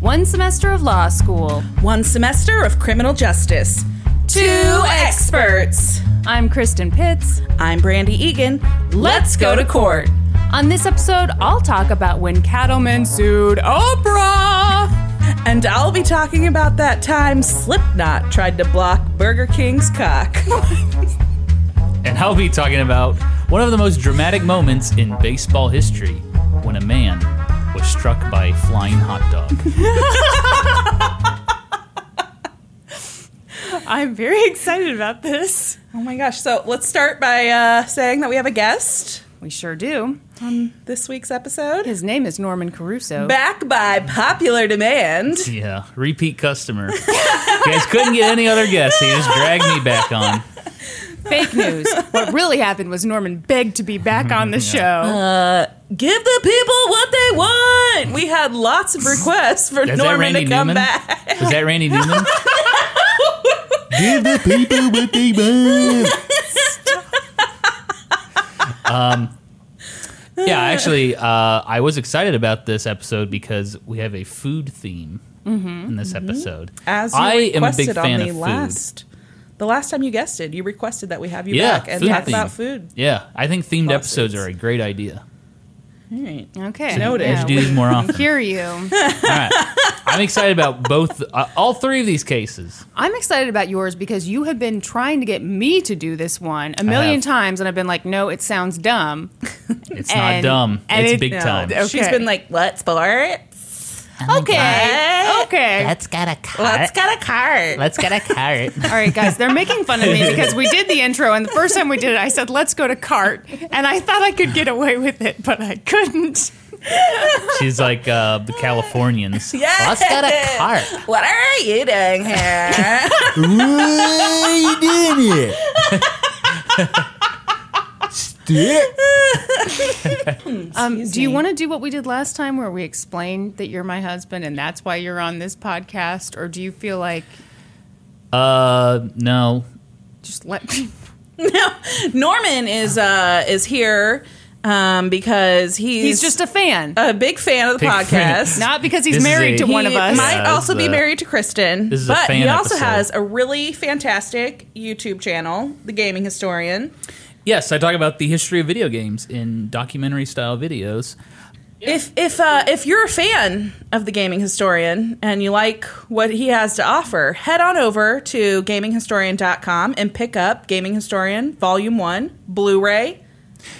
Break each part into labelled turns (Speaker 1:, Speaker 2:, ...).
Speaker 1: One semester of law school.
Speaker 2: One semester of criminal justice. Two experts.
Speaker 1: I'm Kristen Pitts.
Speaker 2: I'm Brandy Egan. Let's go to court.
Speaker 1: On this episode, I'll talk about when cattlemen sued Oprah.
Speaker 2: And I'll be talking about that time Slipknot tried to block Burger King's cock.
Speaker 3: And I'll be talking about one of the most dramatic moments in baseball history when a man was struck by a flying hot dog.
Speaker 4: I'm very excited about this.
Speaker 2: oh my gosh. So let's start by uh, saying that we have a guest
Speaker 1: We sure do.
Speaker 2: on this week's episode.
Speaker 1: His name is Norman Caruso.
Speaker 2: Back by popular demand.
Speaker 3: yeah, repeat customer. you guys couldn't get any other guests. so you just dragged me back on.
Speaker 1: Fake news. what really happened was Norman begged to be back on the show.
Speaker 2: Give the people what they want. We had lots of requests for
Speaker 3: Is that
Speaker 2: Norman
Speaker 3: Randy
Speaker 2: to come
Speaker 3: Newman?
Speaker 2: back.
Speaker 3: Is that Randy Newman?
Speaker 5: Give the people what they want.
Speaker 3: Um, yeah, actually, uh, I was excited about this episode because we have a food theme in this episode.
Speaker 2: Mm-hmm. As you
Speaker 3: I am a
Speaker 2: requested
Speaker 3: big fan
Speaker 2: on the
Speaker 3: of food.
Speaker 2: last, the last time you guessed it, you requested that we have you
Speaker 3: Yeah,
Speaker 2: back and
Speaker 3: food
Speaker 2: talk
Speaker 3: theme.
Speaker 2: about food.
Speaker 3: Yeah, I think themed
Speaker 2: Lawsuits.
Speaker 3: episodes are a great idea.
Speaker 1: Okay.
Speaker 2: Noted.
Speaker 3: We
Speaker 1: Yeah,
Speaker 3: should do these more
Speaker 1: we
Speaker 3: often.
Speaker 1: hear you.
Speaker 3: All right. I'm excited about both, uh, all three of these cases.
Speaker 1: I'm excited about yours because you have been trying to get me to do this one a million
Speaker 3: have.
Speaker 1: times, and I've been like, no, it sounds dumb.
Speaker 3: It's
Speaker 1: And-
Speaker 3: not dumb.
Speaker 1: and
Speaker 3: It's
Speaker 1: it-
Speaker 3: big
Speaker 1: no.
Speaker 3: time.
Speaker 1: Oh, Okay.
Speaker 2: She's been like, let's sports.
Speaker 1: Okay. Okay.
Speaker 3: Let's get a carrot.
Speaker 2: Let's get a cart.
Speaker 3: Let's get a carrot.
Speaker 1: All right, guys, they're making fun of me because we did the intro, and the first time we did it, I said, let's go to cart. And I thought I could get away with it, but I couldn't.
Speaker 3: She's like uh, the Californians.
Speaker 2: Yes.
Speaker 3: Let's get a cart.
Speaker 2: What are you doing here?
Speaker 5: Why did it? Stick.
Speaker 1: Um, do you want to do what we did last time where we explained that you're my husband and that's why you're on this podcast? Or do you feel like
Speaker 3: Uh, no.
Speaker 1: just let me?
Speaker 2: no, Norman is uh is here um because he's
Speaker 1: He's just a fan.
Speaker 2: a big fan of the
Speaker 3: Big fan.
Speaker 2: podcast.
Speaker 1: Not because he's
Speaker 3: This is
Speaker 1: married
Speaker 3: a-
Speaker 1: to one of
Speaker 2: He
Speaker 1: us.
Speaker 2: might
Speaker 3: Yeah, this
Speaker 2: also
Speaker 3: is
Speaker 2: be
Speaker 3: a-
Speaker 2: married to Kristen,
Speaker 3: this is a
Speaker 2: but
Speaker 3: fan
Speaker 2: he also
Speaker 3: episode.
Speaker 2: has a really fantastic YouTube channel, The Gaming Historian.
Speaker 3: Yes, I talk about the history of video games in documentary style videos.
Speaker 2: If if uh, if you're a fan of the gaming historian and you like what he has to offer, head on over to gaminghistorian.com and pick up Gaming Historian Volume 1 Blu-ray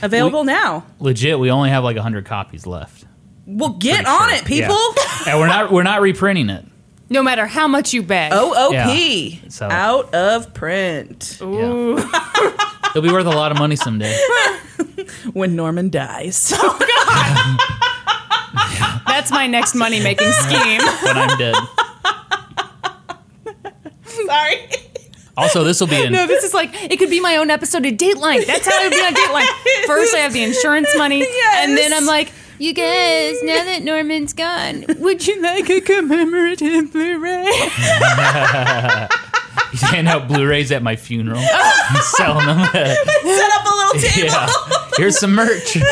Speaker 2: available now.
Speaker 3: Legit, we only have like 100 copies left.
Speaker 2: Well, get
Speaker 3: Pretty
Speaker 2: on
Speaker 3: sure.
Speaker 2: it, people.
Speaker 3: Yeah. and we're not we're not reprinting it.
Speaker 1: No matter how much you beg.
Speaker 2: OOP
Speaker 3: Yeah, so-
Speaker 2: out of print
Speaker 3: Yeah. It'll be worth a lot of money someday.
Speaker 2: when Norman dies.
Speaker 1: That's my next money making scheme.
Speaker 3: when I'm dead.
Speaker 2: Sorry.
Speaker 3: Also, this will be in
Speaker 1: No, this is like it could be my own episode of Dateline. That's how it would be on Dateline. First, I have the insurance money, and then I'm like, you guys, now that Norman's gone, would you like a commemorative Blu-ray?
Speaker 3: hand out Blu-rays at my funeral. and selling them.
Speaker 2: Set up a little table.
Speaker 3: yeah. Here's some merch.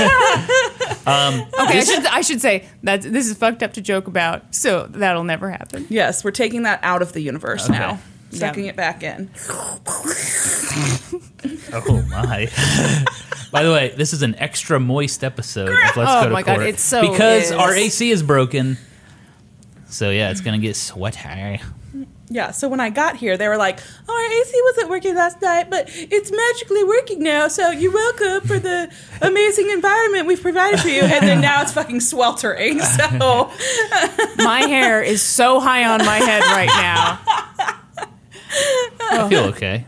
Speaker 1: Okay, I should, I should say that this is fucked up to joke about, so that'll never happen.
Speaker 2: Yes, we're taking that out of the universe
Speaker 3: Okay.
Speaker 2: now. Sucking it back in.
Speaker 3: Oh my! By the way, this is an extra moist episode. Of Let's
Speaker 1: Oh
Speaker 3: go to
Speaker 1: my God,
Speaker 3: court.
Speaker 1: it so
Speaker 3: because
Speaker 1: is.
Speaker 3: our AC is broken. So yeah, it's gonna get sweaty.
Speaker 2: Yeah, so when I got here, they were like, oh, our AC wasn't working last night, but it's magically working now, so you're welcome for the amazing environment we've provided for you. And then now it's fucking sweltering, so.
Speaker 1: My hair is so high on my head right now.
Speaker 3: I feel okay.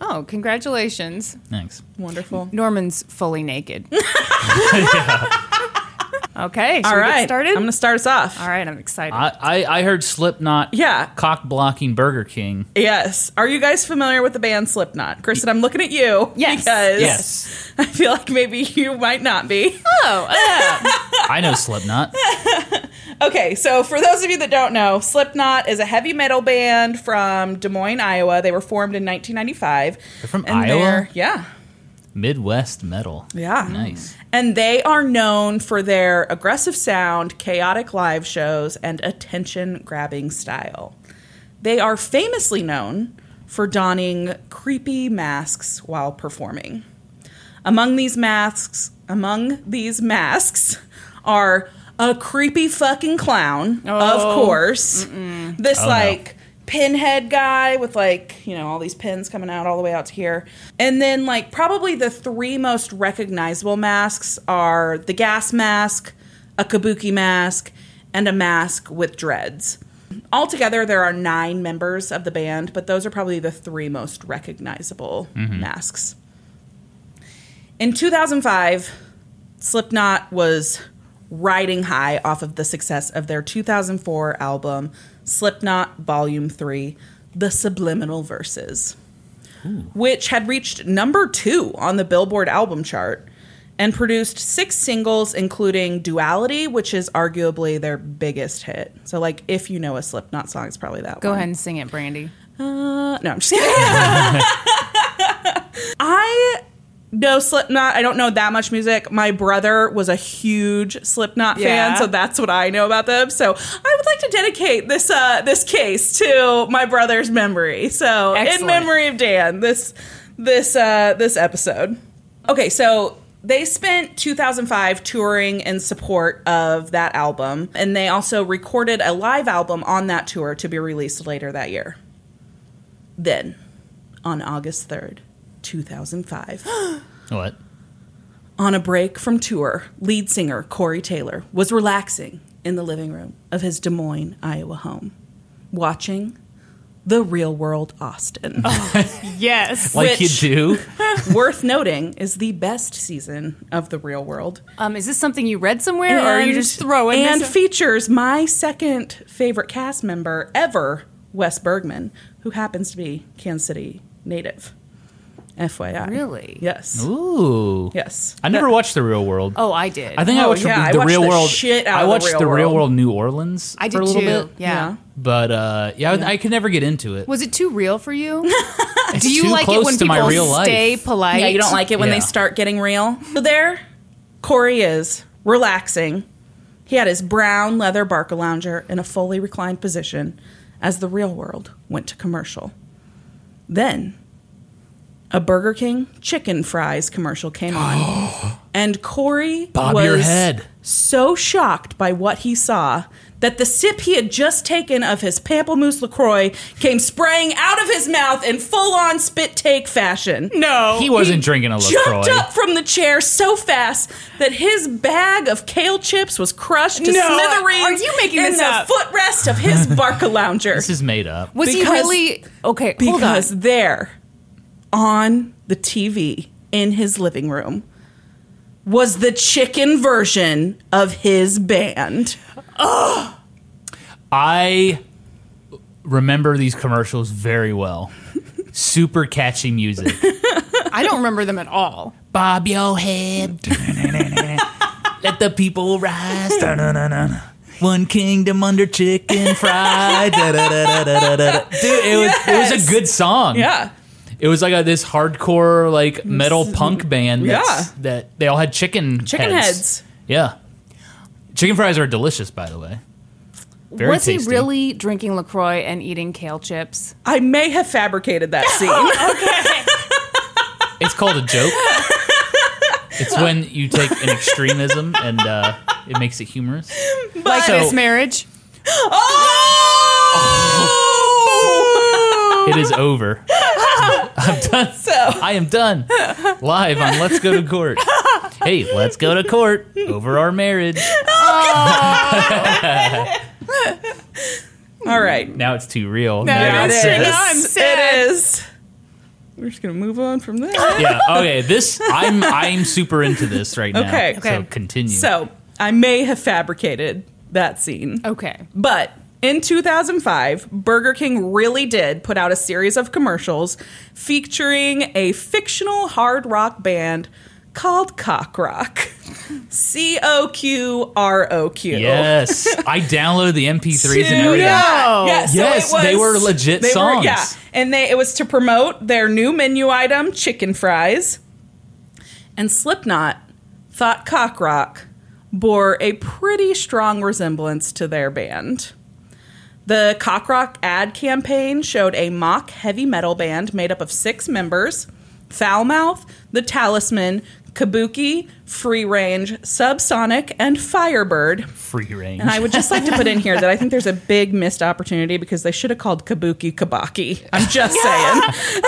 Speaker 1: Oh, congratulations.
Speaker 3: Thanks.
Speaker 2: Wonderful.
Speaker 1: Norman's fully naked. Okay, should
Speaker 2: All
Speaker 1: we get
Speaker 2: right.
Speaker 1: started?
Speaker 2: I'm going to start us off.
Speaker 1: All right, I'm excited.
Speaker 3: I I, I heard Slipknot.
Speaker 2: Yeah.
Speaker 3: Cock blocking Burger King.
Speaker 2: Yes. Are you guys familiar with the band Slipknot? Kristen, I'm looking at you.
Speaker 1: Yes.
Speaker 2: Because
Speaker 3: Yes,
Speaker 2: I feel like maybe you might not be.
Speaker 1: oh, uh,
Speaker 3: I know Slipknot.
Speaker 2: Okay, so for those of you that don't know, Slipknot is a heavy metal band from Des Moines, Iowa. They were formed in 1995.
Speaker 3: They're from
Speaker 2: And
Speaker 3: Iowa?
Speaker 2: they're- Yeah.
Speaker 3: Midwest metal.
Speaker 2: Yeah.
Speaker 3: Nice.
Speaker 2: And they are known for their aggressive sound, chaotic live shows, and attention grabbing style. They are famously known for donning creepy masks while performing. Among these masks, among these masks are a creepy fucking clown, of course. This
Speaker 3: Oh, no.
Speaker 2: like pinhead guy with like, you know, all these pins coming out all the way out to here. And then like probably the three most recognizable masks are the gas mask, a kabuki mask, and a mask with dreads. Altogether, there are nine members of the band, but those are probably the three most recognizable
Speaker 3: Mm-hmm.
Speaker 2: masks. In 2005, Slipknot was riding high off of the success of their 2004 album, Slipknot Volume 3, The Subliminal Verses, which had reached number two on the Billboard album chart and produced six singles, including Duality, which is arguably their biggest hit. So, like, if you know a Slipknot song, it's probably that
Speaker 6: Go
Speaker 2: one.
Speaker 6: ahead and sing it, Brandy.
Speaker 2: Uh, no, I'm just kidding. I know Slipknot. I don't know that much music. My brother was a huge Slipknot
Speaker 1: Yeah.
Speaker 2: fan, so that's what I know about them. So I would like to dedicate this uh, this case to my brother's memory. So in
Speaker 6: Excellent.
Speaker 2: memory of Dan, this this uh, this episode. Okay, so they spent 2005 touring in support of that album, and they also recorded a live album on that tour to be released later that year. Then, on August 3rd, 2005,
Speaker 3: What?
Speaker 2: on a break from tour, lead singer Corey Taylor was relaxing in the living room of his Des Moines, Iowa home, watching The Real World Austin.
Speaker 1: Yes.
Speaker 3: Like
Speaker 2: Which-
Speaker 3: you do?
Speaker 2: Worth noting is the best season of The Real World.
Speaker 6: Um, is this something you read somewhere, or are you just throwing
Speaker 2: And
Speaker 6: this?
Speaker 2: features my second favorite cast member ever, Wes Bergman, who happens to be Kansas City native. FYI.
Speaker 6: Really?
Speaker 2: Yes.
Speaker 3: Ooh.
Speaker 2: Yes.
Speaker 3: I never watched The Real World.
Speaker 6: oh, I did.
Speaker 3: I think I
Speaker 2: Oh,
Speaker 3: watched
Speaker 2: yeah, I
Speaker 3: the,
Speaker 2: watched
Speaker 3: Real
Speaker 2: the
Speaker 3: World.
Speaker 2: shit out
Speaker 3: I
Speaker 2: of The
Speaker 3: watched the
Speaker 2: Real
Speaker 3: Real,
Speaker 2: World.
Speaker 3: World. New Orleans
Speaker 6: I
Speaker 3: for
Speaker 6: did
Speaker 3: a little
Speaker 6: too.
Speaker 3: bit.
Speaker 6: Yeah.
Speaker 3: But uh, yeah, I- I could never get into it.
Speaker 6: Was it too real for you?
Speaker 3: It's
Speaker 6: Do you
Speaker 3: too
Speaker 6: like
Speaker 3: close
Speaker 6: it when
Speaker 3: to
Speaker 6: people
Speaker 3: my real life.
Speaker 6: stay polite?
Speaker 2: Yeah, you don't like it when they
Speaker 3: Yeah.
Speaker 2: start getting real. So there, Corey is relaxing. He had his brown leather barca lounger in a fully reclined position as the real world went to commercial. Then, a Burger King chicken fries commercial came on, and Corey
Speaker 3: Bob
Speaker 2: was
Speaker 3: your head.
Speaker 2: so shocked by what he saw that the sip he had just taken of his pamplemousse LaCroix came spraying out of his mouth in full on spit take fashion.
Speaker 1: No.
Speaker 3: He wasn't drinking a LaCroix.
Speaker 2: Jumped up from the chair so fast that his bag of kale chips was crushed to
Speaker 1: No,
Speaker 2: smithereens.
Speaker 1: are you making
Speaker 2: in
Speaker 1: this
Speaker 2: the
Speaker 1: up?
Speaker 2: footrest of his Barca lounger?
Speaker 3: This is made up.
Speaker 6: Was he
Speaker 2: Because-
Speaker 6: really okay? Hold on.
Speaker 2: because there on the TV in his living room was the chicken version of his band.
Speaker 3: I remember these commercials very well. Super catchy music.
Speaker 1: I don't remember them at all.
Speaker 3: Bob your head. Let the people rise. Da-na-na-na-na. One kingdom under chicken fried. Da-da-da-da-da-da-da. Dude, it was it was a good song.
Speaker 2: Yeah.
Speaker 3: It was like a, this hardcore like metal punk band. That's,
Speaker 2: Yeah.
Speaker 3: That they all had chicken
Speaker 2: Chicken
Speaker 3: heads.
Speaker 2: heads.
Speaker 3: Yeah. Chicken fries are delicious, by the way. Very
Speaker 6: was
Speaker 3: tasty.
Speaker 6: he really drinking Lacroix and eating kale chips?
Speaker 2: I may have fabricated that scene.
Speaker 3: It's called a joke. it's when you take an extremism and uh, it makes it humorous.
Speaker 6: like
Speaker 3: So-
Speaker 6: this marriage?
Speaker 2: oh!
Speaker 3: It is over. I'm done. I am done. Live on Let's Go to Court. Hey, let's go to court over our marriage.
Speaker 2: All right.
Speaker 3: Now it's too real.
Speaker 1: Now
Speaker 3: Now
Speaker 1: it
Speaker 3: it's-
Speaker 1: is.
Speaker 3: this-
Speaker 1: Now I'm sad. Ah.
Speaker 2: It is. We're just gonna move on from this.
Speaker 3: yeah. Okay. This I'm I'm super into this right now.
Speaker 2: Okay.
Speaker 3: So
Speaker 2: Okay.
Speaker 3: continue.
Speaker 2: So I may have fabricated that scene,
Speaker 6: Okay.
Speaker 2: but in 2005, Burger King really did put out a series of commercials featuring a fictional hard rock band called Cock Rock. C O Q R O Q.
Speaker 3: yes, I downloaded the MP3s and everything.
Speaker 2: Yeah. Yeah, so
Speaker 3: Yes,
Speaker 2: it was-
Speaker 3: they were legit
Speaker 2: they were-
Speaker 3: songs.
Speaker 2: yeah, and they it was to promote their new menu item, chicken fries. and Slipknot thought cock rock bore a pretty strong resemblance to their band. The cock rock ad campaign showed a mock heavy metal band made up of six members Foulmouth, The Talisman, Kabuki, Free Range, Subsonic, and Firebird.
Speaker 3: Free range.
Speaker 2: And I would just like to put in here that I think there's a big missed opportunity because they should have called Kabuki Kabaki. I'm just saying.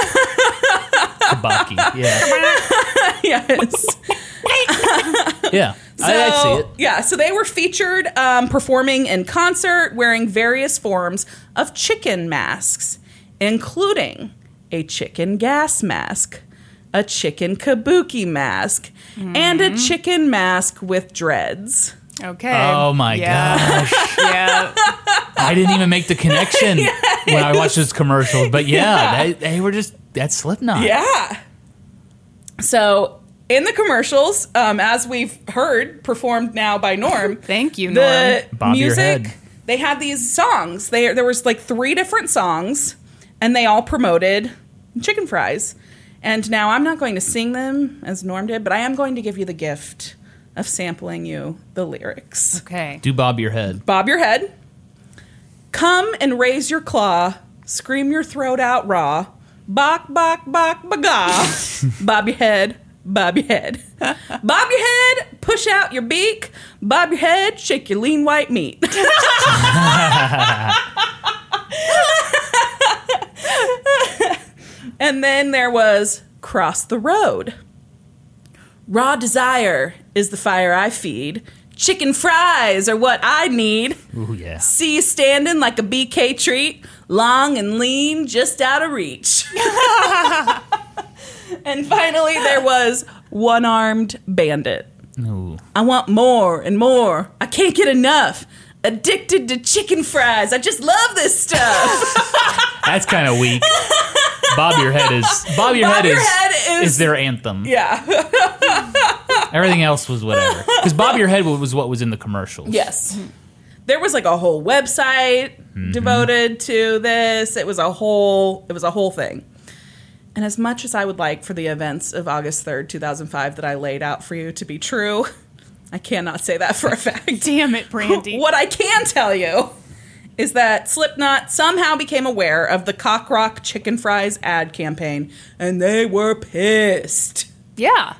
Speaker 3: Kabaki. Yeah.
Speaker 2: yes.
Speaker 3: Yeah. I, I see it.
Speaker 2: Yeah, so they were featured um, performing in concert wearing various forms of chicken masks, including a chicken gas mask, a chicken kabuki mask, and a
Speaker 3: Mm-hmm.
Speaker 2: chicken mask with dreads.
Speaker 1: Okay.
Speaker 3: Oh my gosh.
Speaker 1: Yeah.
Speaker 3: I didn't even make the connection when I watched this commercial. But yeah, They, they were just, that's Slipknot.
Speaker 2: Yeah. So in the commercials, um, as we've heard, performed now by Norm.
Speaker 1: Thank you,
Speaker 2: the
Speaker 3: Norm. Bob your
Speaker 2: music.
Speaker 3: head.
Speaker 2: They had these songs. They there was like three different songs, and they all promoted chicken fries. And now I'm not going to sing them as Norm did, but I am going to give you the gift of sampling you the lyrics.
Speaker 1: Okay.
Speaker 3: Do bob your head.
Speaker 2: Bob your head. Come and raise your claw. Scream your throat out raw. Bok, bok, bok, baga. bob your head. Bob your head. Bob your head. Push out your beak. Bob your head. Shake your lean white meat. and then there was Cross the Road. Raw desire is the fire I feed. Chicken fries are what I need.
Speaker 3: Ooh, yeah.
Speaker 2: See you standing like a BK treat, long and lean, just out of reach. and finally, there was One Armed Bandit.
Speaker 3: Ooh.
Speaker 2: I want more and more. I can't get enough. Addicted to chicken fries. I just love this stuff.
Speaker 3: That's kind of weak. Bob your head is Bob your, head,
Speaker 2: Your
Speaker 3: is,
Speaker 2: head
Speaker 3: is their anthem.
Speaker 2: yeah.
Speaker 3: Everything else was whatever. Because Bob your head was what was in the commercials.
Speaker 2: Yes. There was like a whole website devoted to this. It was a whole it was a whole thing. And as much as I would like for the events of August 3rd, 2005 that I laid out for you to be true, I cannot say that for a fact.
Speaker 1: Damn it, Brandy.
Speaker 2: What I can tell you is that Slipknot somehow became aware of the Cock Rock Chicken Fries ad campaign and they were pissed.
Speaker 1: Yeah.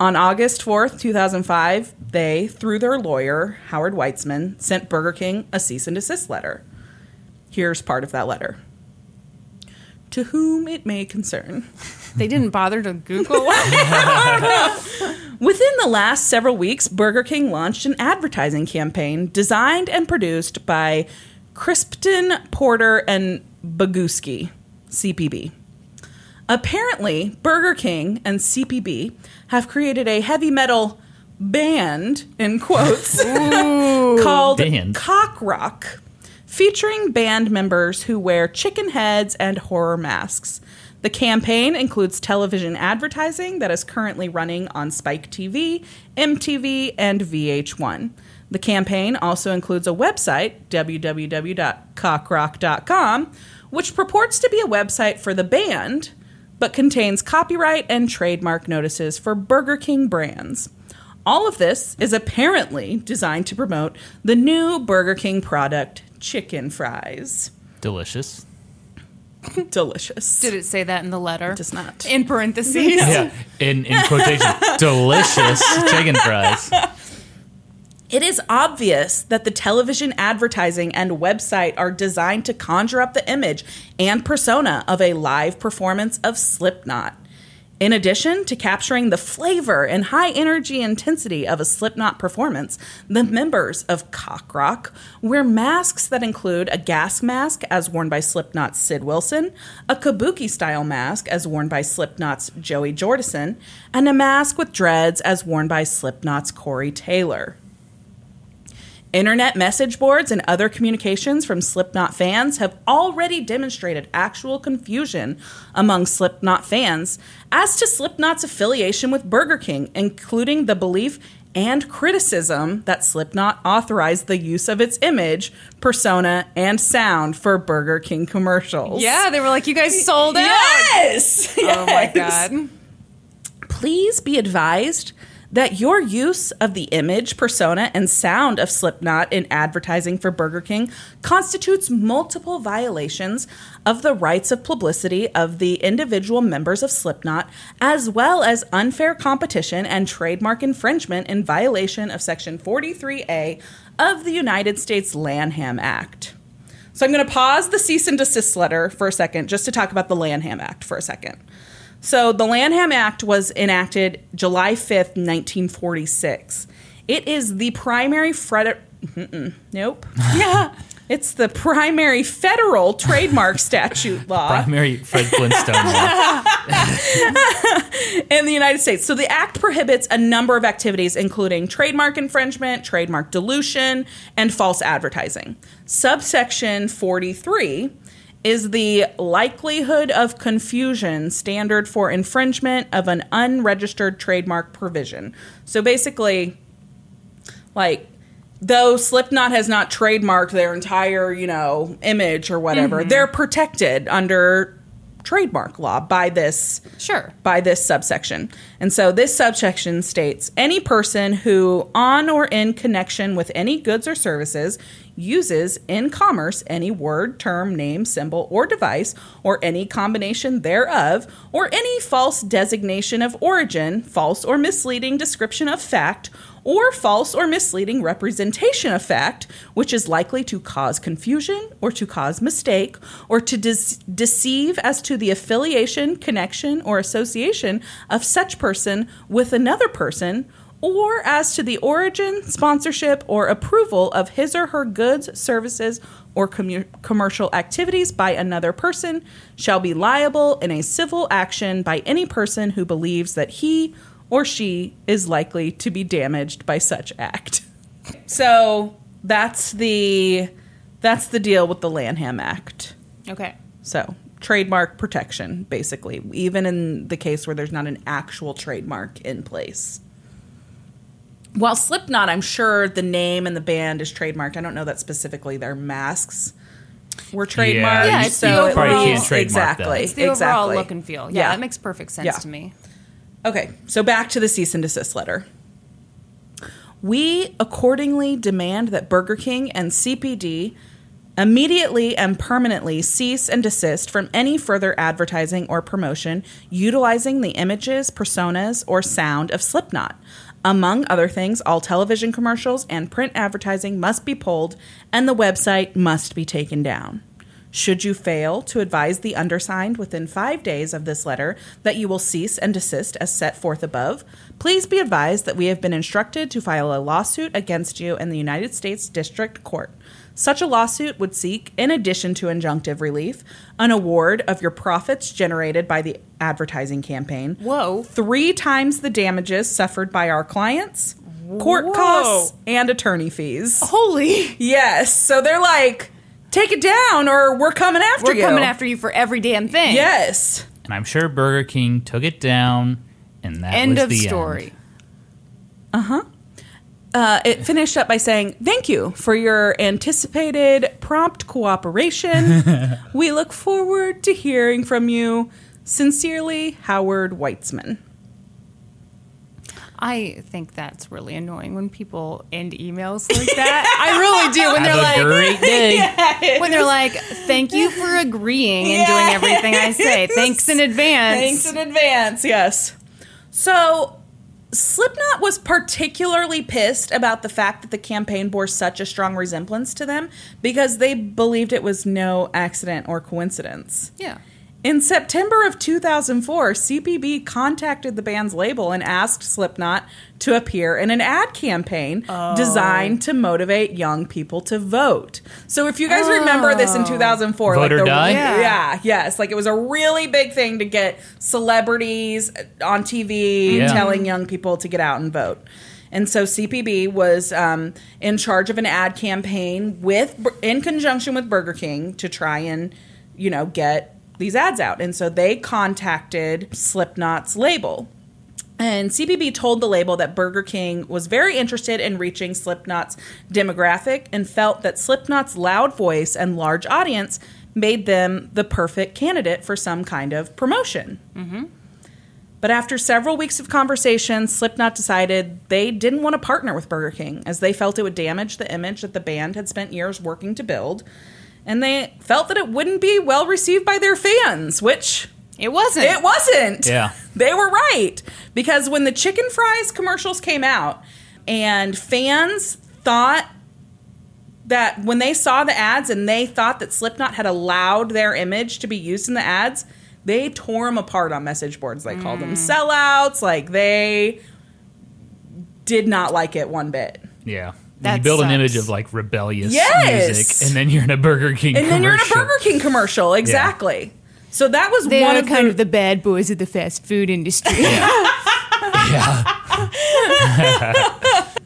Speaker 2: On August 4th, 2005, they, through their lawyer, Howard Weitzman, sent Burger King a cease and desist letter. Here's part of that letter To whom it may concern.
Speaker 1: They didn't bother to Google.
Speaker 2: Within the last several weeks, Burger King launched an advertising campaign designed and produced by Crispin Porter and Baguski, CPB. Apparently, Burger King and CPB have created a heavy metal band, in quotes, called
Speaker 3: Band.
Speaker 2: Cock Rock, featuring band members who wear chicken heads and horror masks. The campaign includes television advertising that is currently running on Spike TV, MTV, and VH1. The campaign also includes a website, www.cockrock.com, which purports to be a website for the band, but contains copyright and trademark notices for Burger King brands. All of this is apparently designed to promote the new Burger King product, chicken fries.
Speaker 3: Delicious.
Speaker 2: Delicious.
Speaker 1: Did it say that in the letter?
Speaker 2: does not.
Speaker 1: In parentheses.
Speaker 3: Yeah. In in quotation, delicious chicken fries.
Speaker 2: It is obvious that the television advertising and website are designed to conjure up the image and persona of a live performance of Slipknot. In addition to capturing the flavor and high energy intensity of a Slipknot performance, the members of Cock Rock wear masks that include a gas mask as worn by Slipknot's Sid Wilson, a kabuki style mask as worn by Slipknot's Joey Jordison, and a mask with dreads as worn by Slipknot's Corey Taylor. Internet message boards and other communications from Slipknot fans have already demonstrated actual confusion among Slipknot fans as to Slipknot's affiliation with Burger King, including the belief and criticism that Slipknot authorized the use of its image, persona, and sound for Burger King commercials.
Speaker 1: Oh Yeah, they were like, you guys sold out.
Speaker 2: Yes!
Speaker 1: Oh my God.
Speaker 2: please be advised that your use of the image, persona, and sound of Slipknot in advertising for Burger King constitutes multiple violations of the rights of publicity of the individual members of Slipknot, as well as unfair competition and trademark infringement in violation of Section 43A of the United States Lanham Act. So I'm going to pause the cease and desist letter for a second just to talk about the Lanham Act for a second. So the Lanham Act was enacted July 5th, 1946. It is the primary fred- mm-mm, nope. Yeah. It's the primary federal trademark statute law
Speaker 3: Primary Fred Flintstone. law.
Speaker 2: in the United States. So the act prohibits a number of activities, including trademark infringement, trademark dilution, and false advertising. Subsection 43 is the likelihood of confusion standard for infringement of an unregistered trademark provision. So basically, like though Slipknot has not trademarked their entire, you know, image or whatever, they're protected under trademark law by this
Speaker 1: Sure.
Speaker 2: by this subsection. And so this subsection states any person who, on or in connection with any goods or services, uses in commerce any word, term, name, symbol, or device, or any combination thereof, or any false designation of origin, false or misleading description of fact, or false or misleading representation of fact, which is likely to cause confusion or to cause mistake or to des- deceive as to the affiliation, connection, or association of such person with another person, or as to the origin, sponsorship, or approval of his or her goods, services, or commu- commercial activities by another person, shall be liable in a civil action by any person who believes that he or she is likely to be damaged by such act. So that's the that's the deal with the Lanham Act.
Speaker 1: Okay.
Speaker 2: So trademark protection, basically, even in the case where there's not an actual trademark in place. While Slipknot, I'm sure the name and the band is trademarked. I don't know that specifically their masks were trademarked.
Speaker 3: Yeah,
Speaker 1: you-
Speaker 2: so
Speaker 1: you
Speaker 2: it
Speaker 1: probably
Speaker 2: was-
Speaker 1: can't
Speaker 3: trademark that.
Speaker 2: exactly.
Speaker 1: It's the
Speaker 2: exactly.
Speaker 1: overall look and feel. Yeah,
Speaker 2: Yeah.
Speaker 1: that makes perfect sense
Speaker 2: Yeah.
Speaker 1: to me.
Speaker 2: Okay, so back to the cease and desist letter. We accordingly demand that Burger King and CPD immediately and permanently cease and desist from any further advertising or promotion utilizing the images, personas, or sound of Slipknot. Among other things, all television commercials and print advertising must be pulled and the website must be taken down. Should you fail to advise the undersigned within five days of this letter that you will cease and desist as set forth above, please be advised that we have been instructed to file a lawsuit against you in the United States District Court. Such a lawsuit would seek, in addition to injunctive relief, an award of your profits generated by the advertising campaign.
Speaker 1: Whoa.
Speaker 2: Three times the damages suffered by our clients, court costs, and attorney fees.
Speaker 1: Holy.
Speaker 2: Yes. So they're like, take it down or we're coming after
Speaker 1: We're
Speaker 2: you.
Speaker 1: coming after you for every damn thing.
Speaker 2: Yes.
Speaker 3: and I'm sure Burger King took it down, and that
Speaker 1: End
Speaker 3: was
Speaker 1: of
Speaker 3: the
Speaker 1: story.
Speaker 3: End.
Speaker 2: Uh, it finished up by saying, Thank you for your anticipated prompt cooperation. we look forward to hearing from you. Sincerely, Howard Weitzman.
Speaker 1: I think that's really annoying when people end emails like that. I really do. When they're
Speaker 3: Have a
Speaker 1: like,
Speaker 3: great day.
Speaker 1: when they're like, "Thank you for agreeing and doing everything I say. Thanks in advance."
Speaker 2: Thanks in advance, yes. So Slipknot was particularly pissed about the fact that the campaign bore such a strong resemblance to them because they believed it was no accident or coincidence.
Speaker 1: Yeah.
Speaker 2: In September of 2004, CPB contacted the band's label and asked Slipknot to appear in an ad campaign designed to motivate young people to vote. So, if you guys remember this in 2004,
Speaker 3: Vote
Speaker 2: like
Speaker 3: or
Speaker 2: the,
Speaker 3: die?
Speaker 2: Yeah.
Speaker 1: Yeah.
Speaker 2: yes, like it was a really big thing to get celebrities on TV
Speaker 3: Yeah.
Speaker 2: telling young people to get out and vote. And so CPB was um, in charge of an ad campaign with, in conjunction with Burger King, to try and, you know, get these ads out. And so they contacted Slipknot's label. And CPB told the label that Burger King was very interested in reaching Slipknot's demographic and felt that Slipknot's loud voice and large audience made them the perfect candidate for some kind of promotion. But after several weeks of conversation, Slipknot decided they didn't want to partner with Burger King as they felt it would damage the image that the band had spent years working to build. And they felt that it wouldn't be well received by their fans, which
Speaker 6: It wasn't.
Speaker 2: it wasn't.
Speaker 3: Yeah.
Speaker 2: They were right. Because when the chicken fries commercials came out and fans thought that when they saw the ads and they thought that Slipknot had allowed their image to be used in the ads, they tore them apart on message boards. They called them sellouts. Like they did not like it one bit.
Speaker 3: Yeah.
Speaker 6: That
Speaker 3: you build an
Speaker 6: sucks.
Speaker 3: image of like rebellious
Speaker 2: Yes!
Speaker 3: music, and then you're in a Burger King
Speaker 2: And then you're in a
Speaker 3: commercial.
Speaker 2: Burger King commercial. Exactly. So that was
Speaker 6: They
Speaker 2: one
Speaker 6: are
Speaker 2: of
Speaker 6: kind
Speaker 2: the,
Speaker 6: of the bad boys of the fast food industry.
Speaker 3: Yeah.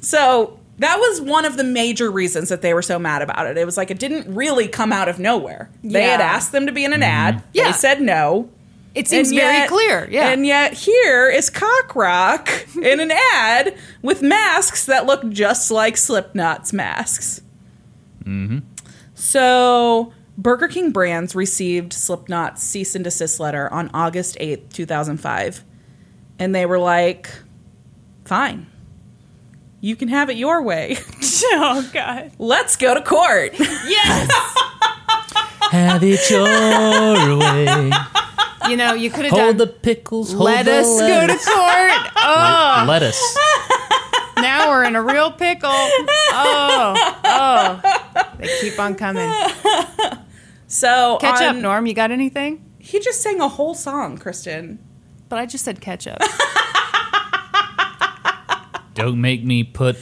Speaker 2: So that was one of the major reasons that they were so mad about it. It was like it didn't really come out of nowhere. They had
Speaker 6: Yeah.
Speaker 2: asked them to be in an ad.
Speaker 6: Yeah.
Speaker 2: They said no.
Speaker 6: It seems
Speaker 2: And
Speaker 6: very
Speaker 2: yet-
Speaker 6: clear. Yeah.
Speaker 2: And yet here is Cock Rock in an ad with masks that look just like Slipknot's masks. Mm-hmm. So Burger King Brands received Slipknot's cease and desist letter on August 8th, 2005. And they were like, fine. You can have it your way.
Speaker 6: oh god.
Speaker 2: Let's go to court.
Speaker 3: Have it your way.
Speaker 6: You know, you could have done
Speaker 3: Hold the pickles. Hold
Speaker 6: let
Speaker 3: the
Speaker 6: us go to
Speaker 3: lettuce.
Speaker 6: court. Oh,
Speaker 3: Let us.
Speaker 6: now we're in a real pickle. Oh, oh. They keep on coming.
Speaker 2: So
Speaker 6: Catch up,
Speaker 2: on-
Speaker 6: Norm. You got anything?
Speaker 2: He just sang a whole song, Kristen.
Speaker 6: But I just said ketchup.
Speaker 3: Don't make me put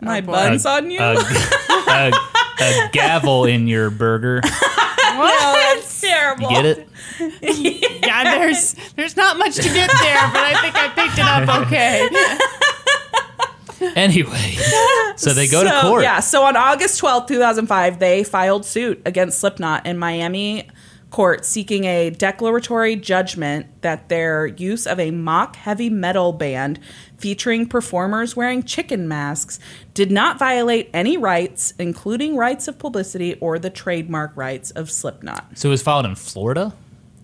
Speaker 2: My
Speaker 6: boy.
Speaker 2: buns on you.
Speaker 3: a, a, a gavel in your burger.
Speaker 2: Oh, that's terrible.
Speaker 3: You get it?
Speaker 6: Yeah, there's there's not much to get there, but I think I picked it up okay.
Speaker 3: Anyway, so they go
Speaker 2: so,
Speaker 3: to court.
Speaker 2: Yeah, so on August twelfth, two 2005, they filed suit against Slipknot in Miami court seeking a declaratory judgment that their use of a mock heavy metal band featuring performers wearing chicken masks did not violate any rights, including rights of publicity or the trademark rights of Slipknot.
Speaker 3: So it was filed in Florida?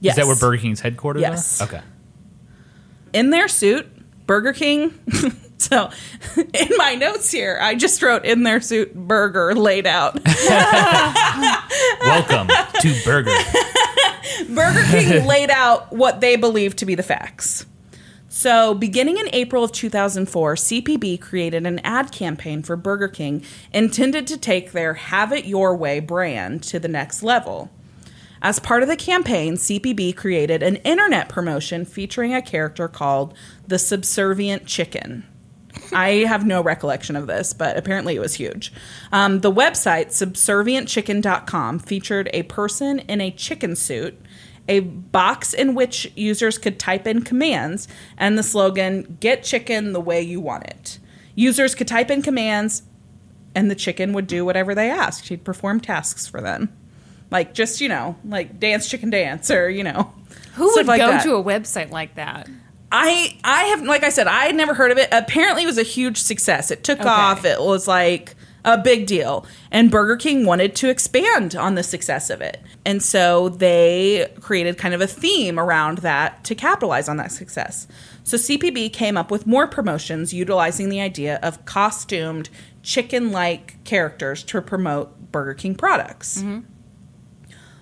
Speaker 2: Yes.
Speaker 3: Is that where Burger King's headquarters
Speaker 2: Yes.
Speaker 3: are? Okay.
Speaker 2: in their suit, Burger King. so, in my notes here, I just wrote in their suit burger laid out.
Speaker 3: Welcome to Burger.
Speaker 2: Burger King laid out what they believed to be the facts. So, beginning in April of 2004, CPB created an ad campaign for Burger King intended to take their Have It Your Way brand to the next level. As part of the campaign, CPB created an internet promotion featuring a character called the Subservient Chicken. I have no recollection of this, but apparently it was huge. Um, the website, subservientchicken.com, featured a person in a chicken suit, a box in which users could type in commands, and the slogan, Get chicken the way you want it. Users could type in commands, and the chicken would do whatever they asked. He'd perform tasks for them. Like, just, you know, like dance, chicken, dance, or, you know.
Speaker 6: Who
Speaker 2: stuff
Speaker 6: would
Speaker 2: like
Speaker 6: go
Speaker 2: that.
Speaker 6: to a website like that?
Speaker 2: I I have like I said I had never heard of it. Apparently, it was a huge success. It took off. It was like a big deal, and Burger King wanted to expand on the success of it, and so they created kind of a theme around that to capitalize on that success. So CPB came up with more promotions utilizing the idea of costumed chicken-like characters to promote Burger King products.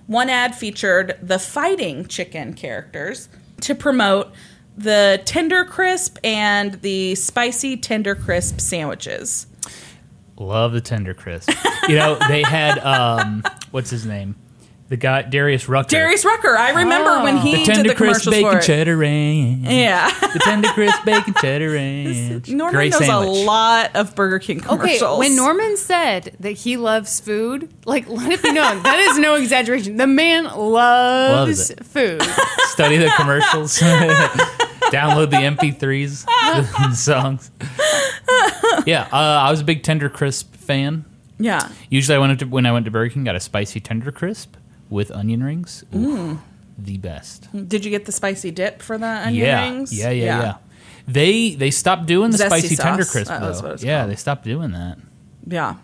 Speaker 2: One ad featured the fighting chicken characters to promote the tender crisp and the spicy tender crisp sandwiches.
Speaker 3: Love the Tender Crisp. You know, they had, um, what's his name? The guy, Darius Rucker.
Speaker 2: Darius Rucker, I remember when he
Speaker 3: Ah. the
Speaker 2: did
Speaker 3: Tender
Speaker 2: the
Speaker 3: Crisp
Speaker 2: commercials
Speaker 3: Bacon
Speaker 2: for it.
Speaker 3: Cheddar Ranch.
Speaker 2: Yeah,
Speaker 3: The Tender Crisp Bacon Cheddar Ranch.
Speaker 2: Norman
Speaker 3: Great
Speaker 2: knows
Speaker 3: sandwich.
Speaker 2: a lot of Burger King
Speaker 6: Okay,
Speaker 2: commercials.
Speaker 6: when Norman said that he loves food, like let it be known that is no exaggeration. The man loves,
Speaker 3: Loves it.
Speaker 6: food.
Speaker 3: Study the commercials. Download the MP3s, the songs. Yeah, uh, I was a big Tender Crisp fan.
Speaker 2: yeah,
Speaker 3: Usually, I went to, when I went to Burger King, got a spicy Tender Crisp with onion rings. Ooh,
Speaker 2: Mm.
Speaker 3: The best.
Speaker 2: did you get the spicy dip for the onion
Speaker 3: yeah.
Speaker 2: rings?
Speaker 3: yeah, yeah, yeah, They they stopped doing the
Speaker 2: Zesty
Speaker 3: spicy Tender
Speaker 2: sauce.
Speaker 3: Crisp
Speaker 2: That was what
Speaker 3: though.
Speaker 2: it's
Speaker 3: Yeah,
Speaker 2: called.
Speaker 3: they stopped doing that.
Speaker 2: yeah.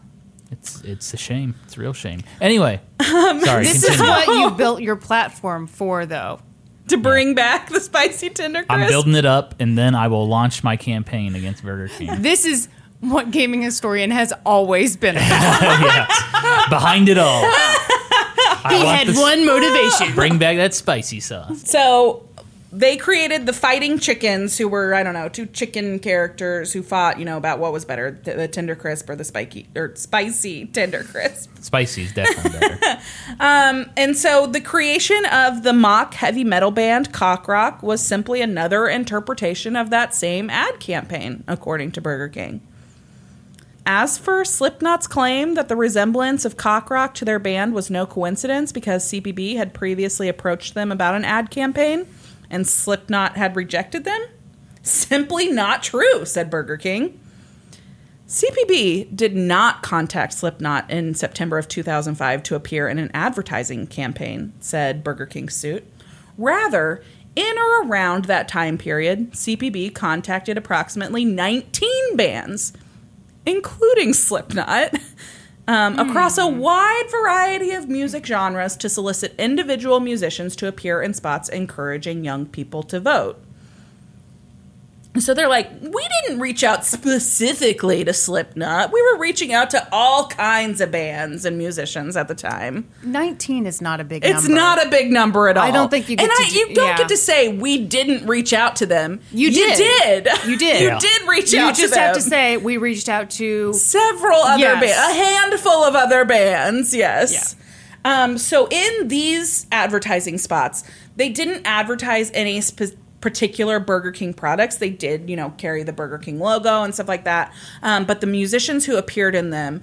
Speaker 3: It's it's a shame. It's a real shame. Anyway, sorry.
Speaker 2: Um,
Speaker 6: This
Speaker 3: continue.
Speaker 6: is what you built your platform for, though.
Speaker 2: to bring back the spicy tender crisp.
Speaker 3: I'm building it up, and then I will launch my campaign against Burger King.
Speaker 1: This is what gaming historian has always been. About.
Speaker 3: Yeah. Behind it all, I
Speaker 1: He
Speaker 3: want
Speaker 1: had
Speaker 3: this- Ah!
Speaker 1: one motivation.
Speaker 3: Bring back that spicy sauce.
Speaker 2: So they created the fighting chickens, who were I don't know two chicken characters who fought, you know, about what was better, the, the tender crisp or the spiky or spicy tender crisp.
Speaker 3: Spicy is definitely better.
Speaker 2: And so the creation of the mock heavy metal band Cock Rock was simply another interpretation of that same ad campaign, according to Burger King. As for Slipknot's claim that the resemblance of Cock Rock to their band was no coincidence because CPB had previously approached them about an ad campaign and Slipknot had rejected them, simply not true, said Burger King. CPB did not contact Slipknot in September of 2005 to appear in an advertising campaign, said Burger King suit. Rather, in or around that time period, CPB contacted approximately 19 bands, including Slipknot, um, across a wide variety of music genres to solicit individual musicians to appear in spots encouraging young people to vote. So they're like, we didn't reach out specifically to Slipknot. We were reaching out to all kinds of bands and musicians at the time.
Speaker 1: 19 is not a big
Speaker 2: It's
Speaker 1: number.
Speaker 2: not a big number at all.
Speaker 1: don't think you get
Speaker 2: and
Speaker 1: to
Speaker 2: I,
Speaker 1: do-
Speaker 2: you don't
Speaker 1: yeah.
Speaker 2: get to say we didn't reach out to them.
Speaker 1: You did.
Speaker 2: did.
Speaker 1: You did.
Speaker 2: You
Speaker 1: Yeah.
Speaker 2: did reach
Speaker 1: You
Speaker 2: out.
Speaker 1: just
Speaker 2: to them.
Speaker 1: have to say we reached out to
Speaker 2: several other
Speaker 1: Yes.
Speaker 2: bands, a handful of other bands. Yes.
Speaker 1: Yeah.
Speaker 2: Um, so in these advertising spots, they didn't advertise any sp- particular Burger King products. They did, you know, carry the Burger King logo and stuff like that. Um, but the musicians who appeared in them.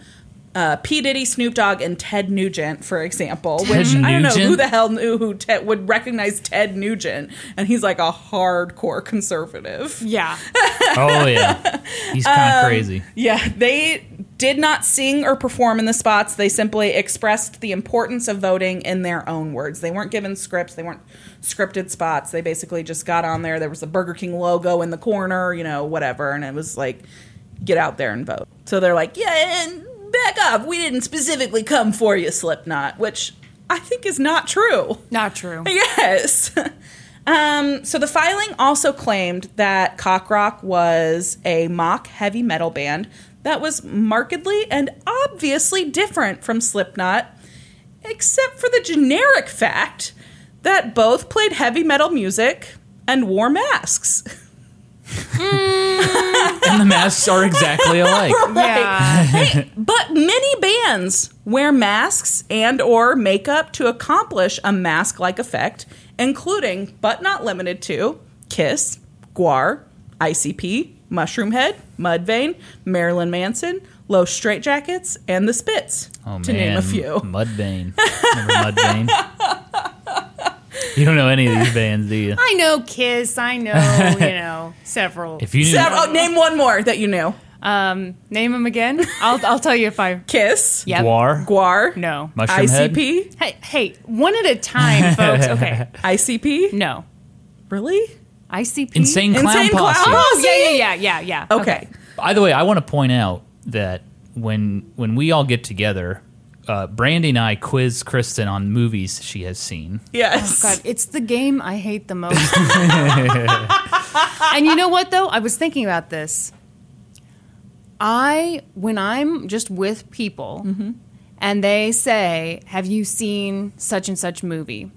Speaker 2: Uh, P. Diddy, Snoop Dogg, and Ted Nugent, for example, which I don't know who
Speaker 3: Nugent?
Speaker 2: the hell knew who Ted would recognize Ted Nugent, and he's like a hardcore conservative.
Speaker 1: yeah.
Speaker 3: Oh yeah, he's kind
Speaker 2: Um,
Speaker 3: of crazy.
Speaker 2: Yeah, they did not sing or perform in the spots. They simply expressed the importance of voting in their own words. They weren't given scripts, they weren't scripted spots. They basically just got on there. There was the Burger King logo in the corner, you know, whatever. And it was like, get out there and vote. So they're like, yeah, and back off. We didn't specifically come for you, Slipknot, which I think is not true.
Speaker 1: Not true.
Speaker 2: Yes. Um, so the filing also claimed that Cock Rock was a mock heavy metal band that was markedly and obviously different from Slipknot, except for the generic fact that both played heavy metal music and wore masks.
Speaker 3: And the masks are exactly alike.
Speaker 1: Yeah.
Speaker 2: But many bands wear masks and or makeup to accomplish a mask-like effect, including but not limited to Kiss, Guar, ICP, Mushroom Head, Mudvayne, Marilyn Manson, Los Straightjackets, and the Spits,
Speaker 3: Oh
Speaker 2: to
Speaker 3: man,
Speaker 2: name a few.
Speaker 3: Mudvayne. Remember Mudvayne? you don't know any of these bands, do you?
Speaker 1: I know Kiss. I know, you know, several.
Speaker 3: If you knew,
Speaker 2: Several, oh, name one more that you knew.
Speaker 1: um, name them again. I'll, I'll tell you if I.
Speaker 2: Kiss,
Speaker 1: Yep.
Speaker 3: Guar,
Speaker 2: Guar,
Speaker 1: No.
Speaker 3: Mushroom Head,
Speaker 2: ICP,
Speaker 1: Hey, hey, one at a time, folks. Okay.
Speaker 2: ICP.
Speaker 1: No.
Speaker 2: Really?
Speaker 1: ICP.
Speaker 3: Insane Clown
Speaker 2: Insane Clown
Speaker 3: Posse.
Speaker 2: Posse.
Speaker 1: Oh, yeah, yeah, yeah, yeah, yeah. Oh,
Speaker 2: Okay.
Speaker 3: By the way, I want to point out that when when we all get together, uh, Brandy and I quiz Kristen on movies she has seen.
Speaker 2: Yes.
Speaker 1: God, it's the game I hate the most. and you know what though? I was thinking about this. I when I'm just with people and they say, "Have you seen such and such movie?"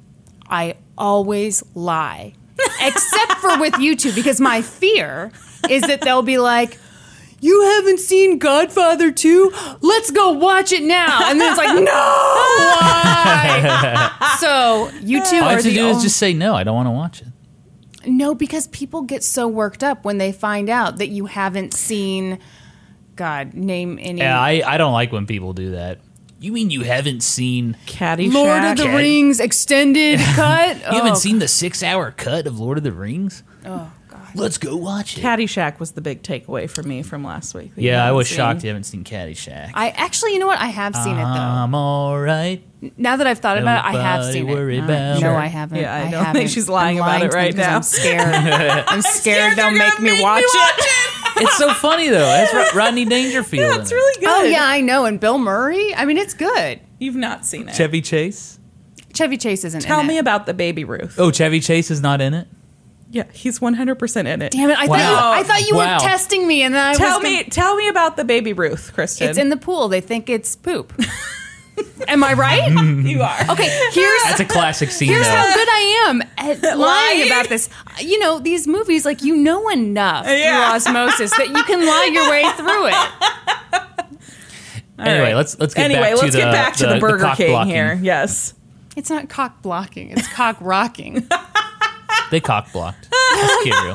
Speaker 1: I always lie. Except for with you two because my fear is that they'll be like you haven't seen Godfather 2? Let's go watch it now. And then it's like, no, why? so you two
Speaker 3: All I
Speaker 1: are
Speaker 3: have to
Speaker 1: the
Speaker 3: do
Speaker 1: only-
Speaker 3: is just say no. I don't want to watch it.
Speaker 1: no, because people get so worked up when they find out that you haven't seen. God, name any.
Speaker 3: Yeah, I, I don't like when people do that. You mean you haven't seen?
Speaker 2: Caddyshack.
Speaker 1: Lord of the
Speaker 3: Shack.
Speaker 1: Rings extended cut.
Speaker 3: You
Speaker 2: Oh.
Speaker 3: haven't seen the six-hour cut of Lord of the Rings?
Speaker 1: Oh God.
Speaker 3: Let's go watch it.
Speaker 2: Caddyshack was the big takeaway for me from last week.
Speaker 3: yeah, I was
Speaker 2: Seen-
Speaker 3: shocked you haven't seen Caddyshack.
Speaker 1: I actually, you know what? I have seen it
Speaker 3: I'm all right.
Speaker 1: though. Now that I've thought about it, I have seen it.
Speaker 3: worry
Speaker 1: No,
Speaker 3: about
Speaker 1: no,
Speaker 3: it.
Speaker 1: I haven't.
Speaker 2: Yeah, I don't
Speaker 1: haven't.
Speaker 2: think she's lying
Speaker 1: I'm
Speaker 2: about it
Speaker 1: to
Speaker 2: right
Speaker 1: them because
Speaker 2: now.
Speaker 1: I'm scared. I'm scared
Speaker 2: they're
Speaker 1: they'll make
Speaker 2: gonna
Speaker 1: me watch it.
Speaker 3: it's so funny though. That's Ro- Rodney Dangerfield.
Speaker 2: That's really good.
Speaker 1: Oh yeah, I know. And Bill Murray. I mean, it's good.
Speaker 2: You've not seen it.
Speaker 3: Chevy Chase.
Speaker 1: Chevy Chase isn't.
Speaker 2: Tell
Speaker 1: in
Speaker 2: me
Speaker 1: It.
Speaker 2: about the baby Ruth.
Speaker 3: Oh, Chevy Chase is not in it.
Speaker 2: Yeah, he's 100% in it.
Speaker 1: Damn it! I
Speaker 3: Wow.
Speaker 1: thought you, I thought you
Speaker 3: Wow.
Speaker 1: were testing me, and then I
Speaker 2: Tell
Speaker 1: was gonna-
Speaker 2: me tell me about the baby Ruth, Kristen.
Speaker 1: it's in the pool. They think it's poop. Am I
Speaker 3: Mm.
Speaker 1: right?
Speaker 3: Mm-hmm.
Speaker 2: you are.
Speaker 1: Okay, here's
Speaker 3: That's a classic scene.
Speaker 1: Here's
Speaker 3: though.
Speaker 1: how good I am at lying,
Speaker 2: Lying.
Speaker 1: about this. You know, these movies, like, you know enough
Speaker 2: Yeah.
Speaker 1: through osmosis that you can lie your way through it.
Speaker 3: anyway,
Speaker 2: right.
Speaker 3: let's let's get
Speaker 2: anyway,
Speaker 3: back to
Speaker 2: let's
Speaker 3: the,
Speaker 2: get back to the, Burger
Speaker 3: cock
Speaker 2: King
Speaker 3: blocking.
Speaker 2: here. Yes.
Speaker 1: It's not cock blocking, it's cock rocking.
Speaker 3: They cock blocked. That's Kirill.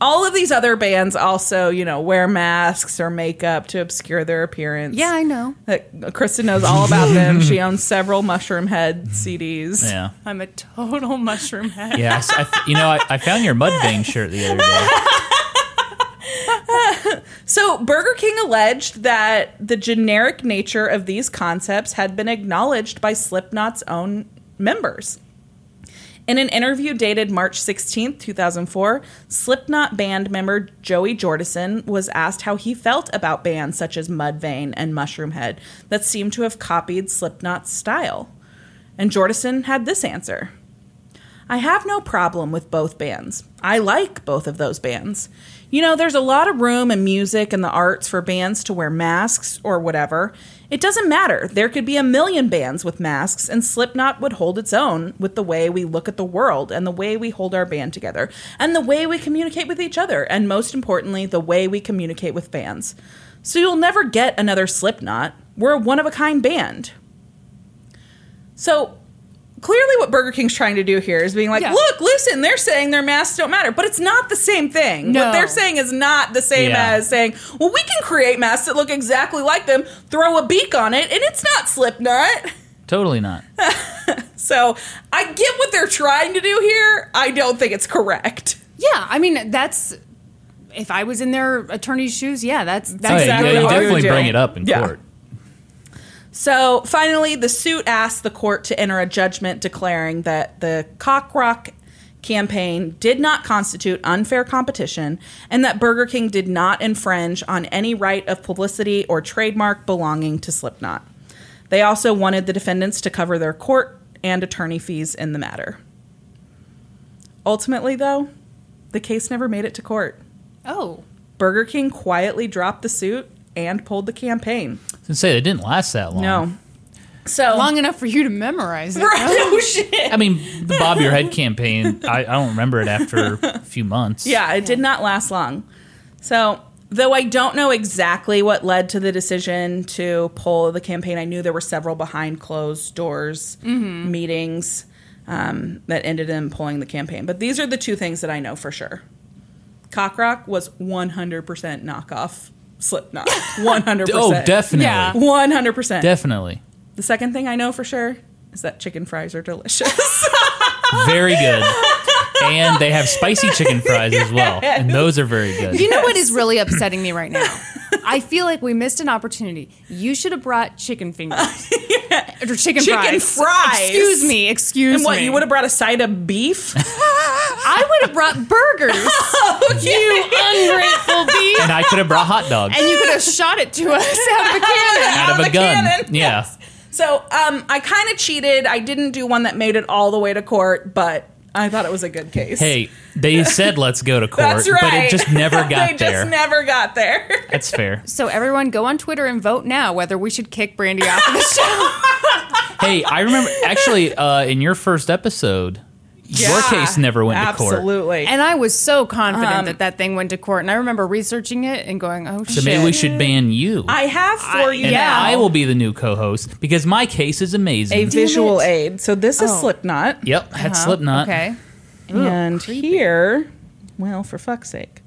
Speaker 2: All of these other bands also, you know, wear masks or makeup to obscure their appearance.
Speaker 1: Yeah, I know.
Speaker 2: That- Kristen knows all about them. She owns several Mushroom Head CDs.
Speaker 3: Yeah,
Speaker 1: I'm a total mushroom head.
Speaker 3: yeah. I s- I f- you know, I, I found your Mudvayne shirt the other day.
Speaker 2: So Burger King alleged that the generic nature of these concepts had been acknowledged by Slipknot's own members. In an interview dated March 16, 2004, Slipknot band member Joey Jordison was asked how he felt about bands such as Mudvayne and Mushroomhead that seemed to have copied Slipknot's style. And Jordison had this answer. I have no problem with both bands. I like both of those bands. You know, there's a lot of room in music and the arts for bands to wear masks or whatever. It doesn't matter. There could be a million bands with masks, and Slipknot would hold its own with the way we look at the world and the way we hold our band together and the way we communicate with each other, and most importantly, the way we communicate with fans. So you'll never get another Slipknot. We're a one of a kind band. So clearly, what Burger King's trying to do here is being like,
Speaker 1: Yeah.
Speaker 2: look, listen, they're saying their masks don't matter, but it's not the same thing. What
Speaker 1: No.
Speaker 2: they're saying is not the same
Speaker 3: Yeah.
Speaker 2: as saying, well, we can create masks that look exactly like them, throw a beak on it, and it's not Slipknot.
Speaker 3: Totally not.
Speaker 2: So I get what they're trying to do here. I don't think it's correct.
Speaker 1: Yeah, I mean, that's. If I was in their attorney's shoes, yeah, that's that's
Speaker 3: Oh, yeah,
Speaker 2: exactly
Speaker 3: you, you
Speaker 2: what we were
Speaker 3: definitely bring
Speaker 2: doing.
Speaker 3: it up in
Speaker 2: Yeah.
Speaker 3: court.
Speaker 2: So finally, the suit asked the court to enter a judgment declaring that the Cockrock campaign did not constitute unfair competition and that Burger King did not infringe on any right of publicity or trademark belonging to Slipknot. They also wanted the defendants to cover their court and attorney fees in the matter. Ultimately, though, the case never made it to court.
Speaker 1: oh,
Speaker 2: Burger King quietly dropped the suit and pulled the campaign.
Speaker 3: And say they didn't last that long.
Speaker 2: No. So
Speaker 1: long enough for you to memorize it.
Speaker 2: Oh shit.
Speaker 3: I mean, the Bob Your Head campaign. I, I don't remember it after a few months.
Speaker 2: Yeah, it did not last long. So, though I don't know exactly what led to the decision to pull the campaign, I knew there were several behind closed doors Mm-hmm. meetings um, that ended in pulling the campaign. But these are the two things that I know for sure. Cockrock was 100% knockoff Slipknot. 100%.
Speaker 3: Oh, definitely,
Speaker 1: Yeah.
Speaker 2: 100%.
Speaker 3: definitely,
Speaker 2: the second thing I know for sure is that chicken fries are delicious.
Speaker 3: very good. And they have spicy chicken fries as well, and those are very good.
Speaker 1: You know what is really upsetting me right now? I feel like we missed an opportunity. You should have brought chicken fingers. Or chicken,
Speaker 2: Chicken
Speaker 1: fries.
Speaker 2: fries.
Speaker 1: Excuse me. Excuse
Speaker 2: and what,
Speaker 1: me.
Speaker 2: you would have brought a side of beef?
Speaker 1: I would have brought burgers. You ungrateful bee.
Speaker 3: And I could have brought hot dogs
Speaker 1: And you could have shot it to us out of a cannon.
Speaker 3: out of
Speaker 2: the
Speaker 3: a gun.
Speaker 2: cannon.
Speaker 3: Yeah.
Speaker 2: So um, I kind of cheated. I didn't do one that made it all the way to court, but I thought it was a good case.
Speaker 3: Hey, they said let's go to court,
Speaker 2: that's right.
Speaker 3: but it just never
Speaker 2: they
Speaker 3: got there.
Speaker 2: just never got there.
Speaker 3: That's fair.
Speaker 1: So everyone, go on Twitter and vote now whether we should kick Brandy off of the show.
Speaker 3: Hey, I remember actually uh, in your first episode, your
Speaker 2: Yeah,
Speaker 3: case never went to court.
Speaker 2: Absolutely.
Speaker 1: And I was so confident
Speaker 6: Um,
Speaker 1: that that thing went to court. And I remember researching it and going, "Oh
Speaker 3: So
Speaker 1: shit!"
Speaker 3: maybe we should ban you.
Speaker 2: I have for you
Speaker 3: and
Speaker 2: now
Speaker 3: I will be the new co-host because my case is
Speaker 2: a Uh-huh.
Speaker 3: amazing.
Speaker 2: visual aid. So this is
Speaker 1: Oh.
Speaker 2: Slipknot,
Speaker 3: yep, had Slipknot.
Speaker 1: Uh-huh. Okay.
Speaker 2: and here, well, for fuck's sake,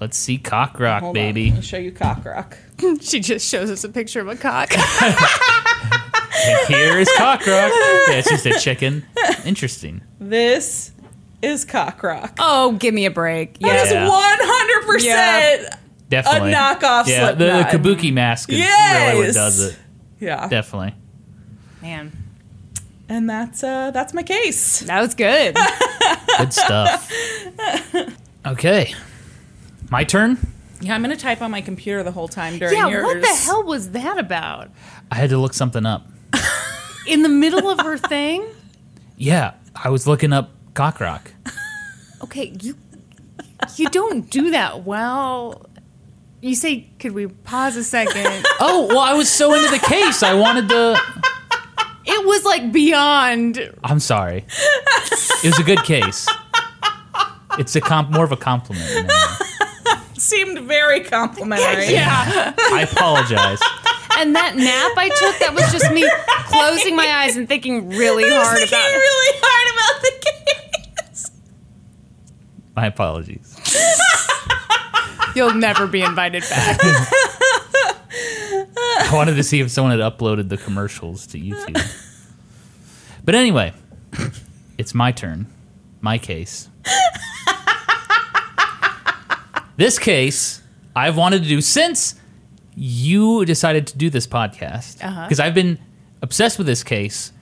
Speaker 3: Let's see cock rock,
Speaker 2: Hold on.
Speaker 3: baby.
Speaker 2: I'll show you cock rock.
Speaker 1: She just shows us a picture of a cock.
Speaker 3: And here is cock rock. Yeah, it's just a chicken. Interesting.
Speaker 2: This is cock rock.
Speaker 1: oh, give me a break. Yeah.
Speaker 2: That is
Speaker 3: Yeah.
Speaker 2: one hundred percent.
Speaker 3: Definitely.
Speaker 2: knockoff
Speaker 3: yeah, the, the
Speaker 2: Slipknot.
Speaker 3: kabuki mask is really
Speaker 2: Yes.
Speaker 3: what does it.
Speaker 2: Yeah,
Speaker 3: Definitely.
Speaker 1: Man,
Speaker 2: and that's uh, that's my case.
Speaker 1: that was good.
Speaker 3: Good stuff. Okay. My turn?
Speaker 2: Yeah, I'm gonna type on my computer the whole time during
Speaker 1: yeah,
Speaker 2: yours.
Speaker 1: what the hell was that about?
Speaker 3: I had to look something up.
Speaker 6: in the middle of her thing.
Speaker 3: Yeah, I was looking up cock rock.
Speaker 6: Okay, you you don't do that well. You say, could we pause a second?
Speaker 3: Oh, well, I was so into the case. I wanted to.
Speaker 6: It was like beyond.
Speaker 3: I'm sorry. It was a good case. It's a comp, more of a compliment. than anything.
Speaker 2: Seemed very complimentary.
Speaker 3: I apologize.
Speaker 6: And that nap I took, that was just me closing my eyes and thinking really
Speaker 2: I was
Speaker 6: hard
Speaker 2: thinking
Speaker 6: about it.
Speaker 2: really hard about the case.
Speaker 3: My apologies.
Speaker 6: You'll never be invited back.
Speaker 3: I wanted to see if someone had uploaded the commercials to YouTube. But anyway, it's my turn. My case. This case I've wanted to do since you decided to do this podcast. Because I've been obsessed with this case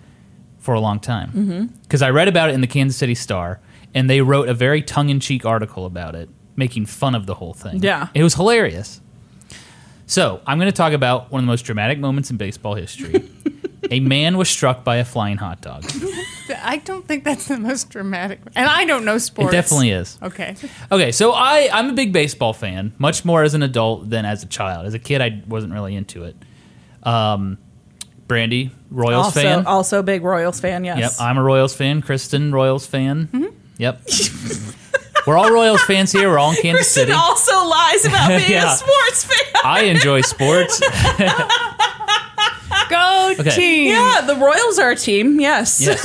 Speaker 3: for a long time. Because I read about it in the Kansas City Star, and they wrote a very tongue in cheek article about it, making fun of the whole thing.
Speaker 2: Yeah.
Speaker 3: It was hilarious. So, I'm going to talk about one of the most dramatic moments in baseball history. a man was struck by a flying hot dog.
Speaker 6: I don't think that's the most dramatic. And I don't know
Speaker 3: It
Speaker 6: sports.
Speaker 3: definitely is.
Speaker 6: Okay.
Speaker 3: Okay, so I, I'm a big baseball fan, much more as an adult than as a child. As a kid, I wasn't really into it. Um, Brandy, Royals
Speaker 2: Also,
Speaker 3: fan.
Speaker 2: also big Royals fan.
Speaker 3: Yep,
Speaker 2: Yes.
Speaker 3: I'm a Royals fan. Kristen, Royals fan.
Speaker 2: Mm-hmm.
Speaker 3: Yep. We're all Royals fans here. We're all in Kansas
Speaker 2: Kristen
Speaker 3: City.
Speaker 2: also lies about being
Speaker 3: Yeah.
Speaker 2: a sports fan.
Speaker 3: I enjoy sports.
Speaker 6: Go
Speaker 3: Okay.
Speaker 6: team.
Speaker 2: Yeah, the Royals are a team. Yes.
Speaker 3: Yes.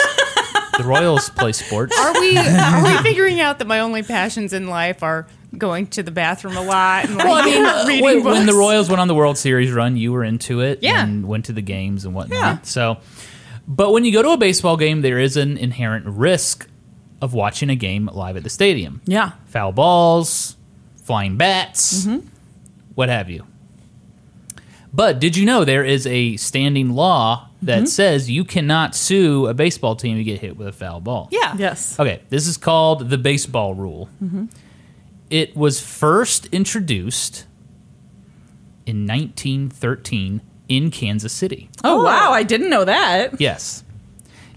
Speaker 3: The Royals play sports.
Speaker 6: Are we are we figuring out that my only passions in life are going to the bathroom a lot and like
Speaker 3: Well, I mean, uh,
Speaker 6: reading
Speaker 3: when,
Speaker 6: books?
Speaker 3: when the Royals went on the World Series run, you were into it
Speaker 6: Yeah.
Speaker 3: and went to the games and whatnot.
Speaker 2: Yeah.
Speaker 3: So, but when you go to a baseball game, there is an inherent risk of watching a game live at the stadium.
Speaker 2: Yeah.
Speaker 3: Foul balls, flying bats,
Speaker 6: Mm-hmm.
Speaker 3: what have you. But did you know there is a standing law that
Speaker 6: Mm-hmm.
Speaker 3: says you cannot sue a baseball team to get hit with a foul ball?
Speaker 6: yeah.
Speaker 2: Yes.
Speaker 3: Okay, this is called the baseball rule. It was first introduced in 1913 in Kansas City.
Speaker 2: Oh, wow, I didn't know that.
Speaker 3: Yes.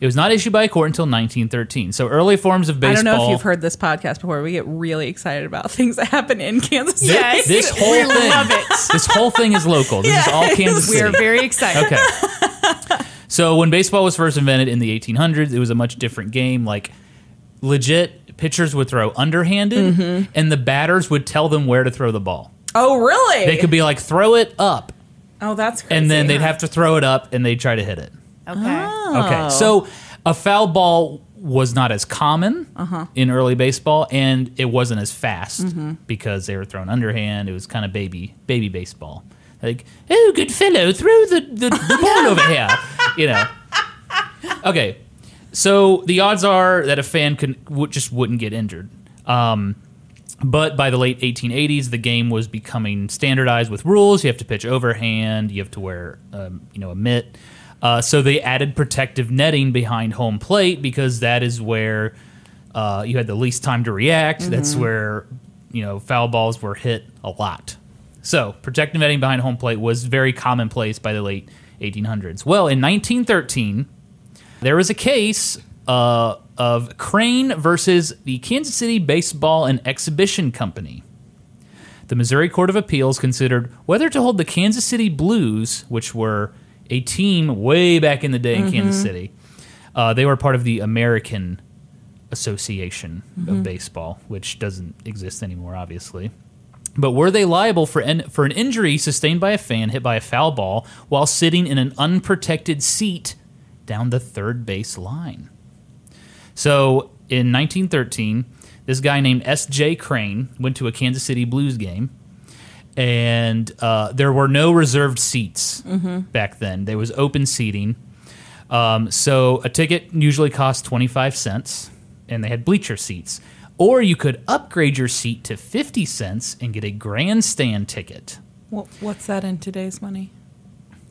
Speaker 3: It was not issued by a court until 1913. So early forms of
Speaker 2: I don't
Speaker 3: baseball.
Speaker 2: know if you've heard this podcast before. We get really excited about things that happen in Kansas City.
Speaker 6: Yes.
Speaker 3: This whole
Speaker 6: We
Speaker 3: thing.
Speaker 6: love it.
Speaker 3: This whole thing is local. This is all Kansas
Speaker 6: We
Speaker 3: City.
Speaker 6: are very excited.
Speaker 3: Okay. so when baseball was first invented in the 1800s, it was a much different game. Like legit pitchers would throw underhanded, and the batters would tell them where to throw the ball.
Speaker 2: Oh, really?
Speaker 3: They could be like, throw it up,
Speaker 2: oh, that's crazy.
Speaker 3: and then they'd have to throw it up, and they'd try to hit it.
Speaker 6: Okay.
Speaker 3: Okay, so a foul ball was not as common in early baseball, and it wasn't as fast because they were thrown underhand. It was kind of baby baby baseball, like oh, good fellow, throw the the, the ball over here, you know. Okay, so the odds are that a fan could w- just wouldn't get injured. Um, but by the late 1880s, the game was becoming standardized with rules. You have to pitch overhand. You have to wear, um, you know, a mitt. Uh, so they added protective netting behind home plate because that is where uh, you had the least time to react. That's where you know foul balls were hit a lot. So protective netting behind home plate was very commonplace by the late 1800s. Well, in 1913, there was a case uh, of Crane versus the Kansas City Baseball and Exhibition Company. The Missouri Court of Appeals considered whether to hold the Kansas City Blues, which were a team way back in the day in Kansas City. Uh, they were part of the American Association of Baseball, which doesn't exist anymore, obviously. But were they liable for an, for an injury sustained by a fan hit by a foul ball while sitting in an unprotected seat down the third base line? So in 1913, this guy named S.J. Crane went to a Kansas City Blues game, and uh, there were no reserved seats back then. There was open seating. Um, so a ticket usually cost 25 cents, and they had bleacher seats. Or you could upgrade your seat to 50 cents and get a grandstand ticket.
Speaker 2: What's that in today's money?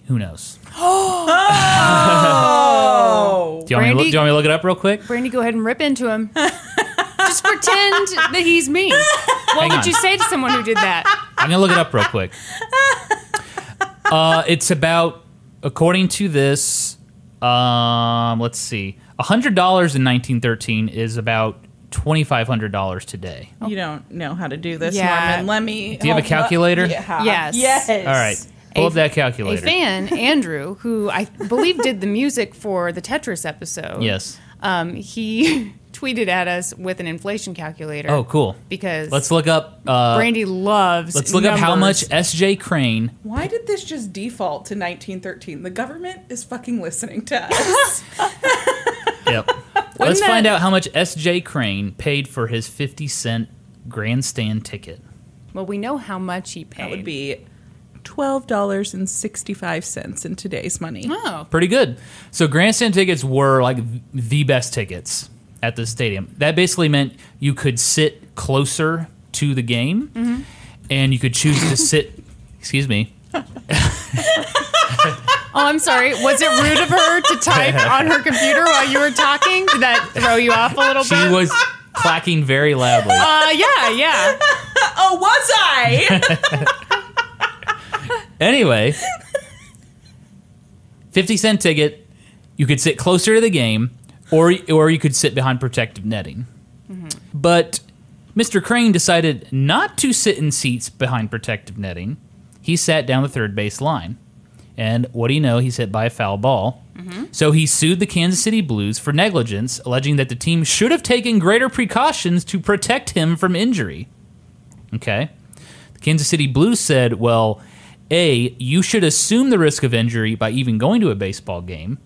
Speaker 3: Who knows?
Speaker 2: Oh.
Speaker 3: Do you, want me to,
Speaker 6: Brandy-
Speaker 3: look- do you want me to look it up real quick?
Speaker 6: Brandy, go ahead and rip into him. Just pretend that he's me. What
Speaker 3: Hang
Speaker 6: would
Speaker 3: on.
Speaker 6: you say to someone who did that?
Speaker 3: I'm gonna look it up real quick. Uh, it's about, according to this, Um, let's see. $100 in 1913 is about $2,500 today.
Speaker 2: You don't know how to do this,
Speaker 1: Oh. Yeah.
Speaker 2: Norman. Let me.
Speaker 3: Do you
Speaker 2: hold
Speaker 3: have a
Speaker 2: up-
Speaker 3: calculator?
Speaker 2: Yeah.
Speaker 1: Yes.
Speaker 2: Yes.
Speaker 3: All right. Pull
Speaker 1: A-
Speaker 3: up that
Speaker 1: A
Speaker 3: calculator.
Speaker 1: fan, Andrew, who I believe did the music for the Tetris episode.
Speaker 3: Yes.
Speaker 1: Um, he tweeted at us with an inflation calculator.
Speaker 3: Oh, cool.
Speaker 1: Because
Speaker 3: Let's look up. Uh,
Speaker 1: Brandy loves.
Speaker 3: let's look up how much
Speaker 1: numbers.
Speaker 3: S.J. Crane.
Speaker 2: Why did this just default to 1913? The government is fucking listening to us.
Speaker 3: Yep. let's
Speaker 1: that-
Speaker 3: find out how much S.J. Crane paid for his 50 cent grandstand ticket.
Speaker 1: Well, we know how much he paid.
Speaker 2: that would be twelve dollars and sixty-five cents in today's money.
Speaker 1: Oh,
Speaker 3: Pretty good. So grandstand tickets were like the best tickets at the stadium. That basically meant you could sit closer to the game,
Speaker 1: Mm-hmm.
Speaker 3: and you could choose to sit. Excuse me.
Speaker 1: Oh, I'm sorry. Was it rude of her to type on her computer while you were talking? Did that throw you off a little
Speaker 3: She
Speaker 1: bit?
Speaker 3: was clacking very loudly.
Speaker 1: uh, yeah, yeah.
Speaker 2: Oh, was I?
Speaker 3: Anyway, 50 cent ticket, you could sit closer to the game or or you could sit behind protective netting. But Mr. Crane decided not to sit in seats behind protective netting. He sat down the third base line. And what do you know? He's hit by a foul ball. So he sued the Kansas City Blues for negligence, alleging that the team should have taken greater precautions to protect him from injury. Okay. The Kansas City Blues said, well, A, you should assume the risk of injury by even going to a baseball game.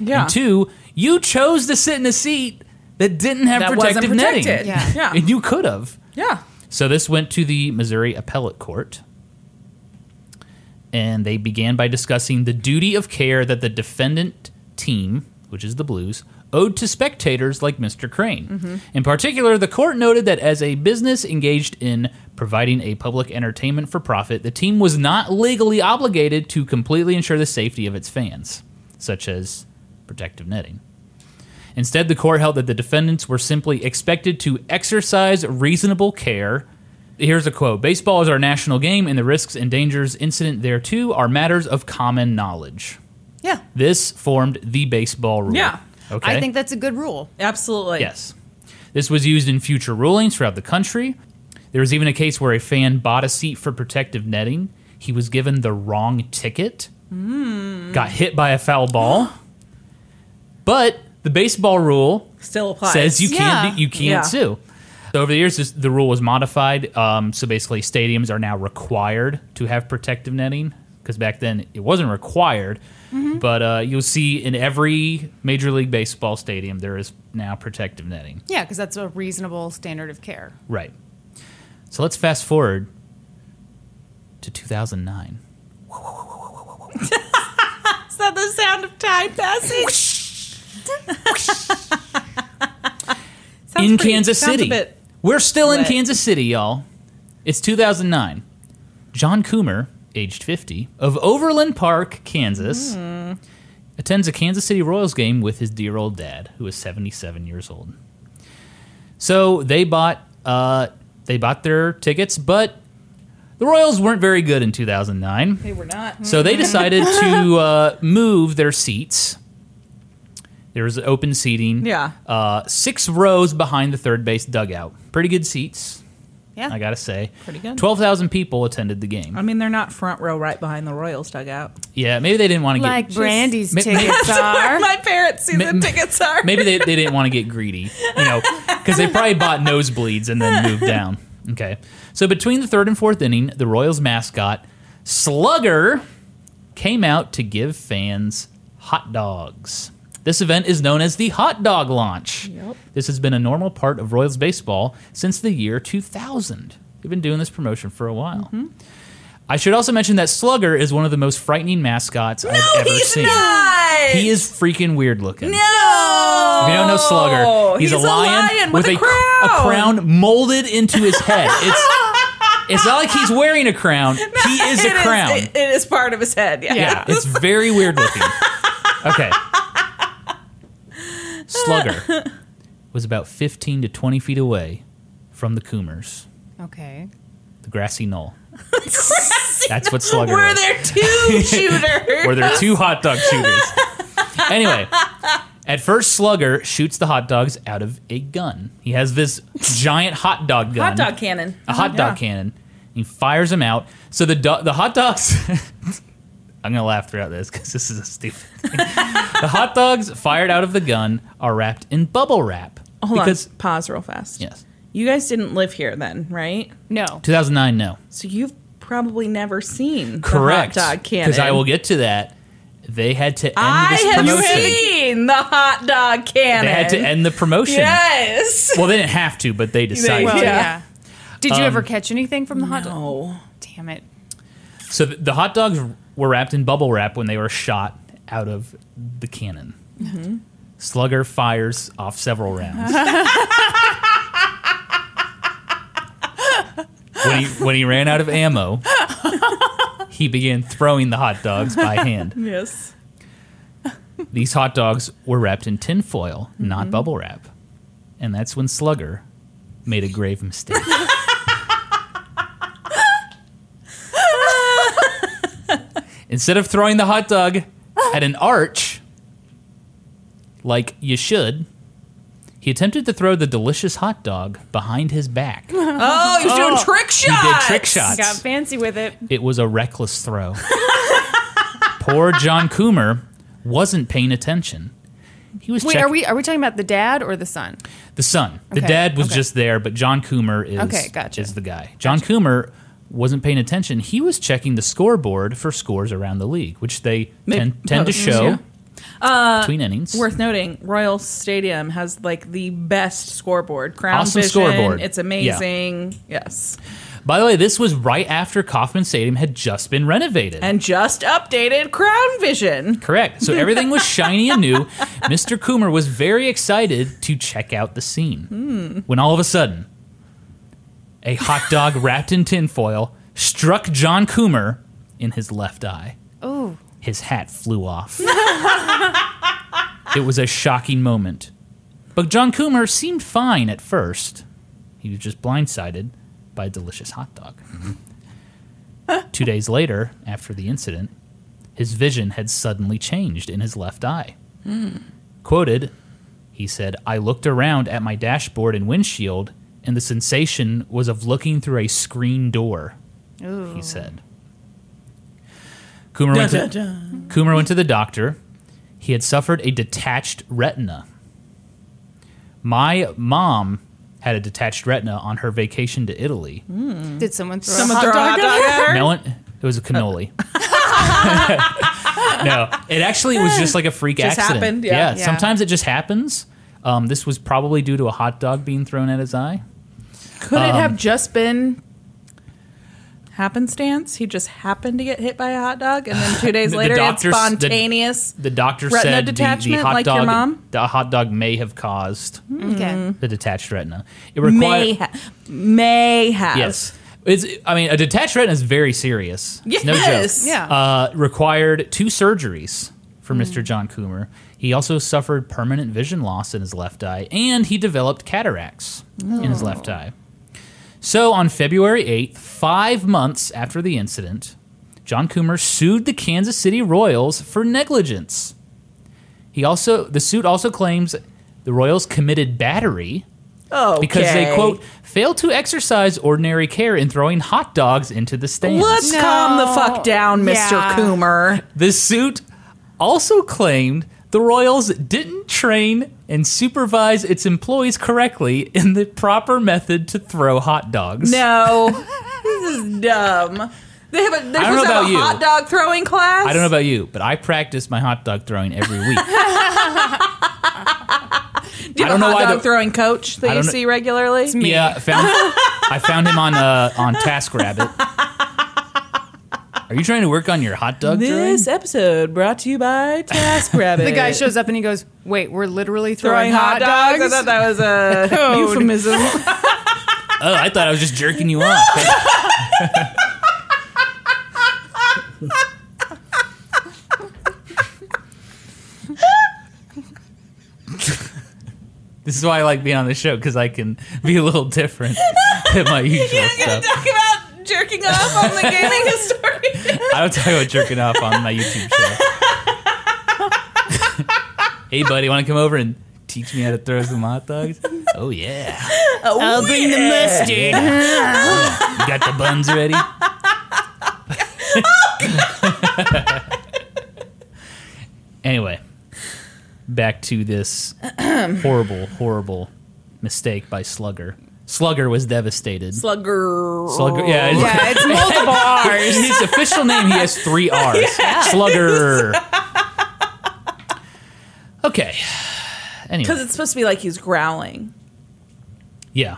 Speaker 2: yeah.
Speaker 3: And two, you chose to sit in a seat that didn't have
Speaker 2: That wasn't
Speaker 3: protective
Speaker 2: protected.
Speaker 3: netting.
Speaker 1: Yeah.
Speaker 2: Yeah.
Speaker 3: And you could have.
Speaker 2: Yeah.
Speaker 3: So this went to the Missouri Appellate Court. And they began by discussing the duty of care that the defendant team, which is the Blues, owed to spectators like Mr. Crane. In particular, the court noted that as a business engaged in providing a public entertainment for profit, the team was not legally obligated to completely ensure the safety of its fans, such as protective netting. Instead, the court held that the defendants were simply expected to exercise reasonable care. Here's a quote Baseball is our national game, and the risks and dangers incident thereto are matters of common knowledge.
Speaker 1: Yeah.
Speaker 3: This formed the baseball rule.
Speaker 2: Yeah.
Speaker 3: Okay.
Speaker 1: I think that's a good rule.
Speaker 2: Absolutely.
Speaker 3: Yes. This was used in future rulings throughout the country. There was even a case where a fan bought a seat for protective netting. He was given the wrong ticket, got hit by a foul ball. but the baseball rule
Speaker 2: Still applies.
Speaker 3: says you can't
Speaker 1: Yeah.
Speaker 3: do- you can't
Speaker 2: Yeah.
Speaker 3: sue. So over the years, this, the rule was modified. Um, so basically, stadiums are now required to have protective netting because back then it wasn't required. But uh, you'll see in every major league baseball stadium there is now protective netting.
Speaker 1: Yeah, because that's a reasonable standard of care.
Speaker 3: Right. So let's fast forward to 2009.
Speaker 2: Is that the sound of time passing? Sounds pretty-
Speaker 3: in Kansas
Speaker 2: sounds a
Speaker 3: City.
Speaker 2: bit-
Speaker 3: We're still in
Speaker 2: lit.
Speaker 3: Kansas City, y'all. It's 2009. John Coomer, aged 50, of Overland Park, Kansas,
Speaker 2: Hmm.
Speaker 3: attends a Kansas City Royals game with his dear old dad, who is 77 years old. So they bought uh, they bought their tickets, but the Royals weren't very good in 2009.
Speaker 2: They were not.
Speaker 3: So they decided to uh, move their seats. There was open seating.
Speaker 2: Yeah.
Speaker 3: Uh, six rows behind the third base dugout. Pretty good seats,
Speaker 1: Yeah.
Speaker 3: I gotta say.
Speaker 2: Eh, Pretty good.
Speaker 3: 12,000 people attended the game.
Speaker 2: I mean, they're not front row right behind the Royals dugout.
Speaker 3: Yeah, maybe they didn't want to get.
Speaker 1: like Brandy's
Speaker 3: Ma- ma-
Speaker 1: tickets
Speaker 2: Where
Speaker 1: are.
Speaker 2: my parents see
Speaker 3: Ma-
Speaker 2: the tickets are.
Speaker 3: Maybe they, they didn't want to get greedy, you know, because they probably bought nosebleeds and then moved down. Okay. So between the third and fourth inning, the Royals mascot, Slugger, came out to give fans hot dogs. This event is known as the Hot Dog Launch. This has been a normal part of Royals baseball since the year 2000. They've been doing this promotion for a while.
Speaker 2: Mm-hmm.
Speaker 3: I should also mention that Slugger is one of the most frightening mascots I've ever seen.
Speaker 2: not.
Speaker 3: He is freaking weird looking.
Speaker 2: No.
Speaker 3: If you don't know Slugger, Oh, he's, a, lion
Speaker 2: with, a, crown.
Speaker 3: a crown molded into his head. It's it's not like he's wearing a crown. he is a
Speaker 2: It
Speaker 3: crown.
Speaker 2: it- it is part of his head. Yeah.
Speaker 3: yeah, it's very weird looking. Okay. Slugger was about 15 to 20 feet away from the Coomers,
Speaker 1: Okay.
Speaker 3: the grassy knoll. That's what Slugger
Speaker 2: Were
Speaker 3: was.
Speaker 2: there two shooters?
Speaker 3: Where there are two hot dog shooters. Anyway, at first, Slugger shoots the hot dogs out of a gun. He has this giant hot dog gun.
Speaker 2: Hot dog cannon.
Speaker 3: A hot dog
Speaker 2: Yeah.
Speaker 3: cannon. He fires them out. So the do- the hot dogs. I'm gonna laugh throughout this because this is a stupid. Thing. the hot dogs fired out of the gun are wrapped in bubble wrap
Speaker 2: Hold
Speaker 3: because
Speaker 2: on. Pause real fast.
Speaker 3: yes,
Speaker 2: You guys didn't live here then, right?
Speaker 6: No.
Speaker 3: 2009. No,
Speaker 2: So you've probably never seen
Speaker 3: correct.
Speaker 2: The hot dog cannon.
Speaker 3: Because I will get to that. They had to end
Speaker 2: I
Speaker 3: this
Speaker 2: have
Speaker 3: promotion.
Speaker 2: seen the hot dog cannon.
Speaker 3: They had to end the promotion.
Speaker 2: Yes.
Speaker 3: Well, they didn't have to, but they decided.
Speaker 6: Well,
Speaker 3: to.
Speaker 2: Yeah. Um,
Speaker 6: yeah. Did you ever catch anything from the hot dog?
Speaker 2: Oh.
Speaker 6: Damn it.
Speaker 3: So the, the hot dogs were wrapped in bubble wrap when they were shot out of the cannon. Slugger fires off several rounds. when, he, when he ran out of ammo, he began throwing the hot dogs by hand.
Speaker 2: Yes.
Speaker 3: These hot dogs were wrapped in tinfoil,
Speaker 6: Mm-hmm.
Speaker 3: not bubble wrap. And that's when Slugger made a grave mistake. Instead of throwing the hot dog at an arch, like you should, he attempted to throw the delicious hot dog behind his back. He
Speaker 2: Oh, he was doing trick shots.
Speaker 3: did trick
Speaker 6: Got
Speaker 3: shots.
Speaker 6: fancy with it.
Speaker 3: It was a reckless throw. Poor John Coomer wasn't paying attention. He was
Speaker 6: Wait,
Speaker 3: check-
Speaker 6: are we are we talking about the dad or the son?
Speaker 3: the son. The
Speaker 6: Okay,
Speaker 3: dad was
Speaker 6: okay.
Speaker 3: just there, but John Coomer is
Speaker 6: Okay, gotcha.
Speaker 3: is the guy. John Coomer wasn't paying attention. He was checking the scoreboard for scores around the league, which they
Speaker 2: Mid-
Speaker 3: tend,
Speaker 6: Oh,
Speaker 3: tend to
Speaker 2: post,
Speaker 3: show
Speaker 2: yeah.
Speaker 6: Uh,
Speaker 3: between innings.
Speaker 2: Worth noting, Royal Stadium has like the best scoreboard. Crown
Speaker 3: Awesome
Speaker 2: Vision,
Speaker 3: scoreboard.
Speaker 2: It's amazing. Yes.
Speaker 3: By the way, this was right after Kauffman Stadium had just been renovated.
Speaker 2: And just updated Crown Vision.
Speaker 3: Correct. So everything was shiny and new. Mr. Coomer was very excited to check out the scene.
Speaker 6: Hmm.
Speaker 3: When all of a sudden, a hot dog wrapped in tinfoil struck John Coomer in his left eye.
Speaker 6: Oh.
Speaker 3: His hat flew off. it was a shocking moment. But John Coomer seemed fine at first. He was just blindsided by a delicious hot dog. Two days later, after the incident, his vision had suddenly changed in his left eye. Quoted, he said, I looked around at my dashboard and windshield, and the sensation was of looking through a screen door, he said. Coomer went, to, Coomer went to the doctor. He had suffered a detached retina. My mom had a detached retina on her vacation to Italy.
Speaker 6: Did someone throw
Speaker 2: Someone
Speaker 6: a hot
Speaker 2: throw a hot
Speaker 6: dog?
Speaker 2: dog at her?
Speaker 3: Melon. It was a cannoli. no, it actually was just like a freak
Speaker 2: Just
Speaker 3: accident.
Speaker 2: happened, yeah.
Speaker 6: Yeah.
Speaker 3: sometimes it just happens. Um, this was probably due to a hot dog being thrown at his eye.
Speaker 2: Could it
Speaker 3: Um,
Speaker 2: have just been happenstance? He just happened to get hit by a hot dog, and then two days
Speaker 3: The- the
Speaker 2: later, it's
Speaker 3: doctors- the-
Speaker 2: spontaneous.
Speaker 3: The doctor
Speaker 2: Retina
Speaker 3: said the- the,
Speaker 2: detachment,
Speaker 3: hot
Speaker 2: like your
Speaker 3: dog,
Speaker 2: mom?
Speaker 3: the hot dog may have caused
Speaker 2: Mm-hmm.
Speaker 6: Okay.
Speaker 3: the detached retina. It required
Speaker 2: may ha- may have.
Speaker 3: yes. It's, I mean, a detached retina is very serious. It's No joke.
Speaker 2: Yes.
Speaker 6: Yeah.
Speaker 3: Uh, required two surgeries for Mr.
Speaker 2: Mm.
Speaker 3: John Coomer. He also suffered permanent vision loss in his left eye, and he developed cataracts in his left
Speaker 2: Oh.
Speaker 3: eye. So on February 8th, five months after the incident, John Coomer sued the Kansas City Royals for negligence. He also the suit also claims the Royals committed battery
Speaker 2: Oh,
Speaker 3: because they quote failed to exercise ordinary care in throwing hot dogs into the stands.
Speaker 2: Let's
Speaker 6: No.
Speaker 2: calm the fuck down, Mr.
Speaker 6: Yeah.
Speaker 2: Coomer.
Speaker 3: The suit also claimed the Royals didn't train and supervise its employees correctly in the proper method to throw hot dogs.
Speaker 2: No, this is dumb. They have a, they're
Speaker 3: I don't know
Speaker 2: supposed to have
Speaker 3: about
Speaker 2: a
Speaker 3: you.
Speaker 2: hot dog throwing class.
Speaker 3: I don't know about you, but I practice my hot dog throwing every week.
Speaker 2: Do you have
Speaker 3: I don't
Speaker 2: a hot
Speaker 3: know why
Speaker 2: dog
Speaker 3: the-
Speaker 2: throwing coach
Speaker 3: I
Speaker 2: that you
Speaker 3: don't know-
Speaker 2: see regularly?
Speaker 3: Yeah, found, I found him on uh, on TaskRabbit. Are you trying to work on your hot dog throwing?
Speaker 2: This episode brought to you by TaskRabbit.
Speaker 6: The guy shows up and he goes, "Wait, we're literally
Speaker 2: throwing hot dogs. I thought that was a euphemism.
Speaker 3: Oh, I thought I was just jerking you off. this is why I like being on the show because I can be a little different than my usual stuff.
Speaker 2: talk about jerking off on the gaming history.
Speaker 3: I don't talk about jerking off on my YouTube show. hey buddy, want to come over and teach me how to throw some hot dogs? Oh yeah.
Speaker 2: I'll bring the mustard.
Speaker 3: You got the buns ready? anyway, back to this horrible, horrible mistake by Slugger. Slugger was devastated.
Speaker 2: Slugger.
Speaker 3: Slugger, yeah,
Speaker 6: Oh. Yeah, it's multiple R's.
Speaker 3: his official name he has three R's. Slugger. Okay.
Speaker 2: Because
Speaker 3: Anyway,
Speaker 2: it's supposed to be like he's growling.
Speaker 3: yeah,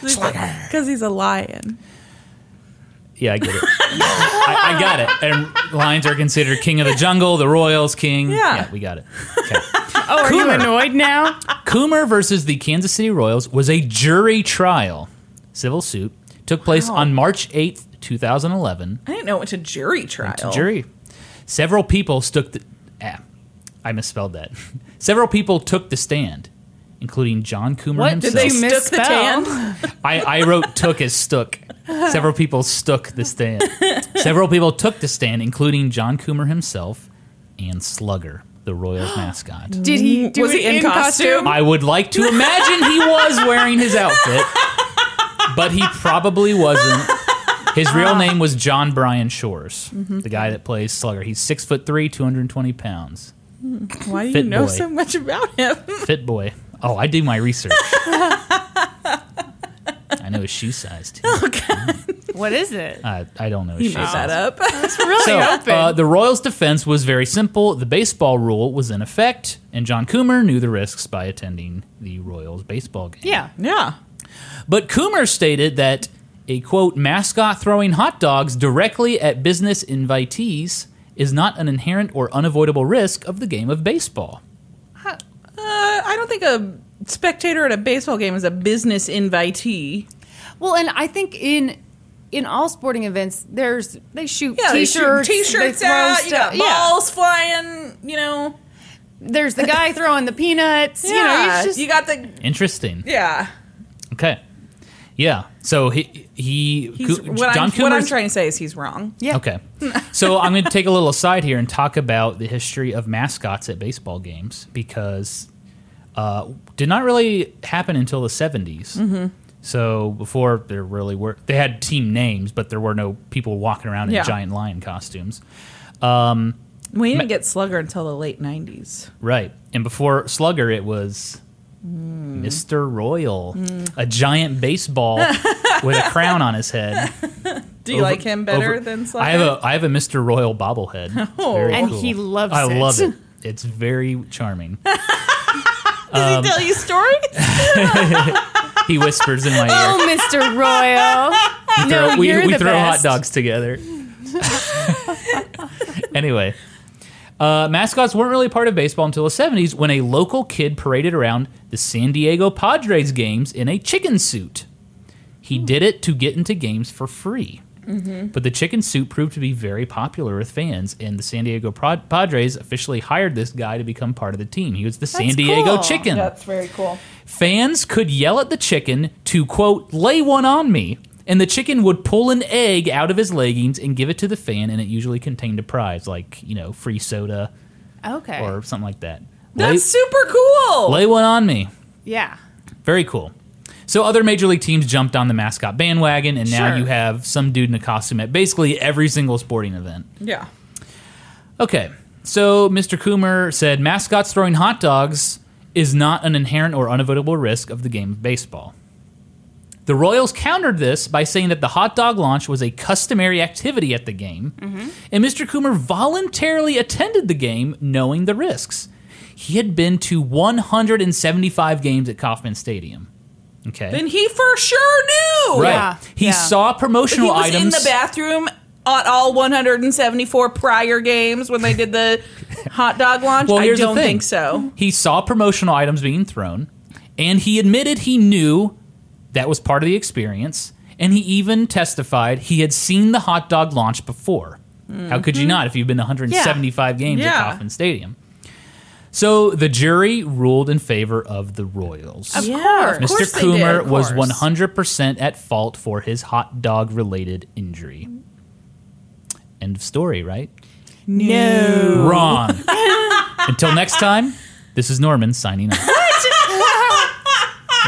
Speaker 2: Because he's a lion.
Speaker 3: yeah, I get it. I, I got it. And lions are considered king of the jungle, the royals king.
Speaker 2: Yeah.
Speaker 3: we got it. Okay.
Speaker 6: Oh, are you
Speaker 3: Cooler.
Speaker 6: annoyed now?
Speaker 3: Coomer versus the Kansas City Royals was a jury trial. Civil suit took place on March 8th, 2011.
Speaker 2: I didn't know it went to jury trial.
Speaker 3: It's a jury. Several people took the. Ah, I misspelled that. Several people took the stand, including John Coomer
Speaker 6: What did
Speaker 3: himself.
Speaker 2: They
Speaker 6: You
Speaker 2: stuck the
Speaker 6: misspelled.
Speaker 2: tan.
Speaker 3: I, I wrote took as stuck. Several people stuck the stand. Several people took the stand, including John Coomer himself and Slugger, the Royals mascot.
Speaker 6: Did he do
Speaker 2: Mm-hmm. Was
Speaker 6: it
Speaker 2: he in costume?
Speaker 3: I would like to imagine he was wearing his outfit, but he probably wasn't. His real name was John Brian Shores,
Speaker 2: Mm-hmm.
Speaker 3: the guy that plays Slugger. He's six foot three, two hundred and twenty pounds,
Speaker 2: Why do you
Speaker 3: Fit
Speaker 2: know
Speaker 3: boy.
Speaker 2: so much about him?
Speaker 3: fit boy. Oh, I do my research. I know his shoe size too.
Speaker 6: What is it?
Speaker 3: I, I don't know his
Speaker 2: You
Speaker 3: shoe
Speaker 2: made
Speaker 3: size.
Speaker 2: that up.
Speaker 3: So
Speaker 6: open.
Speaker 3: uh, the Royals' defense was very simple. The baseball rule was in effect, and John Coomer knew the risks by attending the Royals' baseball game.
Speaker 6: yeah.
Speaker 2: yeah.
Speaker 3: But Coomer stated that a quote mascot throwing hot dogs directly at business invitees is not an inherent or unavoidable risk of the game of baseball.
Speaker 2: Uh, I don't think a spectator at a baseball game is a business invitee.
Speaker 6: Well, and I think in in all sporting events, there's they shoot
Speaker 2: Yeah, they shoot
Speaker 6: t-shirts, they
Speaker 2: t-shirts
Speaker 6: throw
Speaker 2: out. You got
Speaker 6: stuff- yeah.
Speaker 2: balls flying. You know.
Speaker 6: There's the guy throwing the peanuts.
Speaker 2: Yeah.
Speaker 6: You know, it's just
Speaker 2: you got the.
Speaker 3: Interesting.
Speaker 2: Yeah.
Speaker 3: Okay. Yeah. So he he
Speaker 2: He's,
Speaker 3: Coo-
Speaker 2: what, I'm, what I'm
Speaker 3: Coomer's-
Speaker 2: trying to say is he's wrong.
Speaker 6: Yeah.
Speaker 3: Okay. So I'm going to take a little aside here and talk about the history of mascots at baseball games because uh, did not really happen until the 70s. Mm-hmm. So before there really were they had team names, but there were no people walking around in
Speaker 2: Yeah.
Speaker 3: giant lion costumes.
Speaker 2: We didn't get Slugger until the late 90s.
Speaker 3: Right. And before Slugger, it was Mr. Royal, a giant baseball with a crown on his head.
Speaker 2: Do you
Speaker 3: Over-
Speaker 2: like him better
Speaker 3: over-
Speaker 2: than Oh. Slugger?
Speaker 3: I have a I have a Mr. Royal bobblehead. It's very
Speaker 6: And
Speaker 3: cool.
Speaker 6: he loves
Speaker 3: I
Speaker 6: it.
Speaker 3: love it. It's very charming.
Speaker 2: Does
Speaker 3: um,
Speaker 2: he tell you stories?
Speaker 3: He whispers in my ear.
Speaker 6: oh, Mr. Royal.
Speaker 3: We throw,
Speaker 6: no,
Speaker 3: we
Speaker 6: you're
Speaker 3: we
Speaker 6: the
Speaker 3: throw
Speaker 6: best.
Speaker 3: hot dogs together. anyway, uh, mascots weren't really part of baseball until the 70s when a local kid paraded around the San Diego Padres games in a chicken suit. He
Speaker 6: Hmm.
Speaker 3: did it to get into games for free.
Speaker 6: Mm-hmm.
Speaker 3: But the chicken suit proved to be very popular with fans, and the San Diego Prod- Padres officially hired this guy to become part of the team. He was the San
Speaker 6: That's
Speaker 3: Diego
Speaker 6: cool.
Speaker 3: Chicken.
Speaker 2: very cool.
Speaker 3: Fans could yell at the chicken to, quote, lay one on me, and the chicken would pull an egg out of his leggings and give it to the fan, and it usually contained a prize, like, you know, free soda
Speaker 6: Okay.
Speaker 3: or something like that. Lay,
Speaker 2: That's super cool.
Speaker 3: lay one on me.
Speaker 6: yeah.
Speaker 3: Very cool. So other major league teams jumped on the mascot bandwagon, and now
Speaker 2: Sure.
Speaker 3: you have some dude in a costume at basically every single sporting event.
Speaker 2: yeah.
Speaker 3: Okay. So Mr. Coomer said mascots throwing hot dogs is not an inherent or unavoidable risk of the game of baseball. The Royals countered this by saying that the hot dog launch was a customary activity at the game,
Speaker 2: Mm-hmm.
Speaker 3: and Mr. Coomer voluntarily attended the game knowing the risks. He had been to 175 games at Kauffman Stadium. Okay.
Speaker 2: Then he Oh, for sure knew.
Speaker 3: right.
Speaker 6: Yeah,
Speaker 3: He
Speaker 6: yeah.
Speaker 3: saw
Speaker 2: He
Speaker 3: promotional
Speaker 2: was
Speaker 3: items.
Speaker 2: in the bathroom at all 174 prior games when they did the hot dog launch.
Speaker 3: Well,
Speaker 2: I
Speaker 3: here's the
Speaker 2: don't
Speaker 3: thing.
Speaker 2: think so.
Speaker 3: He saw promotional items being thrown, and he admitted he knew that was part of the experience, and he even testified he had seen the hot dog launch before. How could you not if you've been to 175 games at
Speaker 2: Mm-hmm. Yeah.
Speaker 3: Kauffman Stadium? So the jury ruled in favor of the Royals.
Speaker 2: Of yeah,
Speaker 3: Mr.
Speaker 2: of course they did,
Speaker 3: Coomer
Speaker 2: of
Speaker 3: was
Speaker 2: course.
Speaker 3: 100% at fault for his hot dog related injury. End of story, right? No. Wrong. Until next time, this is Norman signing off.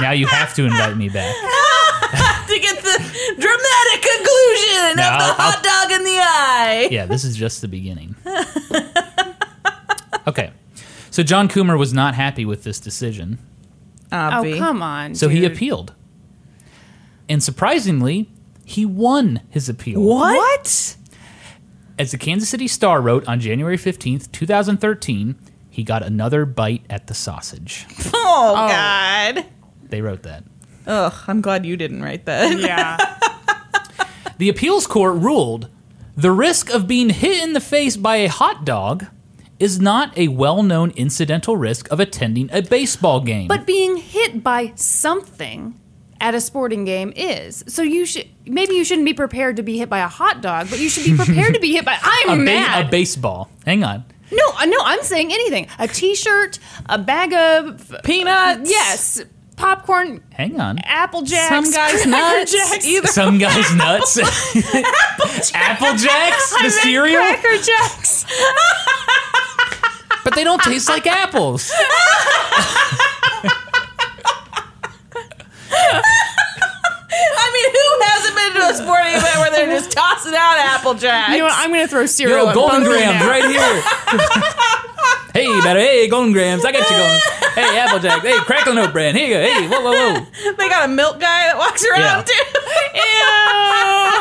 Speaker 3: now you have to invite me back.
Speaker 2: to get the dramatic conclusion
Speaker 3: No,
Speaker 2: of the
Speaker 3: I'll-
Speaker 2: hot dog in the eye.
Speaker 3: Yeah, this is just the beginning. Okay. So John Coomer was not happy with this decision,
Speaker 2: Obvi.
Speaker 6: Oh, come on.
Speaker 3: so he
Speaker 6: dude.
Speaker 3: appealed. And surprisingly, he won his appeal.
Speaker 2: What?
Speaker 3: As the Kansas City Star wrote on January 15th, 2013, he got another bite at the sausage.
Speaker 2: Oh, God.
Speaker 3: They wrote that.
Speaker 2: Ugh, I'm glad you didn't write that.
Speaker 6: Yeah.
Speaker 3: The appeals court ruled the risk of being hit in the face by a hot dog is not a well known incidental risk of attending a baseball game.
Speaker 6: but being hit by something at a sporting game is. So you should maybe you shouldn't be prepared to be hit by a hot dog, but you should be prepared to be hit by
Speaker 3: a,
Speaker 6: I'm
Speaker 3: ba-
Speaker 6: mad.
Speaker 3: a baseball. Hang on.
Speaker 6: no, uh, no, I'm saying anything. A t-shirt, a bag of
Speaker 2: Peanuts.
Speaker 6: yes, popcorn,
Speaker 3: Hang on.
Speaker 6: apple jacks.
Speaker 2: Some guys
Speaker 6: Cracker
Speaker 2: nuts.
Speaker 6: Jacks.
Speaker 2: Either
Speaker 3: Some guy's nuts. Apple Jacks, the cereal,
Speaker 6: Cracker Jacks.
Speaker 3: but they don't taste like apples.
Speaker 2: I mean, who hasn't been to a sporting event where they're just tossing out Apple Jacks?
Speaker 6: You know what? I'm going to throw cereal.
Speaker 3: Yo,
Speaker 6: at
Speaker 3: Golden
Speaker 6: both of you
Speaker 3: Grams
Speaker 6: now.
Speaker 3: right here. hey, better. Hey, Golden Grams. I got you going. Hey, Apple Jacks. Hey, Crackle Note brand. Here you go. Hey, whoa, whoa, whoa.
Speaker 2: they got a milk guy that walks around
Speaker 3: Yeah.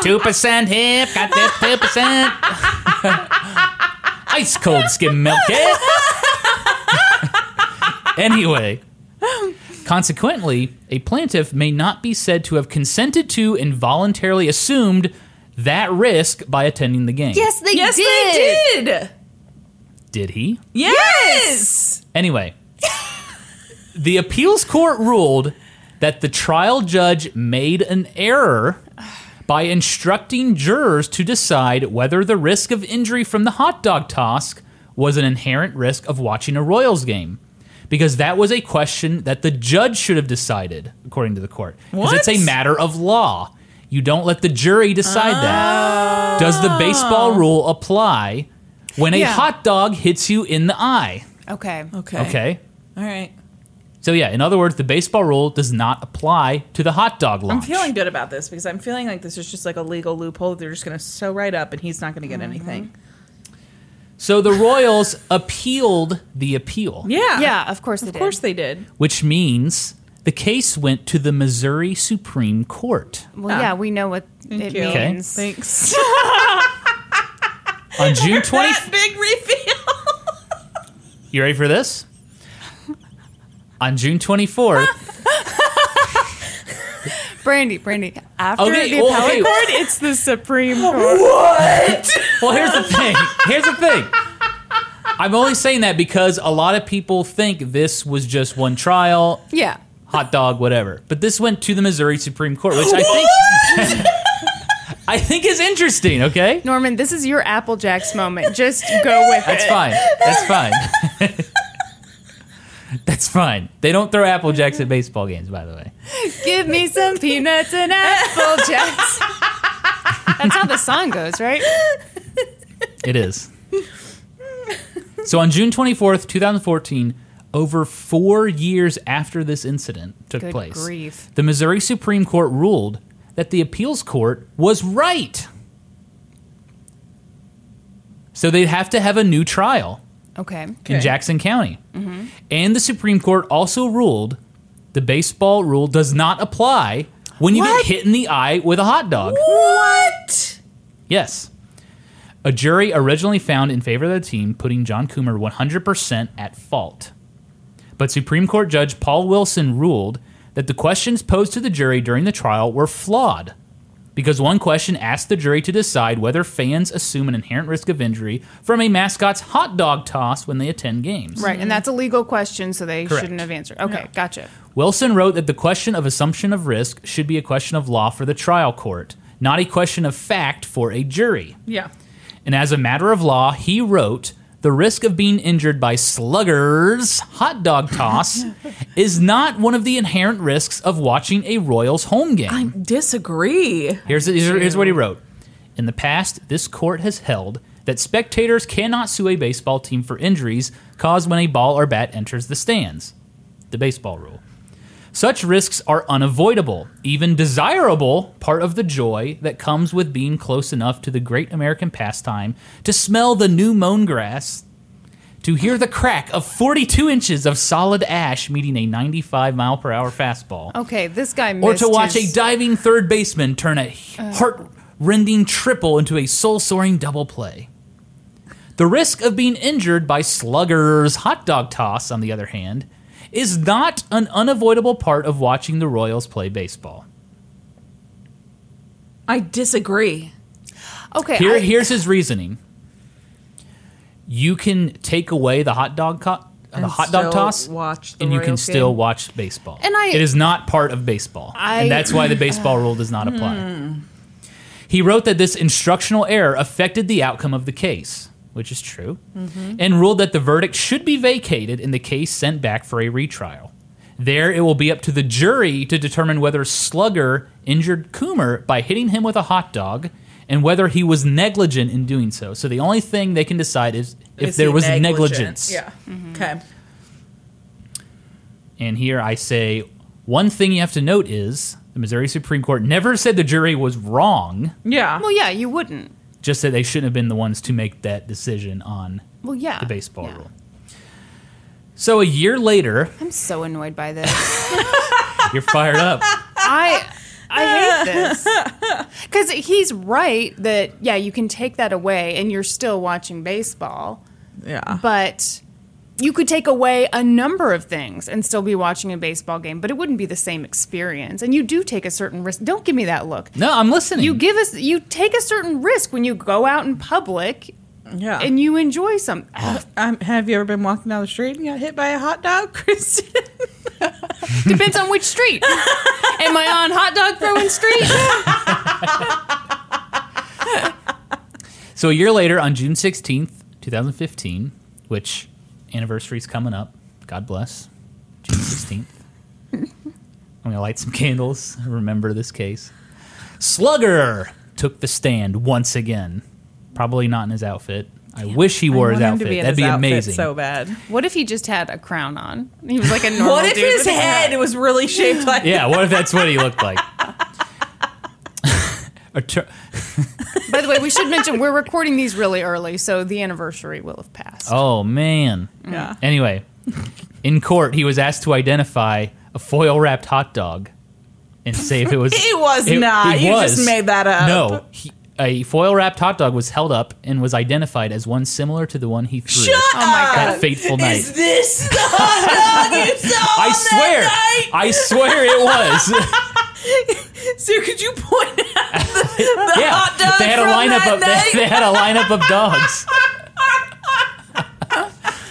Speaker 2: too.
Speaker 3: Two percent hip, got that two percent. Ice cold skim milk. eh? anyway, consequently, a plaintiff may not be said to have consented to and voluntarily assumed that risk by attending the game.
Speaker 6: Yes, they
Speaker 2: yes,
Speaker 6: did.
Speaker 2: they did.
Speaker 3: Did he?
Speaker 2: Yes.
Speaker 3: Anyway, the appeals court ruled that the trial judge made an error by instructing jurors to decide whether the risk of injury from the hot dog toss was an inherent risk of watching a Royals game. Because that was a question that the judge should have decided, according to the court. Because it's
Speaker 2: What?
Speaker 3: a matter of law. You don't let the jury decide
Speaker 2: Oh.
Speaker 3: that. Does the baseball rule apply when a
Speaker 6: Yeah.
Speaker 3: hot dog hits you in the eye?
Speaker 6: Okay.
Speaker 2: Okay.
Speaker 3: Okay.
Speaker 2: All right.
Speaker 3: So yeah, in other words, the baseball rule does not apply to the hot dog
Speaker 2: I'm
Speaker 3: launch.
Speaker 2: feeling good about this because I'm feeling like this is just like a legal loophole that they're just going to sew right up and he's not going to get anything.
Speaker 3: so the Royals appealed the appeal,
Speaker 2: Yeah.
Speaker 6: Yeah, of course they
Speaker 2: Of course they did.
Speaker 3: which means the case went to the Missouri Supreme Court
Speaker 6: did. Well, yeah, we know what it
Speaker 2: you.
Speaker 3: Okay.
Speaker 6: means.
Speaker 2: Thanks.
Speaker 3: on June 20th.
Speaker 2: that big reveal.
Speaker 3: You ready for this? On June 24th.
Speaker 6: Brandy, Brandy. After
Speaker 3: Okay,
Speaker 6: the
Speaker 3: well,
Speaker 6: appellate
Speaker 3: okay.
Speaker 6: court, it's the Supreme Court.
Speaker 3: Well, here's the thing. Here's the thing. I'm only saying that because a lot of people think this was just one trial
Speaker 6: Yeah.
Speaker 3: hot dog, whatever. But this went to the Missouri Supreme Court, which I think I think is interesting. Okay,
Speaker 6: Norman, this is your Apple Jacks moment. Just go with
Speaker 3: that's
Speaker 6: it.
Speaker 3: fine. That's fine. That's fine. They don't throw apple jacks at baseball games, by the way.
Speaker 6: Give me some peanuts and Apple Jacks. That's how the song goes, right?
Speaker 3: It is. So on June 24th, 2014, over four years after this incident took
Speaker 6: Good
Speaker 3: place,
Speaker 6: grief.
Speaker 3: the Missouri Supreme Court ruled that the appeals court was right. So they'd have to have a new trial
Speaker 6: Okay.
Speaker 3: in Jackson County. And the Supreme Court also ruled the baseball rule does not apply when you
Speaker 2: What?
Speaker 3: get hit in the eye with a hot dog.
Speaker 2: What?
Speaker 3: Yes. A jury originally found in favor of the team, putting John Coomer 100% at fault. But Supreme Court Judge Paul Wilson ruled that the questions posed to the jury during the trial were flawed because one question asked the jury to decide whether fans assume an inherent risk of injury from a mascot's hot dog toss when they attend games.
Speaker 6: Right, and that's a legal question, so they
Speaker 3: Correct.
Speaker 6: shouldn't have answered. Okay, gotcha.
Speaker 3: Wilson wrote that the question of assumption of risk should be a question of law for the trial court, not a question of fact for a jury.
Speaker 2: Yeah.
Speaker 3: And as a matter of law, he wrote the risk of being injured by sluggers hot dog toss is not one of the inherent risks of watching a Royals home game.
Speaker 2: Disagree.
Speaker 3: Here's, here's, here's what he wrote. In the past, this court has held that spectators cannot sue a baseball team for injuries caused when a ball or bat enters the stands. The baseball rule. Such risks are unavoidable, even desirable, part of the joy that comes with being close enough to the great American pastime to smell the new mown grass to hear the crack of 42 inches of solid ash meeting a 95 mile per hour fastball,
Speaker 1: Okay, this guy missed
Speaker 3: or to watch
Speaker 1: his-
Speaker 3: a diving third baseman turn a
Speaker 2: Uh.
Speaker 3: heart rending triple into a soul soaring double play. The risk of being injured by sluggers' hot dog toss, on the other hand, is not an unavoidable part of watching the Royals play baseball.
Speaker 2: I disagree.
Speaker 1: Okay,
Speaker 3: Here,
Speaker 1: I-
Speaker 3: here's his reasoning. You can take away the hot dog co- the
Speaker 2: And
Speaker 3: hot dog
Speaker 2: still
Speaker 3: toss,
Speaker 2: watch the
Speaker 3: and you can
Speaker 2: Royals
Speaker 3: still
Speaker 2: game.
Speaker 3: watch baseball.
Speaker 1: And I-
Speaker 3: it is not part of baseball,
Speaker 1: I-
Speaker 3: and that's why the baseball rule does not
Speaker 2: Hmm.
Speaker 3: apply. He wrote that this instructional error affected the outcome of the case, which is true,
Speaker 2: Mm-hmm.
Speaker 3: and ruled that the verdict should be vacated and the case sent back for a retrial. There, it will be up to the jury to determine whether Slugger injured Coomer by hitting him with a hot dog and whether he was negligent in doing so. So, the only thing they can decide is if
Speaker 2: Is
Speaker 3: there
Speaker 2: he
Speaker 3: was
Speaker 2: negligent?
Speaker 3: negligence.
Speaker 2: Yeah. Okay.
Speaker 3: And here I say one thing you have to note is the Missouri Supreme Court never said the jury was wrong,
Speaker 2: Yeah.
Speaker 1: well, yeah, you wouldn't.
Speaker 3: just that they shouldn't have been the ones to make that decision on
Speaker 1: Well, yeah,
Speaker 2: Uh,
Speaker 3: the baseball
Speaker 1: yeah.
Speaker 3: rule. So a year later,
Speaker 1: I'm so annoyed by this.
Speaker 3: you're fired up.
Speaker 1: I I hate this because he's right that yeah, you can take that away and you're still watching baseball,
Speaker 2: Yeah.
Speaker 1: but you could take away a number of things and still be watching a baseball game, but it wouldn't be the same experience. And you do take a certain risk. Don't give me that look.
Speaker 3: No, I'm listening.
Speaker 1: You give us you take a certain risk when you go out in public
Speaker 2: Yeah.
Speaker 1: and you enjoy some.
Speaker 2: um, have you ever been walking down the street and got hit by a hot dog, Kristen?
Speaker 1: Depends on which street. Am I on hot dog throwing street?
Speaker 3: So a year later, on June 16th, 2015, which anniversary's coming up, God bless, June 16th. I'm going to light some candles, and remember this case. Slugger took the stand once again. Probably not in his outfit. I wish he wore his
Speaker 2: want him
Speaker 3: outfit.
Speaker 2: to be in
Speaker 3: That'd
Speaker 2: his
Speaker 3: be
Speaker 2: outfit
Speaker 3: amazing.
Speaker 2: So bad.
Speaker 1: What if he just had a crown on? He was like a normal.
Speaker 2: What if
Speaker 1: dude
Speaker 2: his
Speaker 1: with a
Speaker 2: head
Speaker 1: crown.
Speaker 2: was really shaped like?
Speaker 3: yeah, what if that's what he looked like? Or tur-
Speaker 1: By the way, we should mention we're recording these really early, so the anniversary will have passed.
Speaker 3: oh, man.
Speaker 2: Yeah.
Speaker 3: Anyway, in court, he was asked to identify a foil wrapped hot dog and say if it was.
Speaker 2: He was not. You just made that up.
Speaker 3: No. He, a foil wrapped hot dog was held up and was identified as one similar to the one he threw
Speaker 2: Shut
Speaker 1: Oh my
Speaker 2: up.
Speaker 3: that fateful night.
Speaker 2: Is this the hot dog you saw
Speaker 3: I
Speaker 2: on
Speaker 3: swear.
Speaker 2: that night?
Speaker 3: I swear it was.
Speaker 2: So could you point out the, the
Speaker 3: yeah.
Speaker 2: hot dog
Speaker 3: they had
Speaker 2: from
Speaker 3: a lineup
Speaker 2: that
Speaker 3: of
Speaker 2: night?
Speaker 3: They, they had a lineup of dogs.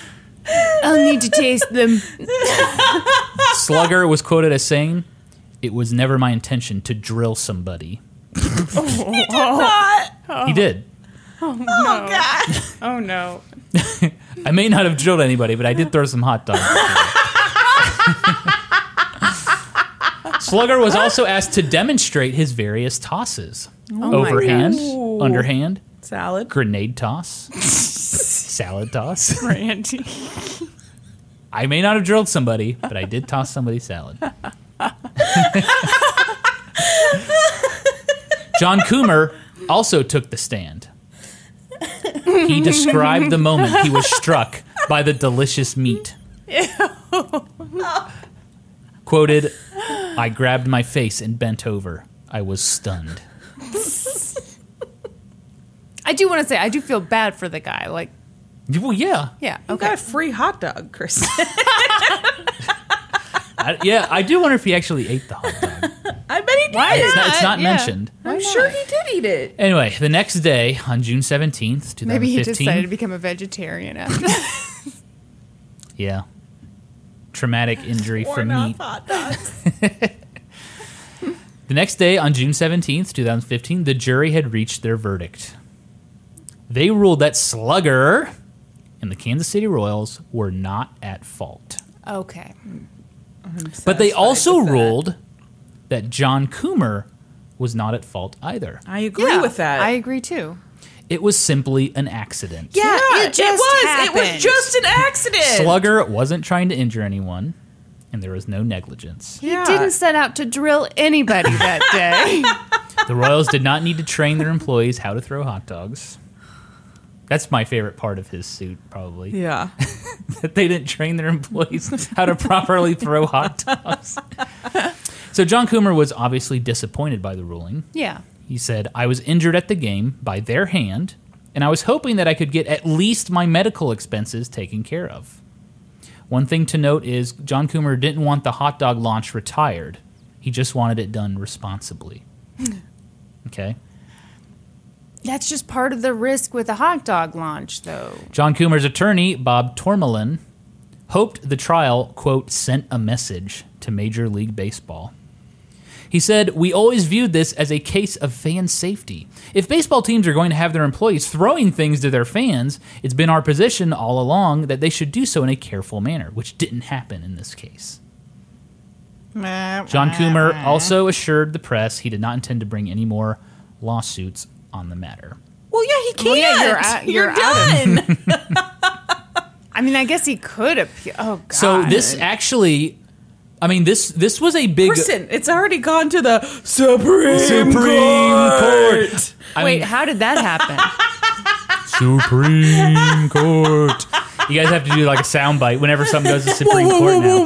Speaker 1: I'll need to taste them.
Speaker 3: Slugger was quoted as saying, "It was never my intention to drill somebody."
Speaker 2: Not-
Speaker 3: He did.
Speaker 2: Oh God!
Speaker 1: Oh no!
Speaker 3: I may not have drilled anybody, but I did throw some hot dogs. Slugger was also asked to demonstrate his various tosses overhand, underhand,
Speaker 2: Salad.
Speaker 3: grenade toss, salad toss.
Speaker 1: Randy.
Speaker 3: I may not have drilled somebody, but I did toss somebody's salad. John Coomer also took the stand. He described the moment he was struck by the delicious meat. Quoted, I grabbed my face and bent over. I was stunned.
Speaker 1: I do want to say I do feel bad for the guy. Like,
Speaker 3: Well, yeah.
Speaker 1: yeah,
Speaker 2: You got
Speaker 1: okay.
Speaker 2: a free hot dog, Chris.
Speaker 3: I, yeah, I do wonder if he actually ate the hot dog.
Speaker 2: I bet he did.
Speaker 3: It's not, it's not
Speaker 1: Yeah.
Speaker 3: mentioned.
Speaker 2: I'm sure he did eat it.
Speaker 3: Anyway, the next day on June seventeenth, two
Speaker 1: Maybe
Speaker 3: thousand
Speaker 1: he decided to
Speaker 3: fifteen.
Speaker 1: become a vegetarian after. that.
Speaker 3: yeah, traumatic injury
Speaker 2: Or
Speaker 3: from
Speaker 2: not
Speaker 3: meat.
Speaker 2: hot dogs.
Speaker 3: The next day on June seventeenth, two thousand fifteen, the jury had reached their verdict. They ruled that Slugger and the Kansas City Royals were not at fault,
Speaker 1: okay.
Speaker 3: but they
Speaker 2: Satisfied
Speaker 3: also
Speaker 2: with that.
Speaker 3: ruled that John Coomer was not at fault either.
Speaker 2: I agree
Speaker 1: Yeah,
Speaker 2: with that.
Speaker 1: I agree too.
Speaker 3: It was simply an accident.
Speaker 1: Yeah, it just
Speaker 2: was. It
Speaker 1: happened.
Speaker 2: was just an accident.
Speaker 3: Slugger wasn't trying to injure anyone, and there was no negligence.
Speaker 2: Yeah.
Speaker 1: He didn't set out to drill anybody that day.
Speaker 3: The Royals did not need to train their employees how to throw hot dogs. That's my favorite part of his suit, probably.
Speaker 2: Yeah.
Speaker 3: That they didn't train their employees how to properly throw hot dogs. So John Coomer was obviously disappointed by the ruling.
Speaker 1: yeah.
Speaker 3: He said, I was injured at the game by their hand, and I was hoping that I could get at least my medical expenses taken care of. One thing to note is John Coomer didn't want the hot dog launch retired, he just wanted it done responsibly. okay.
Speaker 1: That's just part of the risk with a hot dog launch, though.
Speaker 3: John Coomer's attorney, Bob Tormelin, hoped the trial, quote, sent a message to Major League Baseball. He said, We always viewed this as a case of fan safety. If baseball teams are going to have their employees throwing things to their fans, it's been our position all along that they should do so in a careful manner, which didn't happen in this case. John Coomer also assured the press he did not intend to bring any more lawsuits on the matter.
Speaker 2: Well, yeah, he can't.
Speaker 1: Well, yeah, you're out-
Speaker 2: you're,
Speaker 1: you're out
Speaker 2: done.
Speaker 1: I mean, I guess he could appeal. Oh, God.
Speaker 3: So this actually, I mean this this was a big
Speaker 2: Listen, it's already gone to the Supreme,
Speaker 3: Supreme
Speaker 2: Court.
Speaker 3: I
Speaker 1: Wait,
Speaker 3: mean,
Speaker 1: how did that happen?
Speaker 7: Supreme Court.
Speaker 3: you guys have to do like a sound bite whenever something goes to Supreme
Speaker 2: Whoa,
Speaker 3: Court
Speaker 2: whoa,
Speaker 3: now.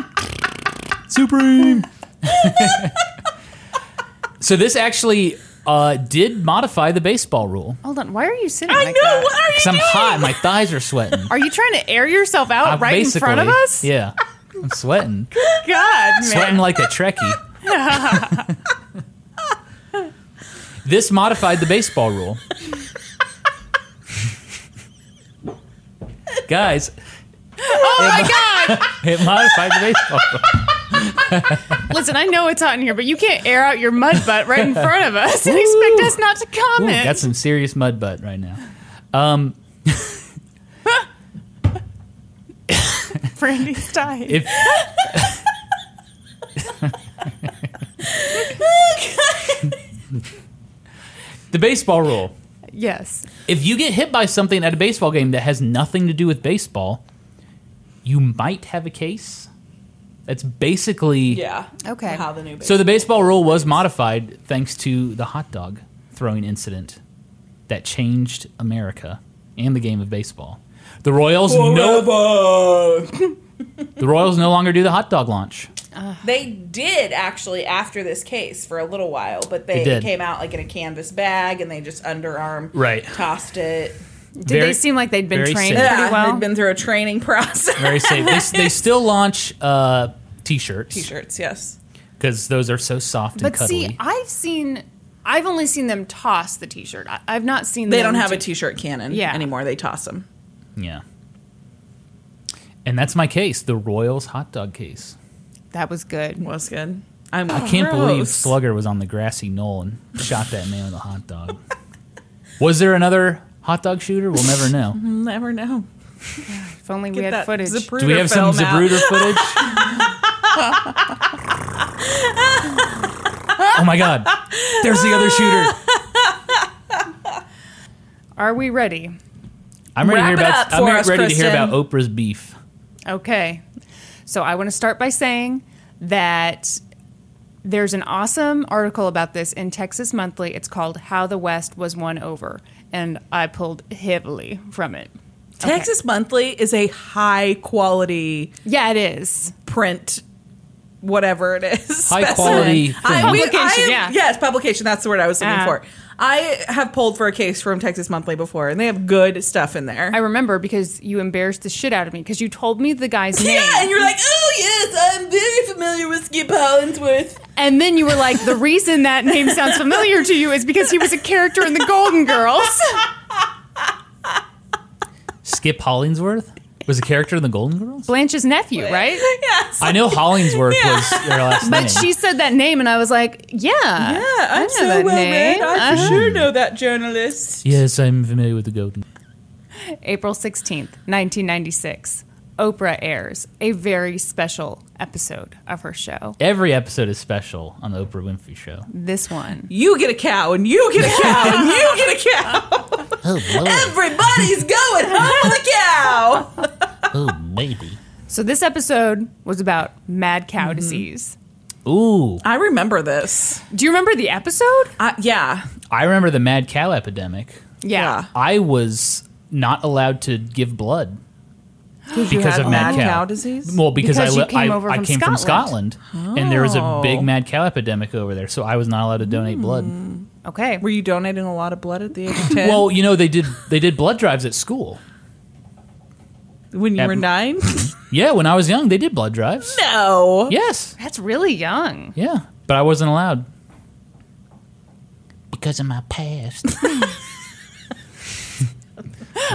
Speaker 2: whoa, whoa.
Speaker 7: Supreme.
Speaker 3: So this actually uh, did modify the baseball rule.
Speaker 1: Hold on. Why are you sitting
Speaker 2: I
Speaker 1: like
Speaker 2: know.
Speaker 1: that?
Speaker 2: What are you
Speaker 3: Because I'm
Speaker 2: doing?
Speaker 3: hot, my thighs are sweating.
Speaker 1: Are you trying to air yourself out
Speaker 3: Uh,
Speaker 1: right in front of
Speaker 3: basically,
Speaker 1: us?
Speaker 3: Yeah, I'm sweating,
Speaker 1: God, man.
Speaker 3: sweating like a Trekkie. this modified the baseball rule. Guys,
Speaker 1: Oh, my God.
Speaker 3: it modified the baseball rule.
Speaker 1: Listen, I know it's hot in here, but you can't air out your mud butt right in front of us and expect us not to
Speaker 3: Ooh,
Speaker 1: comment.
Speaker 3: got some serious mud butt right now. Um,
Speaker 1: Brandy's dying.
Speaker 3: If the baseball rule,
Speaker 1: yes.
Speaker 3: if you get hit by something at a baseball game that has nothing to do with baseball, you might have a case. That's basically
Speaker 2: Yeah.
Speaker 1: Okay.
Speaker 2: How the new baby.
Speaker 3: so. The baseball rule was modified thanks to the hot dog throwing incident that changed America and the game of baseball. The Royals no the Royals no longer do the hot dog launch.
Speaker 2: They did actually after this case for a little while, but they,
Speaker 3: They did.
Speaker 2: came out like in a canvas bag and they just underarm
Speaker 3: Right.
Speaker 2: tossed it.
Speaker 1: Did
Speaker 3: Very-
Speaker 1: they seem like they'd been
Speaker 3: very
Speaker 1: trained
Speaker 3: safe.
Speaker 1: pretty
Speaker 2: Yeah,
Speaker 1: well?
Speaker 2: they'd been through a training process.
Speaker 3: Very safe. They, s- they still launch uh, t-shirts
Speaker 2: T-shirts, yes.
Speaker 3: because those are so soft and
Speaker 1: but
Speaker 3: cuddly.
Speaker 1: see, I've seen, I've only seen them toss the T-shirt. I, I've not seen
Speaker 2: They
Speaker 1: them
Speaker 2: don't have
Speaker 1: do-
Speaker 2: a T-shirt cannon
Speaker 1: Yeah.
Speaker 2: anymore. They toss them.
Speaker 3: yeah. And that's my case, the Royals hot dog case.
Speaker 1: That was good.
Speaker 2: Was good. I'm
Speaker 1: Oh,
Speaker 3: I can't believe Slugger was on the grassy knoll and shot that man with a hot dog. was there another hot dog shooter? We'll never know.
Speaker 2: never know.
Speaker 1: If only we
Speaker 2: Get
Speaker 1: had
Speaker 2: that
Speaker 1: footage.
Speaker 2: Zapruder
Speaker 3: Do we have some
Speaker 2: film out.
Speaker 3: Zabruder footage? oh my god. There's the other shooter.
Speaker 1: Are we ready?
Speaker 3: I'm ready to hear
Speaker 2: Wrap it
Speaker 3: about
Speaker 2: up for
Speaker 3: I'm
Speaker 2: us,
Speaker 3: ready to hear
Speaker 2: Kristen.
Speaker 3: about Oprah's beef.
Speaker 1: Okay. So I want to start by saying that there's an awesome article about this in Texas Monthly. It's called How the West Was Won Over. And I pulled heavily from it.
Speaker 2: Texas Monthly is a high quality
Speaker 1: Yeah, it is.
Speaker 2: print, whatever it is.
Speaker 3: High
Speaker 2: specimen.
Speaker 3: quality
Speaker 2: I,
Speaker 3: thing.
Speaker 2: we-
Speaker 1: Publication,
Speaker 2: I-
Speaker 1: yeah.
Speaker 2: Yes, publication. That's the word I was looking
Speaker 1: Ah.
Speaker 2: for. I have pulled for a case from Texas Monthly before, and they have good stuff in there.
Speaker 1: I remember because you embarrassed the shit out of me because you told me the guy's name.
Speaker 2: yeah, and you're like, oh yes, I'm very familiar with Skip Hollingsworth.
Speaker 1: And then you were like, the reason that name sounds familiar to you is because he was a character in The Golden Girls.
Speaker 3: Skip Hollingsworth was a character in the Golden Girls.
Speaker 1: Blanche's nephew, right?
Speaker 2: Yes.
Speaker 3: I know Hollingsworth was their last name.
Speaker 1: But she said that name, and I was like, yeah.
Speaker 2: Yeah, I'm
Speaker 1: know
Speaker 2: so
Speaker 1: that
Speaker 2: well read.
Speaker 1: name.
Speaker 2: I for
Speaker 3: Uh-huh.
Speaker 2: sure know that journalist.
Speaker 3: Yes, I'm familiar with the Golden.
Speaker 1: April 16th, 1996. Oprah airs a very special episode of her show.
Speaker 3: Every episode is special on the Oprah Winfrey Show.
Speaker 1: This one.
Speaker 2: You get a cow, and you get a cow, and you get a cow.
Speaker 8: Oh, Lord.
Speaker 2: Everybody's going home with a cow.
Speaker 8: Oh, baby.
Speaker 1: So this episode was about mad cow disease.
Speaker 3: Ooh,
Speaker 2: I remember this.
Speaker 1: Do you remember the episode?
Speaker 2: I, yeah,
Speaker 3: I remember the mad cow epidemic.
Speaker 2: yeah.
Speaker 3: I was not allowed to give blood because
Speaker 2: had
Speaker 3: of mad,
Speaker 2: mad cow disease?
Speaker 3: Well, because,
Speaker 1: Because
Speaker 3: I,
Speaker 1: you
Speaker 3: li-
Speaker 1: came
Speaker 3: I,
Speaker 1: over
Speaker 3: I
Speaker 1: from
Speaker 3: came from
Speaker 1: Scotland.
Speaker 3: Scotland, and there was a
Speaker 2: Oh.
Speaker 3: big mad cow epidemic over there, so I was not allowed to donate
Speaker 1: Hmm.
Speaker 3: blood.
Speaker 1: Okay.
Speaker 2: Were you donating a lot of blood at the age of ten?
Speaker 3: Well, you know they did they did blood drives at school.
Speaker 2: when you
Speaker 3: at-
Speaker 2: were nine.
Speaker 3: Yeah, when I was young, they did blood drives.
Speaker 2: no.
Speaker 3: Yes,
Speaker 1: That's really young.
Speaker 3: yeah, but I wasn't allowed.
Speaker 8: Because of my past.
Speaker 3: My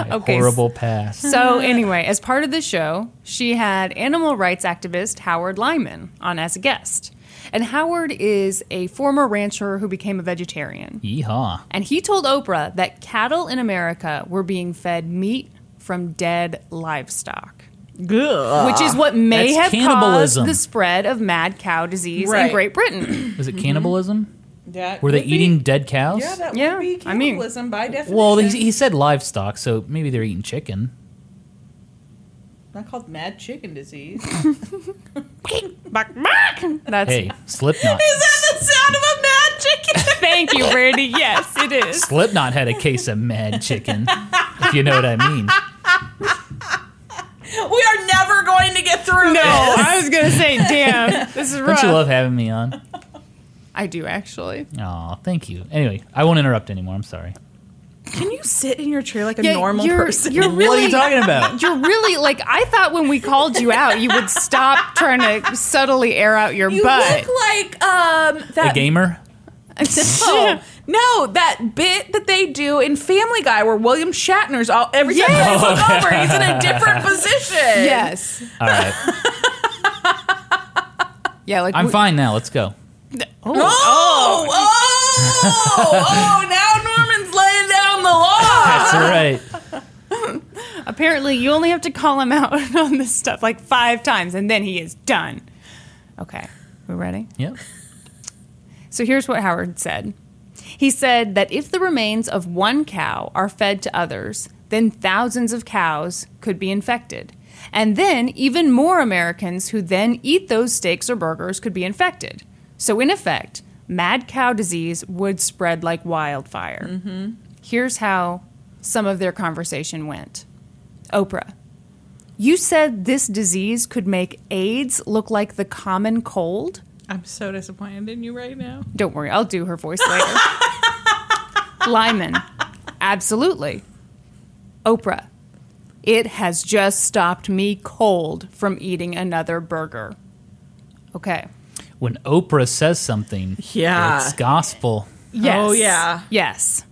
Speaker 1: Okay,
Speaker 3: horrible past.
Speaker 1: So, anyway, as part of the show, she had animal rights activist Howard Lyman on as a guest. And Howard is a former rancher who became a vegetarian.
Speaker 3: Yeehaw!
Speaker 1: And he told Oprah that cattle in America were being fed meat from dead livestock,
Speaker 2: Good.
Speaker 1: which is what may have
Speaker 3: Ah, That's cannibalism.
Speaker 1: caused the spread of mad cow disease in
Speaker 2: Right.
Speaker 1: Great Britain.
Speaker 3: Was it cannibalism? Were they eating dead cows?
Speaker 2: Mm-hmm. Yeah, that
Speaker 1: Yeah,
Speaker 2: would be
Speaker 1: I mean-
Speaker 2: cannibalism by definition.
Speaker 3: well, he, he said livestock, so maybe they're eating chicken.
Speaker 2: not called mad chicken disease.
Speaker 1: That's
Speaker 3: Hey, Slipknot.
Speaker 2: that the sound of a mad chicken?
Speaker 1: Thank you, Brandy. Yes, it is.
Speaker 3: Slipknot had a case of mad chicken, if you know what I mean.
Speaker 2: we are never going to get
Speaker 1: No,
Speaker 2: through this.
Speaker 1: I was gonna say, damn, this is
Speaker 3: Don't
Speaker 1: rough.
Speaker 3: you love having me on?
Speaker 1: I do actually.
Speaker 3: Aw, thank you. Anyway, I won't interrupt anymore. I'm sorry.
Speaker 2: Can you sit in your chair like a
Speaker 1: Yeah,
Speaker 2: normal
Speaker 1: you're-
Speaker 2: person?
Speaker 1: you're really-
Speaker 3: What are you talking about?
Speaker 1: You're really like I thought when we called you out, you would stop trying to subtly air out your
Speaker 2: You
Speaker 1: butt.
Speaker 2: look like um
Speaker 3: A
Speaker 2: that
Speaker 3: gamer?
Speaker 1: Oh.
Speaker 2: no, no that bit that they do in Family Guy where William Shatner's all every time
Speaker 1: Yes. Oh.
Speaker 2: they look over he's in a different position.
Speaker 1: yes.
Speaker 3: All right.
Speaker 1: Yeah. Like
Speaker 3: I'm
Speaker 1: we-
Speaker 3: fine now. Let's go.
Speaker 2: Oh, oh, oh! Now Norman's laying down the law.
Speaker 3: That's all right.
Speaker 1: Apparently, you only have to call him out on this stuff like five times, and then he is done. Okay, we ready?
Speaker 3: Yep.
Speaker 1: So here's what Howard said. He said that if the remains of one cow are fed to others, then thousands of cows could be infected. And then even more Americans who then eat those steaks or burgers could be infected. So, in effect, mad cow disease would spread like wildfire. Here's how some of their conversation went Oprah, you said this disease could make AIDS look like the common cold?
Speaker 2: I'm so disappointed in you right now.
Speaker 1: Don't worry, I'll do her voice later. Lyman, absolutely. Oprah, it has just stopped me cold from eating another burger. Okay.
Speaker 3: When Oprah says something,
Speaker 2: Yeah.
Speaker 3: it's gospel.
Speaker 1: Yes.
Speaker 2: Oh, yeah.
Speaker 1: Yes.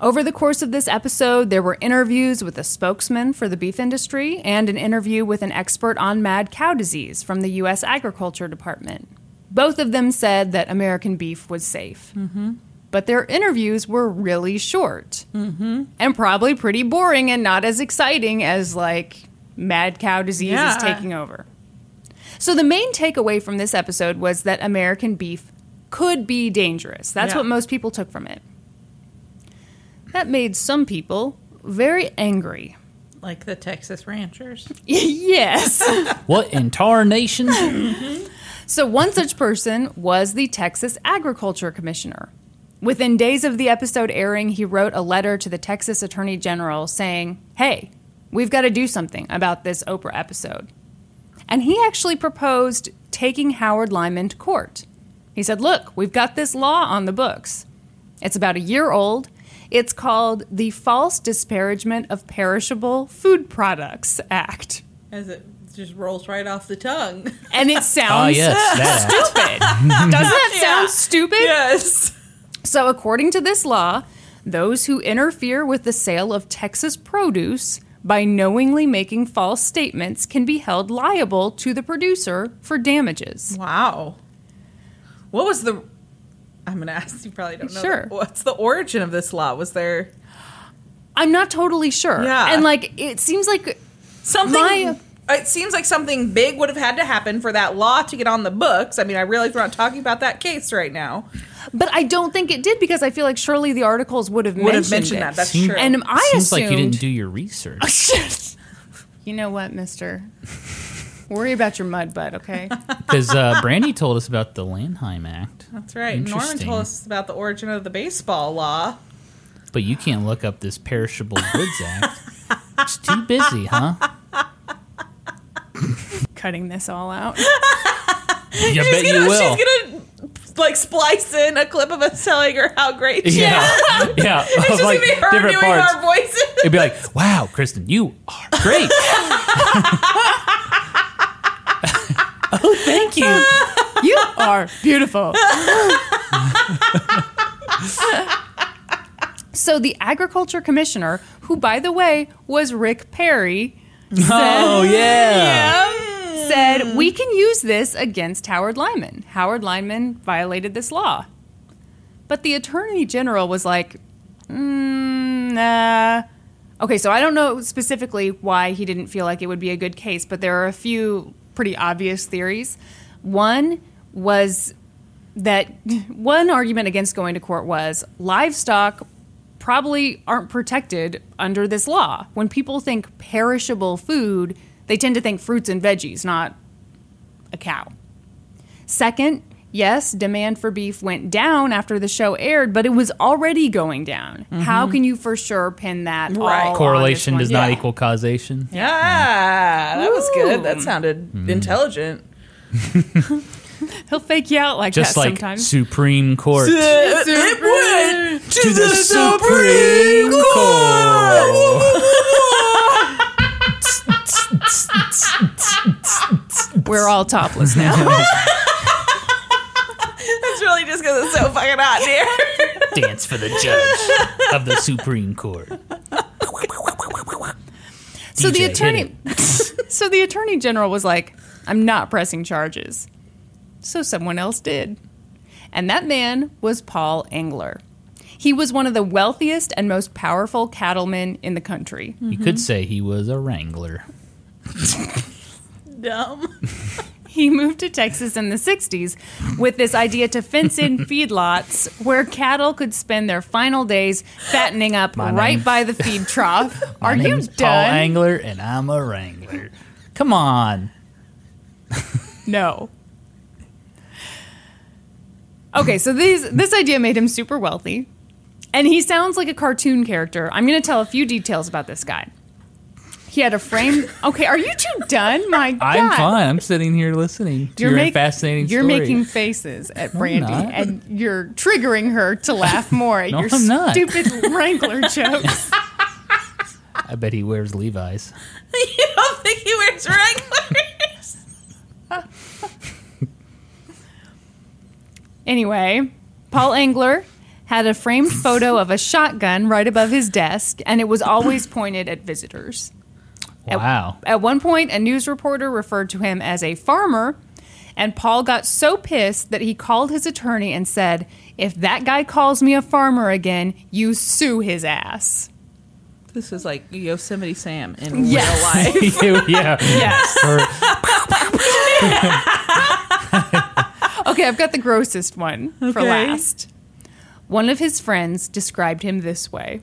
Speaker 1: Over the course of this episode, there were interviews with a spokesman for the beef industry and an interview with an expert on mad cow disease from the U.S. Agriculture Department. Both of them said that American beef was safe.
Speaker 2: Mm-hmm.
Speaker 1: But their interviews were really short
Speaker 2: Mm-hmm.
Speaker 1: and probably pretty boring and not as exciting as, like, mad cow disease is
Speaker 2: Yeah.
Speaker 1: taking over. So, the main takeaway from this episode was that American beef could be dangerous. That's
Speaker 2: Yeah.
Speaker 1: what most people took from it. That made some people very angry.
Speaker 2: Like the Texas ranchers.
Speaker 1: yes.
Speaker 3: What in tar nation?
Speaker 1: So, one such person was the Texas Agriculture Commissioner. Within days of the episode airing, he wrote a letter to the Texas Attorney General saying, Hey, we've got to do something about this Oprah episode. And he actually proposed taking Howard Lyman to court. He said, Look, we've got this law on the books. It's about a year old. It's called the False Disparagement of Perishable Food Products Act.
Speaker 2: As it just rolls right off the tongue.
Speaker 1: And it
Speaker 3: Ah,
Speaker 1: sounds
Speaker 3: yes. That ass.
Speaker 1: stupid. Doesn't that sound stupid?
Speaker 2: Mm-hmm. Yes.
Speaker 1: So, according to this law, those who interfere with the sale of Texas produce by knowingly making false statements can be held liable to the producer for damages.
Speaker 2: Wow. What was the. I'm going to ask, you probably don't know.
Speaker 1: Sure.
Speaker 2: What's the origin of this law? Was there
Speaker 1: I'm not totally sure.
Speaker 2: Yeah.
Speaker 1: And like it seems like
Speaker 2: something
Speaker 1: my
Speaker 2: it seems like something big would have had to happen for that law to get on the books. I mean, I realize we're not talking about that case right now.
Speaker 1: But I don't think it did because I feel like surely the articles would have
Speaker 2: Would
Speaker 1: mentioned,
Speaker 2: have mentioned
Speaker 1: it.
Speaker 2: that. That's
Speaker 9: Seem-
Speaker 2: true.
Speaker 1: And I
Speaker 9: Seems
Speaker 1: assumed,
Speaker 9: like you didn't do your research.
Speaker 1: you know what, Mister? Worry about your mud butt, okay?
Speaker 9: Because uh, Brandy told us about the Landheim Act,
Speaker 2: That's right. Norman
Speaker 9: Interesting.
Speaker 2: told us about the origin of the baseball law.
Speaker 9: but you can't look up this Perishable Goods Act. It's too busy, huh?
Speaker 1: Cutting this all out.
Speaker 9: You
Speaker 2: She's
Speaker 9: bet
Speaker 2: gonna,
Speaker 9: you will.
Speaker 2: She's gonna like splice in a clip of us telling her how great she is.
Speaker 9: yeah, yeah.
Speaker 2: It's just
Speaker 9: like
Speaker 2: gonna be her
Speaker 9: different
Speaker 2: doing
Speaker 9: parts.
Speaker 2: our voices.
Speaker 9: It'd be like, "Wow, Kristen, you are great." oh, Oh, thank you.
Speaker 1: You are beautiful. so the agriculture commissioner, who by the way was Rick Perry,
Speaker 9: Oh yeah.
Speaker 1: said we can use this against Howard Lyman. Howard Lyman violated this law. But the attorney general was like, mm, nah. Okay, so I don't know specifically why he didn't feel like it would be a good case, but there are a few pretty obvious theories. One was that one argument against going to court was livestock probably aren't protected under this law. When people think perishable food, they tend to think fruits and veggies, not a cow. Second, yes, demand for beef went down after the show aired, but it was already going down. How can you for sure pin that all
Speaker 2: Right.
Speaker 1: on this
Speaker 9: Correlation
Speaker 1: one
Speaker 9: does not
Speaker 1: day?
Speaker 9: equal causation.
Speaker 2: Yeah, that was
Speaker 1: Ooh.
Speaker 2: good. That sounded
Speaker 9: Hmm.
Speaker 2: intelligent.
Speaker 1: He'll fake you out like
Speaker 9: Just
Speaker 1: that
Speaker 9: like
Speaker 1: sometimes.
Speaker 9: Supreme Court.
Speaker 2: It went to the
Speaker 9: Supreme Court.
Speaker 1: We're all topless now.
Speaker 2: It's really just because it's so fucking hot in here.
Speaker 9: Dance for the judge of the Supreme Court.
Speaker 1: so
Speaker 9: DJ,
Speaker 1: the
Speaker 9: hit
Speaker 1: attorney
Speaker 9: it.
Speaker 1: so the attorney general was like i'm not pressing charges so someone else did and that man was paul engler he was one of the wealthiest and most powerful cattlemen in the country
Speaker 9: You could say he was a wrangler.
Speaker 2: Dumb.
Speaker 1: he moved to Texas in the 60s with this idea to fence in feedlots where cattle could spend their final days fattening up
Speaker 9: My
Speaker 1: right
Speaker 9: name-
Speaker 1: by the feed trough. Are
Speaker 9: My
Speaker 1: you
Speaker 9: name's
Speaker 1: done?
Speaker 9: Paul Angler, and I'm a wrangler. Come on.
Speaker 1: No. Okay, so these this idea made him super wealthy. And he sounds like a cartoon character. I'm going to tell a few details about this guy. He had a frame. Okay, are you two done? My God.
Speaker 9: I'm fine. I'm sitting here listening to
Speaker 1: You're
Speaker 9: your
Speaker 1: make-
Speaker 9: fascinating
Speaker 1: You're
Speaker 9: story.
Speaker 1: making faces at Brandy,
Speaker 9: not.
Speaker 1: and you're triggering her to laugh more at
Speaker 9: No,
Speaker 1: your
Speaker 9: I'm not.
Speaker 1: stupid Wrangler jokes.
Speaker 9: I bet he wears Levi's.
Speaker 2: You don't think he wears Wranglers?
Speaker 1: Anyway, Paul Engler had a framed photo of a shotgun right above his desk, and it was always pointed at visitors.
Speaker 9: Wow.
Speaker 1: At one point, a news reporter referred to him as a farmer, and Paul got so pissed that he called his attorney and said, If that guy calls me a farmer again, you sue his ass.
Speaker 2: This is like Yosemite Sam in
Speaker 1: Yes.
Speaker 2: real life.
Speaker 9: yeah.
Speaker 1: Yes.
Speaker 9: Or-
Speaker 1: Okay, I've got the grossest one for
Speaker 2: Okay.
Speaker 1: last. One of his friends described him this way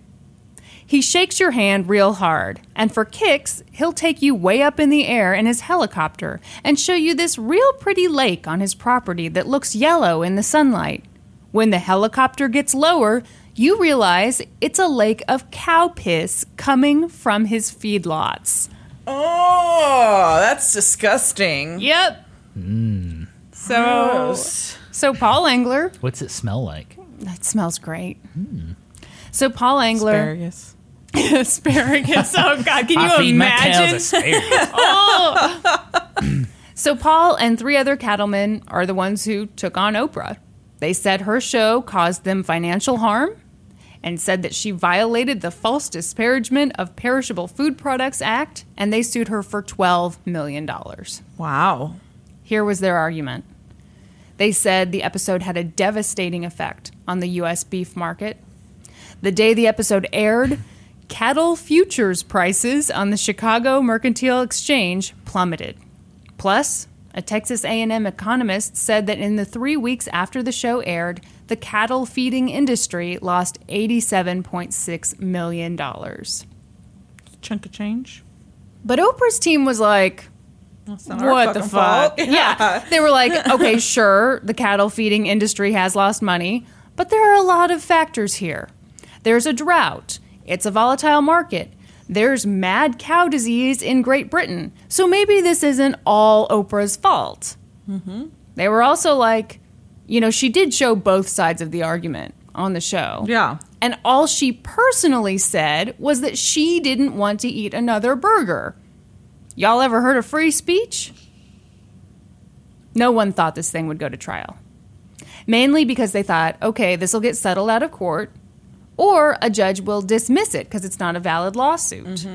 Speaker 1: He shakes your hand real hard, and for kicks, he'll take you way up in the air in his helicopter and show you this real pretty lake on his property that looks yellow in the sunlight. When the helicopter gets lower, you realize it's a lake of cow piss coming from his feedlots.
Speaker 2: oh, that's disgusting.
Speaker 1: Yep. So,
Speaker 2: Gross.
Speaker 1: so Paul Engler,
Speaker 9: What's it smell like?
Speaker 1: That smells great. So Paul Angler
Speaker 2: Asparagus.
Speaker 1: asparagus. Oh God, can
Speaker 9: I
Speaker 1: you
Speaker 9: feed my cows
Speaker 1: imagine?
Speaker 9: asparagus.
Speaker 1: So Paul and three other cattlemen are the ones who took on Oprah. They said her show caused them financial harm and said that she violated the False Disparagement of Perishable Food Products Act and they sued her for 12 million dollars.
Speaker 2: Wow.
Speaker 1: Here was their argument. They said the episode had a devastating effect on the U.S. beef market. The day the episode aired, cattle futures prices on the Chicago Mercantile Exchange plummeted. Plus, a Texas A&M economist said that in the 3 weeks after the show aired, the cattle feeding industry lost 87.6 million dollars.
Speaker 2: Chunk of change.
Speaker 1: But Oprah's team was like,
Speaker 2: That's not our
Speaker 1: what the
Speaker 2: fucking
Speaker 1: fuck?
Speaker 2: fault.
Speaker 1: Yeah. They were like, okay, sure, the cattle feeding industry has lost money, but there are a lot of factors here. There's a drought, it's a volatile market, there's mad cow disease in Great Britain, so maybe this isn't all Oprah's fault.
Speaker 2: Mm-hmm.
Speaker 1: They were also like, you know, she did show both sides of the argument on the show.
Speaker 2: Yeah.
Speaker 1: And all she personally said was that she didn't want to eat another burger. Y'all ever heard of free speech? No one thought this thing would go to trial. Mainly because they thought, okay, this will get settled out of court, or a judge will dismiss it because it's not a valid lawsuit.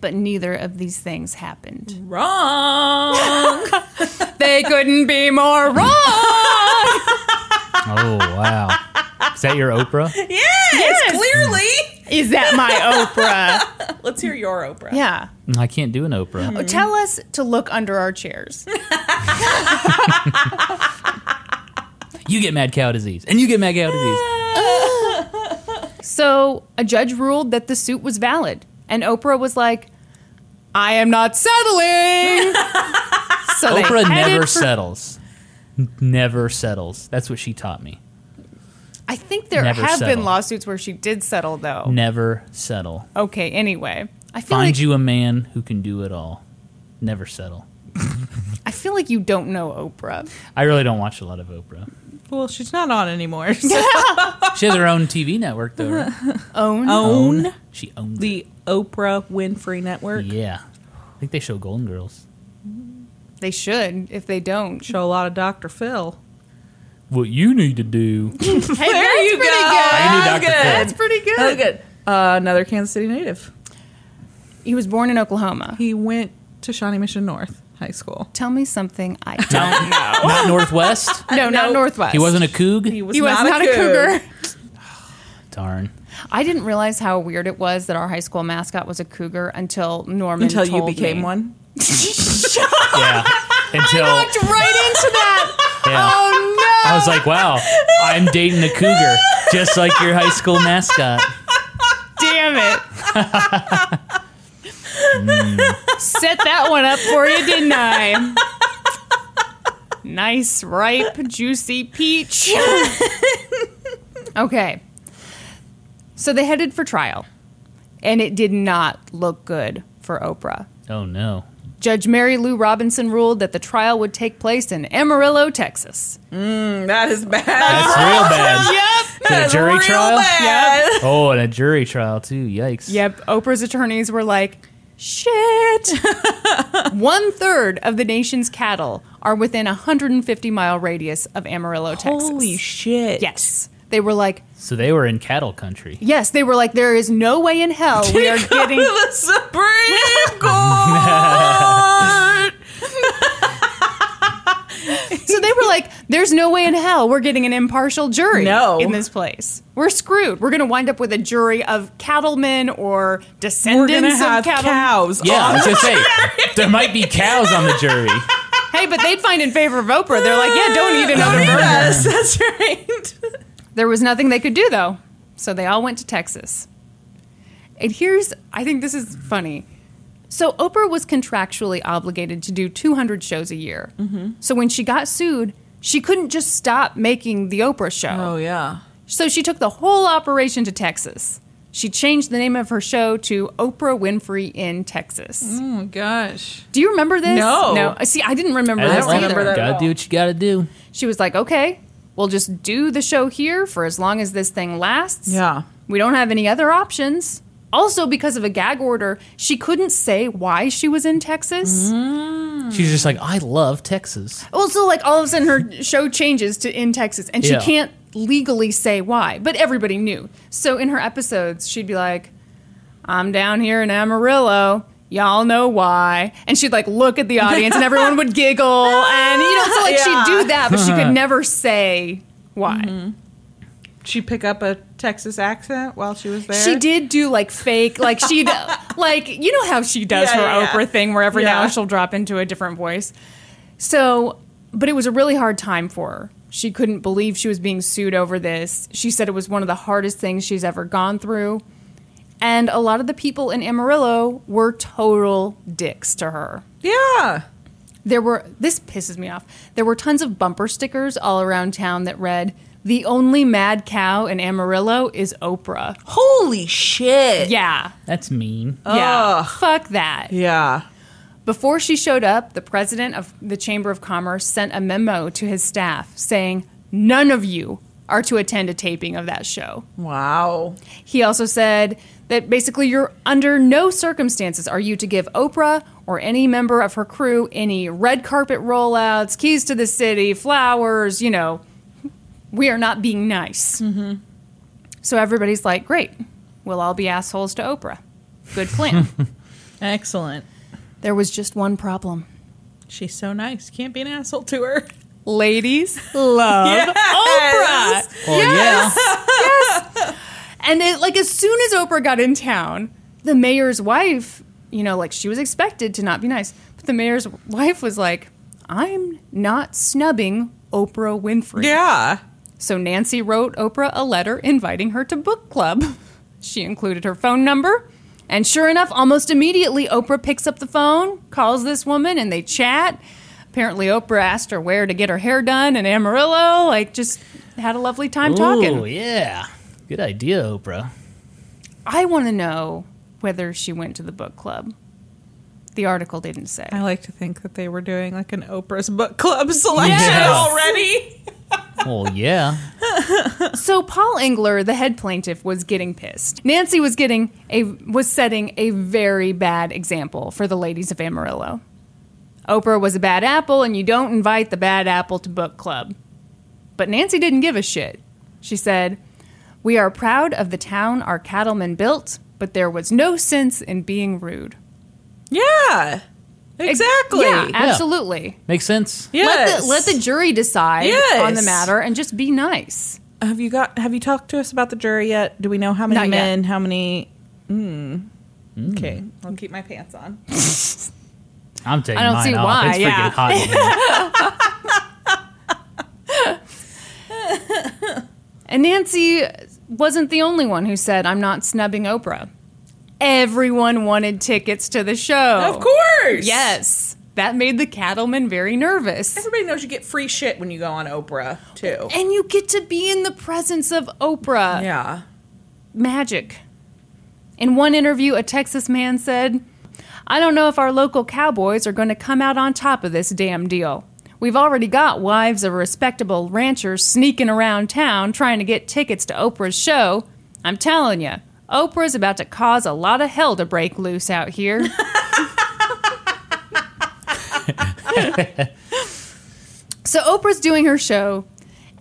Speaker 1: But neither of these things happened.
Speaker 2: Wrong.
Speaker 1: Mm-hmm. they couldn't be more wrong!
Speaker 9: Oh wow! Is that your Oprah?
Speaker 2: yes, clearly.
Speaker 1: Is that my Oprah?
Speaker 2: Let's hear your Oprah.
Speaker 1: Yeah.
Speaker 9: I can't do an Oprah.
Speaker 1: Tell us to look under our chairs.
Speaker 9: You get mad cow disease, and you get mad cow disease.
Speaker 1: So a judge ruled that the suit was valid, and Oprah was like, "I am not settling." so Uh, they
Speaker 9: Oprah
Speaker 1: headed
Speaker 9: never
Speaker 1: for-
Speaker 9: settles. N- Never settles. That's what she taught me.
Speaker 1: I think there
Speaker 9: never
Speaker 1: have
Speaker 9: settle.
Speaker 1: been lawsuits where she did settle,
Speaker 9: Oh.
Speaker 1: though.
Speaker 9: Never settle.
Speaker 1: Okay, anyway, I feel
Speaker 9: Find
Speaker 1: like
Speaker 9: you a man who can do it all. Never settle.
Speaker 1: I feel like you don't know Oprah.
Speaker 9: I really don't watch a lot of Oprah.
Speaker 2: Well, she's not on anymore.
Speaker 9: She has her own TV network though. right?
Speaker 1: Own.
Speaker 9: Oh.
Speaker 2: Own
Speaker 9: She owns it.
Speaker 2: the Oprah Winfrey Network.
Speaker 9: Yeah. I think they show Golden Girls.
Speaker 1: They should. If they don't,
Speaker 2: Show a lot of Dr. Phil.
Speaker 9: What you need to do.
Speaker 1: hey,
Speaker 2: There
Speaker 1: that's
Speaker 2: you
Speaker 1: pretty
Speaker 2: go.
Speaker 1: Good.
Speaker 9: I knew Dr.
Speaker 1: That's
Speaker 9: Phil.
Speaker 1: pretty good.
Speaker 2: Oh, good. Uh, another Kansas City native.
Speaker 1: He was born in Oklahoma.
Speaker 2: He went to Shawnee Mission North High School.
Speaker 1: Tell me something I
Speaker 9: Not,
Speaker 1: don't know.
Speaker 9: not Northwest.
Speaker 1: No, not Northwest.
Speaker 9: He wasn't a coog.
Speaker 2: was,
Speaker 1: He was not, a cougar.
Speaker 9: Darn.
Speaker 1: I didn't realize how weird it was that our high school mascot was a cougar until Norman
Speaker 2: until you
Speaker 1: told
Speaker 2: became
Speaker 1: me.
Speaker 2: one.
Speaker 9: Yeah. Until
Speaker 1: Walked right into that.
Speaker 9: yeah.
Speaker 1: Oh no!
Speaker 9: I was like, wow, I'm dating a cougar, just like your high school mascot.
Speaker 1: Damn it! Set that one up for you, didn't I? Nice, ripe, juicy peach. okay. So they headed for trial, and it did not look good for Oprah.
Speaker 9: Oh no.
Speaker 1: Judge Mary Lou Robinson ruled that the trial would take place in Amarillo, Texas.
Speaker 2: Mm, That is bad.
Speaker 9: That's real bad.
Speaker 1: Yep.
Speaker 9: Is it a jury
Speaker 2: real
Speaker 9: trial?
Speaker 2: bad.
Speaker 9: Oh, and a jury trial too. Yikes.
Speaker 1: Yep. Oprah's attorneys were like, shit. One third of the nation's cattle are within a 150 mile radius of Amarillo, Texas.
Speaker 2: Holy shit.
Speaker 1: Yes. They were like,
Speaker 9: So they were in cattle
Speaker 2: Oh,
Speaker 9: country.
Speaker 1: yes, they were like, there is no way in hell we are getting.
Speaker 2: the Supreme Court.
Speaker 1: So they were like, there's no way in hell we're getting an impartial jury
Speaker 2: No.
Speaker 1: in this place. We're screwed. We're going to wind up with a jury of cattlemen or
Speaker 2: We're
Speaker 1: descendants
Speaker 2: gonna have
Speaker 1: of cattle.
Speaker 2: cows.
Speaker 9: Yeah, I
Speaker 2: on
Speaker 9: was gonna say there might be cows on the jury.
Speaker 1: Hey, but they'd find in favor of Oprah. They're
Speaker 2: Oh.
Speaker 1: like, yeah, don't eat another
Speaker 2: the
Speaker 1: burger.
Speaker 2: us. That's right.
Speaker 1: There was nothing they could do, though, so they all went to Texas. And here's, I think this is funny. So Oprah was contractually obligated to do 200 shows a year. So when she got sued, she couldn't just stop making the Oprah show.
Speaker 2: Oh, yeah.
Speaker 1: So she took the whole operation to Texas. She changed the name of her show to Oprah Winfrey in Texas.
Speaker 2: Oh my gosh.
Speaker 1: Do you remember this?
Speaker 2: No.
Speaker 1: Mm. No. See, I didn't remember
Speaker 9: I
Speaker 1: this
Speaker 9: don't
Speaker 1: either.
Speaker 9: remember
Speaker 2: that at
Speaker 9: Gotta
Speaker 2: all.
Speaker 9: do what you gotta do.
Speaker 1: She was like, okay, we'll just do the show here for as long as this thing lasts.
Speaker 2: Yeah.
Speaker 1: We don't have any other options. Also, because of a gag order, she couldn't say why she was in
Speaker 2: Mm-hmm.
Speaker 1: Texas.
Speaker 9: She's just like, I love Texas.
Speaker 1: Also, like all of a sudden, her show changes to in Texas, and she
Speaker 9: Yeah.
Speaker 1: can't legally say why, but everybody knew. So in her episodes, she'd be like, I'm down here in Amarillo. Y'all know why. And she'd like look at the audience and everyone would giggle. And, you know, so like
Speaker 2: Yeah.
Speaker 1: she'd do that, but she could never say why.
Speaker 2: she pick up a Texas accent while she was there?
Speaker 1: She did do like fake, like she, like you know how she does
Speaker 2: Yeah,
Speaker 1: her
Speaker 2: yeah, yeah.
Speaker 1: Oprah thing, where every now
Speaker 2: Yeah.
Speaker 1: and she'll drop into a different voice. So, but it was a really hard time for her. She couldn't believe she was being sued over this. She said it was one of the hardest things she's ever gone through. And a lot of the people in Amarillo were total dicks to her.
Speaker 2: Yeah.
Speaker 1: There were, this pisses me off. There were tons of bumper stickers all around town that read, The only mad cow in Amarillo is Oprah.
Speaker 2: Holy shit.
Speaker 1: Yeah.
Speaker 9: That's mean.
Speaker 1: Uh, Yeah. Fuck that.
Speaker 2: Yeah.
Speaker 1: Before she showed up, the president of the Chamber of Commerce sent a memo to his staff saying, none of you are to attend a taping of that show.
Speaker 2: Wow.
Speaker 1: He also said that basically, you're under no circumstances are you to give Oprah or any member of her crew any red carpet rollouts, keys to the city, flowers, you know. We are not being nice. So everybody's like, great, we'll all be assholes to Oprah. Good plan.
Speaker 2: Excellent.
Speaker 1: There was just one problem.
Speaker 2: She's so nice. Can't be an asshole to her.
Speaker 1: Ladies love
Speaker 2: Yes.
Speaker 1: Oprah.
Speaker 9: Oh yeah.
Speaker 1: And it, like as soon as Oprah got in town, the mayor's wife, you know, like she was expected to not be nice, but the mayor's wife was like, "I'm not snubbing Oprah Winfrey."
Speaker 2: Yeah.
Speaker 1: So Nancy wrote Oprah a letter inviting her to book club. She included her phone number. And sure enough, almost immediately, Oprah picks up the phone, calls this woman, and they chat. Apparently, Oprah asked her where to get her hair done in Amarillo. Like, just had a lovely time
Speaker 9: Ooh,
Speaker 1: talking.
Speaker 9: yeah. Good idea, Oprah.
Speaker 1: I want to know whether she went to the book club. The article didn't say.
Speaker 2: I like to think that they were doing like an Oprah's book club selection
Speaker 9: Yes.
Speaker 2: already.
Speaker 9: Oh yeah.
Speaker 1: So Paul Engler, the head plaintiff, was getting pissed. Nancy was getting a was setting a very bad example for the ladies of Amarillo. Oprah was a bad apple and you don't invite the bad apple to book club. But Nancy didn't give a shit. She said, "We are proud of the town our cattlemen built, but there was no sense in being rude."
Speaker 2: Yeah. Exactly.
Speaker 1: Yeah, absolutely.
Speaker 9: Makes sense.
Speaker 1: Let,
Speaker 2: Yes.
Speaker 1: the, let the jury decide
Speaker 2: Yes.
Speaker 1: on the matter and just be nice.
Speaker 2: have you got have you talked to us about the jury yet? Do we know how many
Speaker 1: Not yet.
Speaker 2: men, how many mm. Okay. I'll keep my pants on.
Speaker 9: I'm taking
Speaker 1: I don't
Speaker 9: mine
Speaker 1: see
Speaker 9: off.
Speaker 1: why,
Speaker 9: It's
Speaker 1: yeah.
Speaker 9: freaking hot. in here.
Speaker 1: And Nancy wasn't the only one who said, I'm not snubbing Oprah. Everyone wanted tickets to the show.
Speaker 2: Of course.
Speaker 1: Yes. That made the cattleman very nervous.
Speaker 2: Everybody knows you get free shit when you go on Oprah, too.
Speaker 1: And you get to be in the presence of Oprah.
Speaker 2: Yeah.
Speaker 1: Magic. In one interview, a Texas man said, I don't know if our local cowboys are going to come out on top of this damn deal. We've already got wives of respectable ranchers sneaking around town trying to get tickets to Oprah's show. I'm telling you, Oprah's about to cause a lot of hell to break loose out here. so Oprah's doing her show,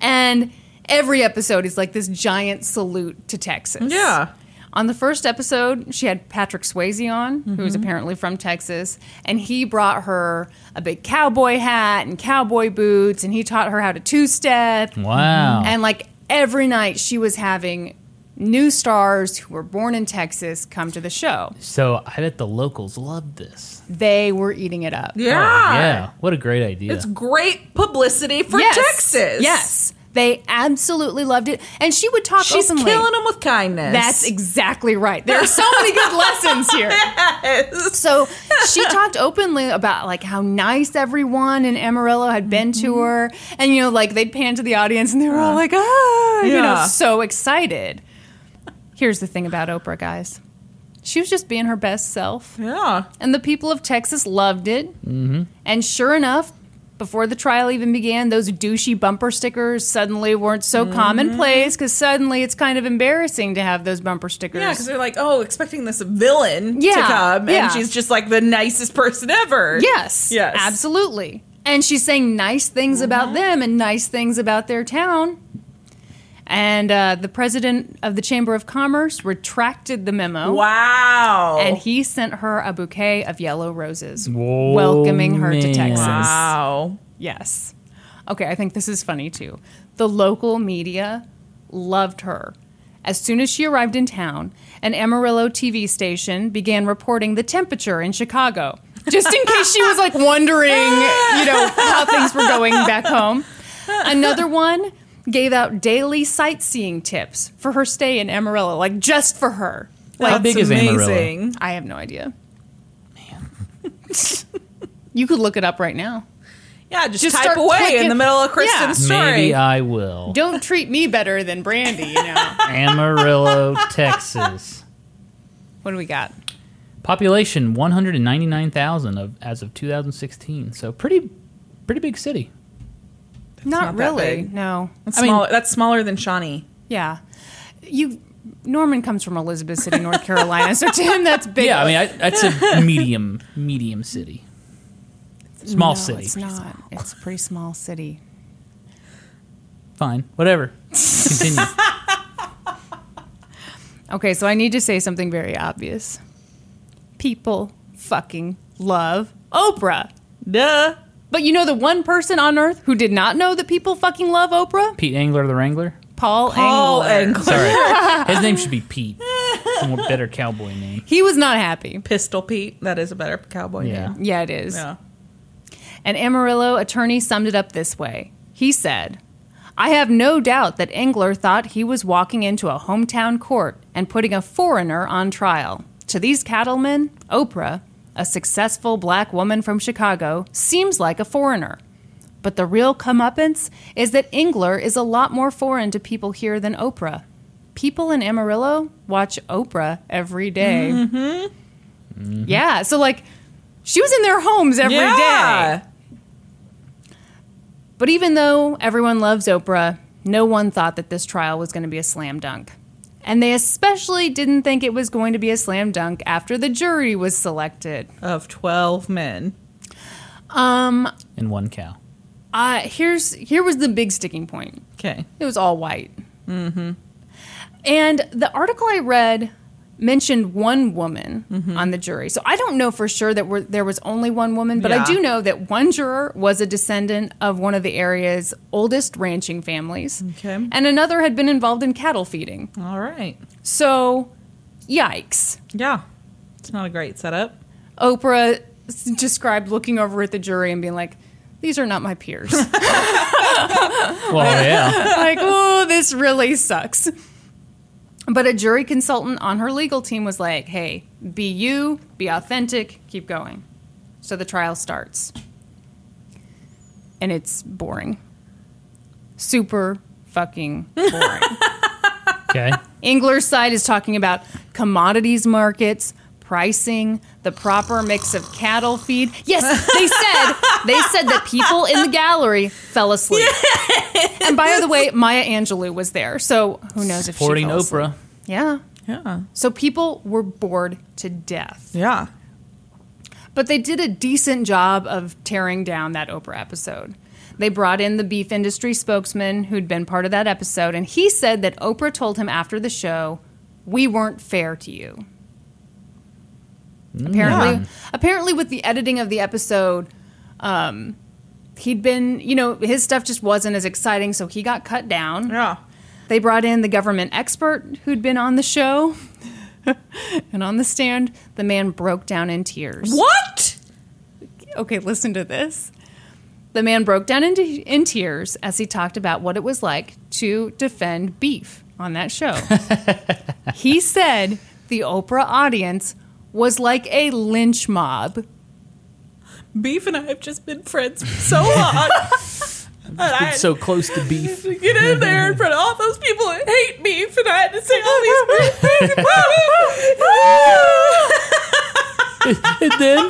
Speaker 1: and every episode is like this giant salute to Texas.
Speaker 2: Yeah.
Speaker 1: On the first episode, she had Patrick Swayze on, who
Speaker 2: Mm-hmm.
Speaker 1: is apparently from Texas, and he brought her a big cowboy hat and cowboy boots, and he taught her how to two step.
Speaker 9: Wow.
Speaker 1: And like every night, she was having new stars who were born in Texas come to the show.
Speaker 9: so I bet the locals love this. Oh,
Speaker 1: They were eating it up.
Speaker 2: Yeah.
Speaker 3: Oh,
Speaker 9: Yeah. What a great idea.
Speaker 2: It's great publicity for
Speaker 1: Yes.
Speaker 2: Texas.
Speaker 1: Yes. They absolutely loved it. And she would talk
Speaker 2: She's
Speaker 1: openly.
Speaker 2: killing them with kindness.
Speaker 1: That's exactly right. There are so many good lessons here. So she talked openly about like how nice everyone in Amarillo had been
Speaker 2: Mm-hmm.
Speaker 1: to her, and you know, like they'd pan to the audience and they were all like, ah, you know,
Speaker 2: Yeah.
Speaker 1: so excited. Here's the thing about Oprah, guys. She was just being her best self,
Speaker 2: yeah.
Speaker 1: and the people of Texas loved it. Mm-hmm. And sure enough, before the trial even began, those douchey bumper stickers suddenly weren't so
Speaker 2: Mm-hmm.
Speaker 1: commonplace because suddenly it's kind of embarrassing to have those bumper stickers.
Speaker 2: Yeah, because they're like, oh, expecting this villain to
Speaker 1: Yeah,
Speaker 2: come, and
Speaker 1: yeah.
Speaker 2: she's just like the nicest person ever.
Speaker 1: Yes.
Speaker 2: Yes. Mm-hmm.
Speaker 1: Absolutely. And she's saying nice things about them and nice things about their town. And uh, the president of the Chamber of Commerce retracted the memo.
Speaker 2: Wow.
Speaker 1: And he sent her a bouquet of yellow roses,
Speaker 9: Whoa,
Speaker 1: welcoming her to
Speaker 9: man.
Speaker 1: Texas.
Speaker 2: wow.
Speaker 1: Yes. Okay, I think this is funny too. The local media loved her. As soon as she arrived in town, an Amarillo TV station began reporting the temperature in Chicago, just in case she was like wondering, you know, how things were going back home. Another one gave out daily sightseeing tips for her stay in Amarillo, like just for her.
Speaker 9: How big is Amarillo?
Speaker 2: amazing.
Speaker 1: I have no idea. Man. you could look it up right now.
Speaker 2: Yeah, just,
Speaker 1: Just
Speaker 2: type
Speaker 1: start
Speaker 2: away in
Speaker 1: clicking. uh,
Speaker 2: the middle of Kristen's story.
Speaker 9: Maybe I will.
Speaker 1: Don't treat me better than Brandy, you know.
Speaker 9: Amarillo, Texas.
Speaker 1: what do we got?
Speaker 9: Population 199,000 of as of 2016. So pretty pretty big city.
Speaker 1: Not,
Speaker 2: not that
Speaker 1: really.
Speaker 2: big.
Speaker 1: No.
Speaker 2: That's
Speaker 9: I mean-
Speaker 2: smaller, that's smaller than Shawnee.
Speaker 1: Yeah. You Norman comes from Elizabeth City, North Carolina, so to him that's big.
Speaker 9: Yeah, I mean I, that's a medium medium city. Small
Speaker 1: No,
Speaker 9: city.
Speaker 1: It's not. It's a pretty small city.
Speaker 9: Fine. Whatever. Continue.
Speaker 1: Okay, so I need to say something very obvious. People fucking love Oprah.
Speaker 2: Duh.
Speaker 1: But you know the one person on earth who did not know that people fucking love Oprah?
Speaker 9: Pete Angler the Wrangler.
Speaker 1: Paul,
Speaker 2: All
Speaker 1: Angler.
Speaker 2: Angler.
Speaker 9: Sorry. His name should be Pete. It's a more better cowboy name.
Speaker 1: He was not happy.
Speaker 2: Pistol Pete. That is a better cowboy
Speaker 9: Yeah.
Speaker 2: name.
Speaker 1: Yeah, it is.
Speaker 2: Yeah.
Speaker 1: An Amarillo attorney summed it up this way. He said, I have no doubt that Engler thought he was walking into a hometown court and putting a foreigner on trial. To these cattlemen, Oprah, a successful black woman from Chicago, seems like a foreigner. But the real comeuppance is that Engler is a lot more foreign to people here than Oprah. People in Amarillo watch Oprah every day. Yeah, so like she was in their homes every day.
Speaker 2: Yeah.
Speaker 1: But even though everyone loves Oprah, no one thought that this trial was going to be a slam dunk. And they especially didn't think it was going to be a slam dunk after the jury was selected.
Speaker 2: Of 12 men.
Speaker 1: Um,
Speaker 9: And one cow.
Speaker 1: uh, here's here was the big sticking point.
Speaker 2: Okay.
Speaker 1: It was all white. Mm-hmm. And the article I read mentioned one woman
Speaker 2: Mm-hmm.
Speaker 1: on the jury. So I don't know for sure that we there was only one woman, but
Speaker 2: Yeah.
Speaker 1: I do know that one juror was a descendant of one of the area's oldest ranching families.
Speaker 2: Okay.
Speaker 1: And another had been involved in cattle feeding.
Speaker 2: All right.
Speaker 1: So, yikes.
Speaker 2: Yeah. It's not a great setup.
Speaker 1: Oprah s- described looking over at the jury and being like, these are not my peers.
Speaker 9: Well, yeah.
Speaker 1: like, oh, this really sucks. But a jury consultant on her legal team was like, hey, be you, be authentic, keep going. So the trial starts. And it's boring. Super fucking boring.
Speaker 9: Okay.
Speaker 1: Engler's side is talking about commodities markets, pricing, the proper mix of cattle feed. Yes, they said they said that people in the gallery fell asleep. And by the way, Maya Angelou was there, so who knows if
Speaker 9: Supporting
Speaker 1: she fell asleep.
Speaker 9: Oprah.
Speaker 1: Yeah.
Speaker 2: Yeah.
Speaker 1: So people were bored to death.
Speaker 2: Yeah.
Speaker 1: But they did a decent job of tearing down that Oprah episode. They brought in the beef industry spokesman who'd been part of that episode, and he said that Oprah told him after the show, We weren't fair to you. Apparently, apparently, with the editing of the episode, um, he'd been, you know, his stuff just wasn't as exciting, so he got cut down.
Speaker 2: Yeah.
Speaker 1: They brought in the government expert who'd been on the show. and on the stand, the man broke down in tears.
Speaker 2: What?
Speaker 1: Okay, listen to this. The man broke down into, in tears as he talked about what it was like to defend beef on that show. he said the Oprah audience was like a lynch mob.
Speaker 2: Beef and I have just been friends for so long. And I had
Speaker 9: It's so close to beef.
Speaker 2: to get in there in front of all those people that hate beef, and I had to say all these great things about it.
Speaker 9: and then,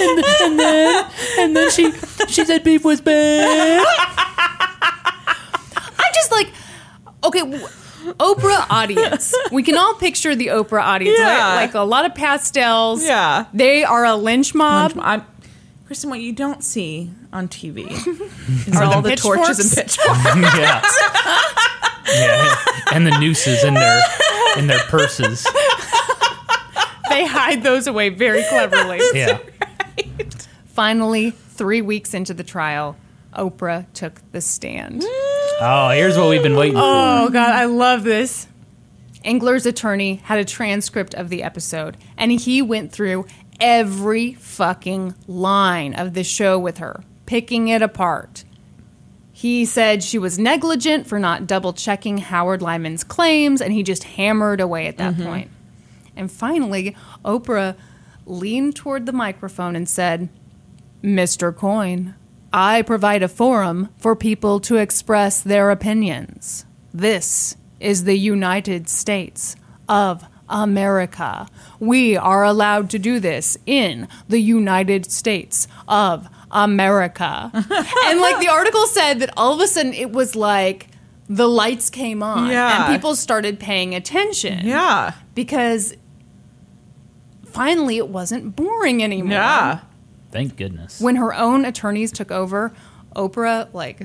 Speaker 9: and, th- and then, and then she she said beef was bad.
Speaker 1: I'm just like, okay, w- Oprah audience. we can all picture the Oprah audience, right?
Speaker 2: Yeah.
Speaker 1: Like a lot of pastels.
Speaker 2: Yeah.
Speaker 1: They are a lynch mob.
Speaker 2: I'm, Kristen, what you don't see on TV is all the,
Speaker 1: pitchforks?
Speaker 2: torches and pitchforks.
Speaker 9: yeah. yeah. And the nooses in their in their purses.
Speaker 1: They hide those away very cleverly.
Speaker 9: Yeah.
Speaker 1: Finally, three weeks into the trial, Oprah took the stand.
Speaker 9: Oh, here's what we've been waiting for.
Speaker 1: Oh god, I love this. Engler's attorney had a transcript of the episode, and he went through every fucking line of the show with her, picking it apart. He said she was negligent for not double checking Howard Lyman's claims, and he just hammered away at that point. And finally, Oprah leaned toward the microphone and said, Mr. Coyne, I provide a forum for people to express their opinions. This is the United States of America. We are allowed to do this in the United States of America. and like the article said, that all of a sudden it was like the lights came on
Speaker 2: Yeah.
Speaker 1: and people started paying attention
Speaker 2: Yeah.
Speaker 1: because finally it wasn't boring anymore.
Speaker 2: Yeah.
Speaker 9: Thank goodness.
Speaker 1: When her own attorneys took over, Oprah like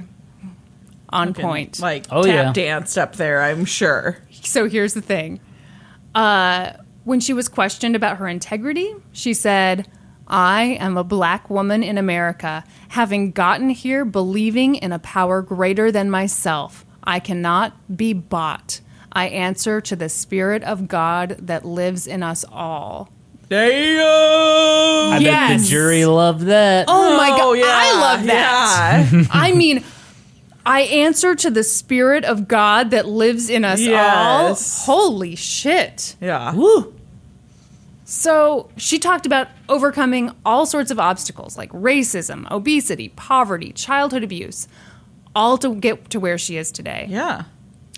Speaker 1: on point.
Speaker 2: Like
Speaker 9: Oh,
Speaker 2: tap
Speaker 9: yeah.
Speaker 2: danced up there, I'm sure.
Speaker 1: so here's the thing. Uh, when she was questioned about her integrity, she said, I am a black woman in America, having gotten here believing in a power greater than myself. I cannot be bought. I answer to the spirit of God that lives in us all.
Speaker 2: Damn.
Speaker 9: I bet
Speaker 1: Yes.
Speaker 9: the jury loved that.
Speaker 1: Oh my god,
Speaker 2: yeah.
Speaker 1: I love that.
Speaker 2: Yeah.
Speaker 1: I mean, I answer to the spirit of God that lives in us
Speaker 2: Yes.
Speaker 1: all. Holy shit.
Speaker 2: yeah.
Speaker 1: So she talked about overcoming all sorts of obstacles like racism, obesity, poverty, childhood abuse, all to get to where she is today.
Speaker 2: Yeah.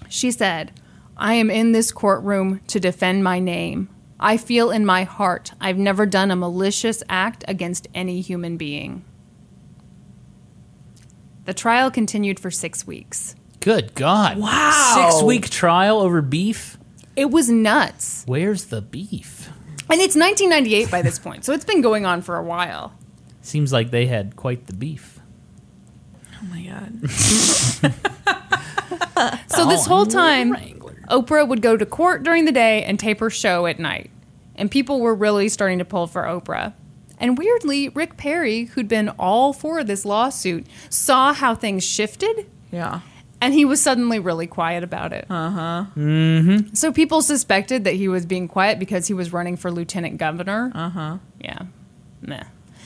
Speaker 1: She said, I am in this courtroom to defend my name. I feel in my heart I've never done a malicious act against any human being. The trial continued for six weeks.
Speaker 9: Good God.
Speaker 2: Wow.
Speaker 9: Six week trial over beef?
Speaker 1: It was nuts.
Speaker 9: Where's the beef?
Speaker 1: And it's 1998 by this point, so it's been going on for a while.
Speaker 9: Seems like they had quite the beef.
Speaker 2: Oh my god.
Speaker 1: So this whole time,
Speaker 9: Wrangler.
Speaker 1: Oprah would go to court during the day and tape her show at night. And people were really starting to pull for Oprah. And weirdly, Rick Perry, who'd been all for this lawsuit, saw how things shifted
Speaker 2: Yeah.
Speaker 1: and he was suddenly really quiet about it. Uh huh. Mm-hmm. So people suspected that he was being quiet because he was running for lieutenant governor. Uh huh. Yeah. Meh.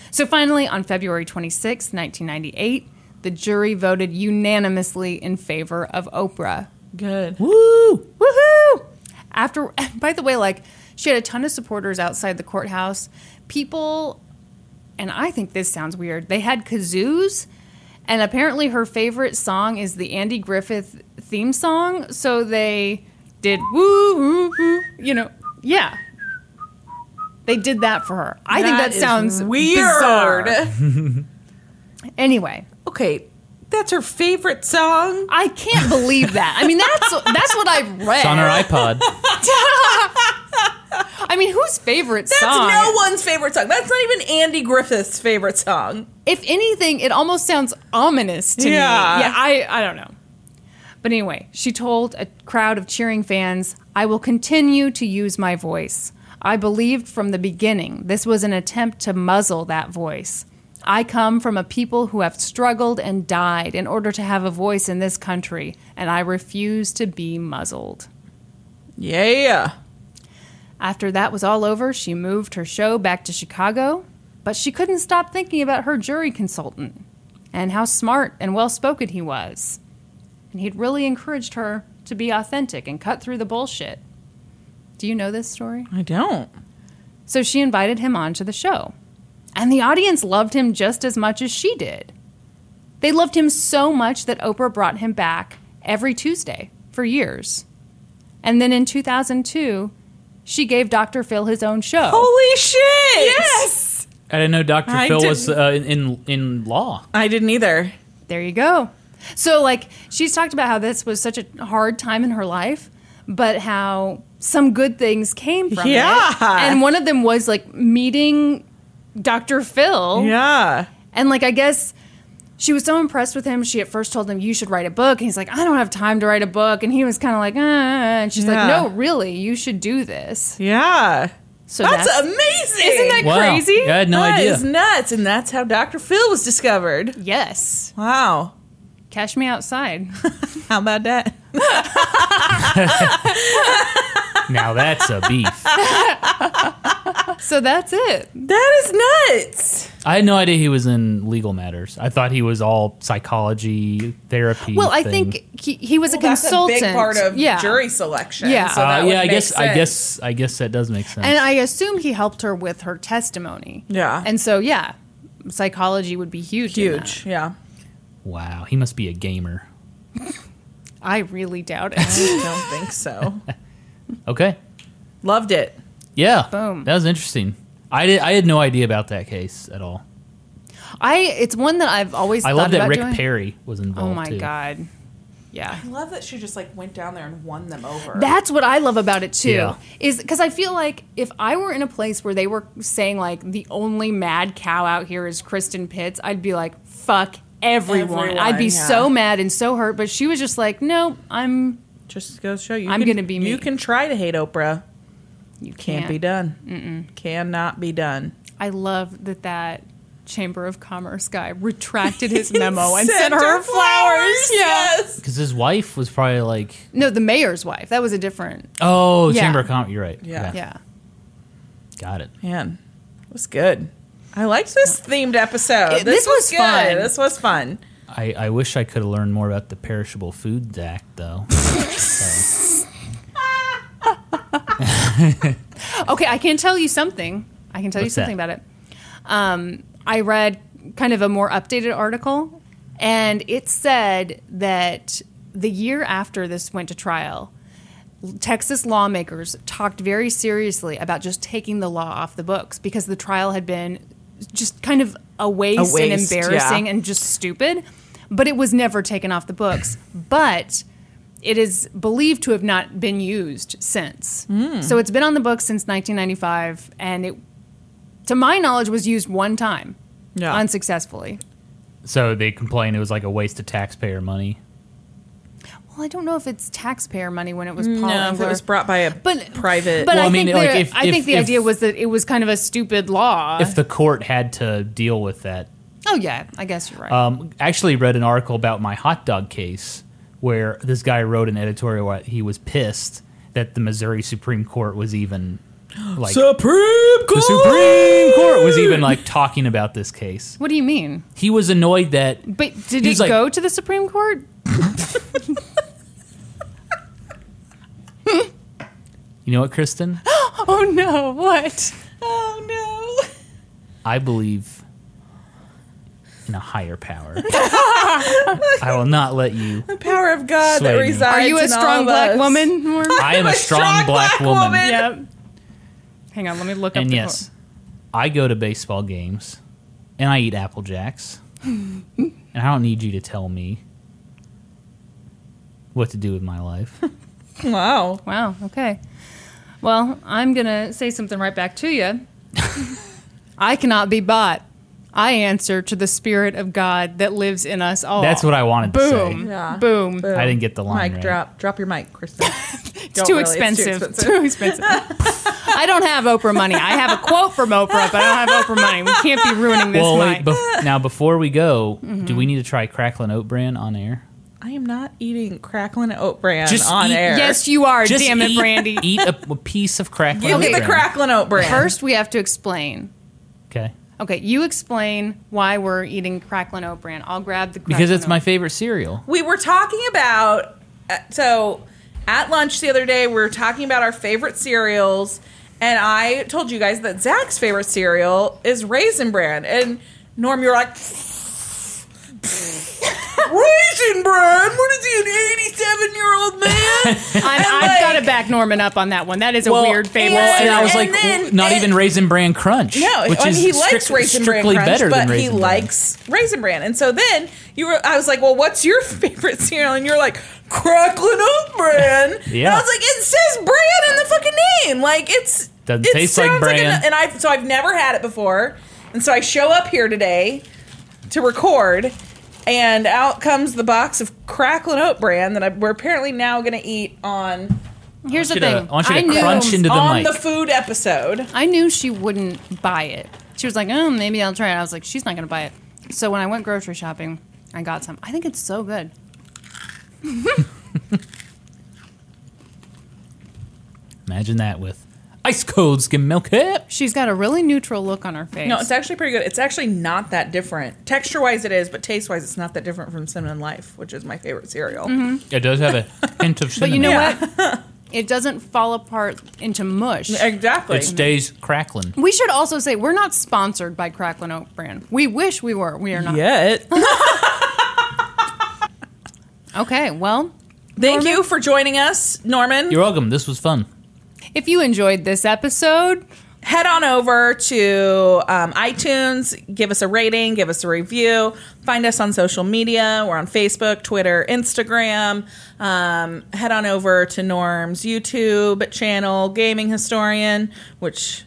Speaker 1: So finally, on February 26, 1998, the jury voted unanimously in favor of Oprah.
Speaker 2: Good.
Speaker 9: Woo!
Speaker 1: Woohoo! After, by the way, like she had a ton of supporters outside the courthouse. People, and I think this sounds weird. They had kazoos, and apparently her favorite song is the Andy Griffith theme song. So they did woo, woo, woo you know, yeah. They did that for her. I think that
Speaker 2: is
Speaker 1: sounds
Speaker 2: weird.
Speaker 1: bizarre. Anyway,
Speaker 2: Okay. That's her favorite song.
Speaker 1: I can't believe that. I mean, that's that's what I've read.
Speaker 9: It's on her iPod.
Speaker 1: I mean, whose favorite
Speaker 2: That's
Speaker 1: song?
Speaker 2: no one's favorite song. That's not even Andy Griffith's favorite song.
Speaker 1: if anything, it almost sounds ominous to me.
Speaker 2: Yeah.
Speaker 1: Yeah, I, I don't know. But anyway, she told a crowd of cheering fans, I will continue to use my voice. I believed from the beginning this was an attempt to muzzle that voice. I come from a people who have struggled and died in order to have a voice in this country, and I refuse to be muzzled.
Speaker 2: Yeah.
Speaker 1: After that was all over, she moved her show back to Chicago, but she couldn't stop thinking about her jury consultant and how smart and well spoken he was. And he'd really encouraged her to be authentic and cut through the bullshit. Do you know this story?
Speaker 2: I don't.
Speaker 1: So she invited him on to the show. And the audience loved him just as much as she did. They loved him so much that Oprah brought him back every Tuesday for years. And then in 2002, she gave Dr. Phil his own show.
Speaker 2: Holy shit!
Speaker 1: Yes!
Speaker 9: I didn't know Dr.
Speaker 2: I
Speaker 9: Phil was
Speaker 2: didn't-
Speaker 9: uh, in in law.
Speaker 2: I didn't either.
Speaker 1: There you go. So, like, she's talked about how this was such a hard time in her life, but how some good things came from
Speaker 2: Yeah.
Speaker 1: it. And one of them was like meeting Dr. Phil.
Speaker 2: Yeah.
Speaker 1: And like I guess she was so impressed with him, she at first told him you should write a book, and he's like, I don't have time to write a book, and he was kind of like, uh, and she's
Speaker 2: Yeah.
Speaker 1: like, No, really, you should do this.
Speaker 2: Yeah.
Speaker 1: So
Speaker 2: That's,
Speaker 1: that's,
Speaker 2: amazing.
Speaker 1: isn't that
Speaker 9: Wow.
Speaker 1: crazy?
Speaker 9: Yeah, I had no
Speaker 2: That
Speaker 9: idea.
Speaker 2: is nuts. And that's how Dr. Phil was discovered.
Speaker 1: yes.
Speaker 2: Wow.
Speaker 1: Cash me outside.
Speaker 2: How about that?
Speaker 3: Now that's a beef.
Speaker 1: so that's it.
Speaker 2: That is nuts.
Speaker 3: I had no idea he was in legal matters. I thought he was all psychology, therapy.
Speaker 1: Well, I
Speaker 3: thing.
Speaker 1: think he, he was a
Speaker 2: That's a
Speaker 1: consultant.
Speaker 2: big part of
Speaker 1: yeah.
Speaker 2: jury selection.
Speaker 1: Yeah.
Speaker 2: so
Speaker 3: Uh,
Speaker 2: that would
Speaker 3: yeah, I
Speaker 2: make
Speaker 3: guess. I
Speaker 2: sense.
Speaker 3: guess. I guess that does make sense.
Speaker 1: And I assume he helped her with her testimony.
Speaker 2: Yeah.
Speaker 1: And so, yeah, psychology would be huge. in that.
Speaker 2: huge. Yeah.
Speaker 3: wow, he must be a gamer.
Speaker 1: I really doubt it.
Speaker 2: I don't think so.
Speaker 3: Okay.
Speaker 2: Loved it.
Speaker 3: Yeah.
Speaker 1: Boom.
Speaker 3: That was interesting. I did. I had no idea about that case at all.
Speaker 1: I it's one that I've always
Speaker 3: I
Speaker 1: thought
Speaker 3: love that
Speaker 1: about
Speaker 3: Rick
Speaker 1: doing.
Speaker 3: Perry was involved.
Speaker 1: Oh my
Speaker 3: too.
Speaker 1: god. Yeah.
Speaker 2: I love that she just like went down there and won them over.
Speaker 1: That's what I love about it too.
Speaker 3: Yeah.
Speaker 1: Is because I feel like if I were in a place where they were saying like the only mad cow out here is Kristen Pitts, I'd be like, fuck everyone.
Speaker 2: Everyone,
Speaker 1: I'd be
Speaker 2: yeah.
Speaker 1: so mad and so hurt. But she was just like, no, I'm.
Speaker 2: just goes to show you.
Speaker 1: I'm
Speaker 2: can-
Speaker 1: gonna be
Speaker 2: You
Speaker 1: me.
Speaker 2: can try to hate Oprah.
Speaker 1: You
Speaker 2: Can't
Speaker 1: can't,
Speaker 2: be done. Mm-mm. Cannot be done.
Speaker 1: I love that that Chamber of Commerce guy retracted his memo and
Speaker 2: Send
Speaker 1: sent her flowers. Yeah.
Speaker 2: Yes.
Speaker 3: Because his wife was probably like,
Speaker 1: No, the mayor's wife. That was a different.
Speaker 3: "Oh,
Speaker 1: Yeah.
Speaker 3: Chamber of Commerce." You're right.
Speaker 2: Yeah.
Speaker 3: Okay.
Speaker 1: Yeah.
Speaker 3: Got it.
Speaker 2: Man, it was good. I liked this themed episode.
Speaker 1: It- this was
Speaker 2: good.
Speaker 1: fun.
Speaker 2: This was fun.
Speaker 3: I, I wish I could have learned more about the Perishable Foods Act, though. So,
Speaker 1: Okay, I can tell you something. I can tell you
Speaker 3: What's that?
Speaker 1: something about it. Um, I read kind of a more updated article, and it said that the year after this went to trial, Texas lawmakers talked very seriously about just taking the law off the books because the trial had been just kind of a waste,
Speaker 2: waste,
Speaker 1: and
Speaker 2: yeah.
Speaker 1: embarrassing and just stupid. But it was never taken off the books. But it is believed to have not been used since.
Speaker 2: Hmm.
Speaker 1: So it's been on the books since 1995, and it, to my knowledge, was used one time
Speaker 2: Yeah.
Speaker 1: unsuccessfully.
Speaker 3: so they complained it was like a waste of taxpayer money.
Speaker 1: Well, I don't know if it's taxpayer money when it was Paul
Speaker 2: no, if it
Speaker 1: Engler.
Speaker 2: was brought by a
Speaker 1: but
Speaker 2: private.
Speaker 1: But
Speaker 3: Well,
Speaker 1: I,
Speaker 3: I mean,
Speaker 1: think
Speaker 3: like,
Speaker 1: the-
Speaker 3: if-
Speaker 1: I think
Speaker 3: if-
Speaker 1: the
Speaker 3: if-
Speaker 1: idea was that it was kind of a stupid law.
Speaker 3: If the court had to deal with that,
Speaker 1: oh yeah, I guess you're right.
Speaker 3: um, actually read an article about my hot dog case where this guy wrote an editorial where he was pissed that the Missouri Supreme Court was even like
Speaker 2: Supreme Court.
Speaker 3: the Supreme Court was even like talking about this case.
Speaker 1: what do you mean?
Speaker 3: He was annoyed that
Speaker 1: But did
Speaker 3: He's
Speaker 1: it
Speaker 3: like-
Speaker 1: go to the Supreme Court?
Speaker 3: you know what, Kristen?
Speaker 1: Oh no! What?
Speaker 2: Oh no.
Speaker 3: I believe in a higher power. I will not let you.
Speaker 2: The power of God
Speaker 3: Sway
Speaker 2: that
Speaker 3: me.
Speaker 2: resides.
Speaker 1: Are you a
Speaker 2: in all
Speaker 1: strong
Speaker 2: of
Speaker 1: black
Speaker 2: us.
Speaker 1: woman? Norm?
Speaker 3: I am a strong, black, woman.
Speaker 1: yep. Hang on, let me look up.
Speaker 3: And
Speaker 1: the
Speaker 3: yes, I go to baseball games and I eat Apple Jacks. and I don't need you to tell me what to do with my life.
Speaker 2: Wow.
Speaker 1: Wow. Okay. Well, I'm going to say something right back to you. I cannot be bought. I answer to the spirit of God that lives in us all.
Speaker 3: That's what I wanted to
Speaker 1: Boom.
Speaker 3: say.
Speaker 2: Yeah.
Speaker 1: Boom.
Speaker 2: Boom.
Speaker 3: I didn't get the line
Speaker 2: Mic
Speaker 3: right.
Speaker 2: drop. Drop your mic, Kristen.
Speaker 1: It's too, expensive. It's too expensive. I don't have Oprah money. I have a quote from Oprah, but I don't have Oprah money. We can't be ruining this
Speaker 3: Well,
Speaker 1: mic. Mm-hmm.
Speaker 3: wait, bef- now before we go, do we need to try Cracklin' Oat Bran on air?
Speaker 2: I am not eating crackling oat bran
Speaker 3: Just
Speaker 2: on
Speaker 3: eat-
Speaker 2: air.
Speaker 1: yes, you are.
Speaker 3: Just
Speaker 1: Damn it,
Speaker 3: eat-
Speaker 1: Brandy.
Speaker 3: Eat a, a piece of Cracklin'
Speaker 2: Give
Speaker 3: Oat
Speaker 2: me the
Speaker 3: Bran.
Speaker 2: crackling oat bran.
Speaker 1: First, we have to explain.
Speaker 3: Okay.
Speaker 1: Okay, you explain why we're eating Cracklin' Oat Bran. I'll grab the
Speaker 3: Because
Speaker 1: Cracklin'
Speaker 3: it's my
Speaker 1: Oat-
Speaker 3: favorite cereal.
Speaker 2: we were talking about uh, so at lunch the other day we were talking about our favorite cereals and i told you guys that zach's favorite cereal is raisin bran and norm you're like raisin bran what is he an 87 year old man
Speaker 1: I'm,
Speaker 2: And,
Speaker 1: I've got
Speaker 2: like-
Speaker 1: to back Norman up on that one. That is a weird favorite.
Speaker 2: and-
Speaker 3: And I was
Speaker 2: and
Speaker 3: like,
Speaker 2: then-
Speaker 3: not
Speaker 2: and-
Speaker 3: even Raisin Bran Crunch.
Speaker 2: No,
Speaker 3: which
Speaker 2: and
Speaker 3: is
Speaker 2: he likes
Speaker 3: strict-
Speaker 2: Raisin Bran
Speaker 3: strictly
Speaker 2: Crunch,
Speaker 3: better
Speaker 2: but
Speaker 3: than Raisin
Speaker 2: he
Speaker 3: Bran.
Speaker 2: likes Raisin Bran. And so then you were, I was like, well, what's your favorite cereal? And you're like, Cracklin' Oat Bran.
Speaker 3: Yeah.
Speaker 2: And I was like, it says Bran in the fucking name. Like it's
Speaker 3: Doesn't
Speaker 2: it
Speaker 3: taste like
Speaker 2: sounds
Speaker 3: bran.
Speaker 2: an- and I so I've never had it before, and so I show up here today to record. And out comes the box of Cracklin' Oat Bran that I, we're apparently now going to eat on
Speaker 1: Here's the
Speaker 3: you to-
Speaker 1: thing.
Speaker 3: I want you to
Speaker 1: knew,
Speaker 3: crunch into the
Speaker 2: on the
Speaker 3: mic.
Speaker 2: food episode.
Speaker 1: I knew she wouldn't buy it. She was like, "Oh, maybe I'll try it." I was like, "She's not going to buy it." So when I went grocery shopping, I got some. I think it's so good.
Speaker 3: Imagine that with ice cold skim milk. Hip.
Speaker 1: She's got a really neutral look on her face.
Speaker 2: No, it's actually pretty good. It's actually not that different. Texture wise, it is, but taste wise, it's not that different from Cinnamon Life, which is my favorite cereal.
Speaker 3: It does have a hint of
Speaker 1: but
Speaker 3: cinnamon.
Speaker 1: you know
Speaker 2: Yeah.
Speaker 1: what? It doesn't fall apart into mush.
Speaker 2: Exactly.
Speaker 3: it stays crackling.
Speaker 1: We should also say we're not sponsored by Cracklin Oat Brand. We wish we were. We are not.
Speaker 2: Yet.
Speaker 1: Okay, well,
Speaker 2: Thank you for joining us, Norman.
Speaker 3: You're welcome. This was fun.
Speaker 1: if you enjoyed this episode,
Speaker 2: Head on over to um, iTunes, give us a rating, give us a review. Find us on social media. We're on Facebook, Twitter, Instagram. Um, head on over to Norm's YouTube channel, Gaming Historian, which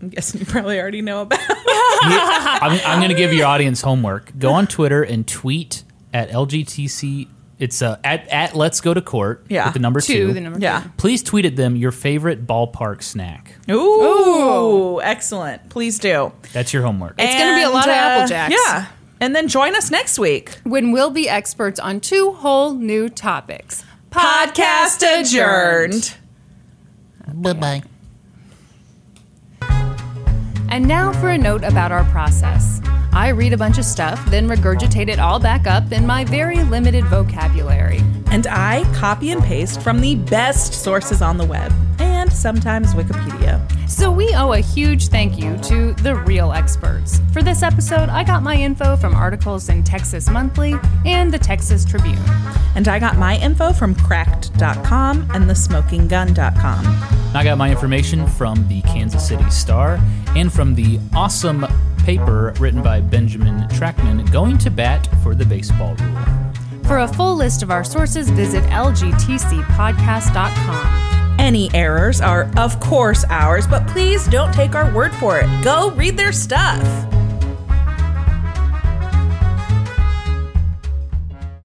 Speaker 2: I'm guessing you probably already know about.
Speaker 3: I'm, I'm going to give your audience homework. Go on Twitter and tweet at LGTC. It's uh, at at Let's Go to Court.
Speaker 2: Yeah.
Speaker 3: With the number two.
Speaker 1: two, the number
Speaker 2: yeah.
Speaker 3: Please tweet at them your favorite ballpark snack.
Speaker 2: Ooh, excellent. Please do.
Speaker 3: That's your homework.
Speaker 2: It's
Speaker 1: gonna be a lot of Apple Jacks.
Speaker 2: Yeah. And then join us next week.
Speaker 1: when we'll be experts on two whole new topics.
Speaker 2: Podcast adjourned.
Speaker 10: Bye bye.
Speaker 1: And now for a note about our process. I read a bunch of stuff, then regurgitate it all back up in my very limited vocabulary.
Speaker 2: And I copy and paste from the best sources on the web and sometimes Wikipedia.
Speaker 1: So we owe a huge thank you to the real experts. For this episode, I got my info from articles in Texas Monthly and the Texas Tribune.
Speaker 2: And I got my info from cracked.com and thesmokinggun.com.
Speaker 3: I got my information from the Kansas City Star and from the awesome paper written by Benjamin Trackman, Going to Bat for the Baseball Rule.
Speaker 1: For a full list of our sources, visit lgtcpodcast.com.
Speaker 2: Any errors are, of course, ours, but please don't take our word for it. Go read their stuff.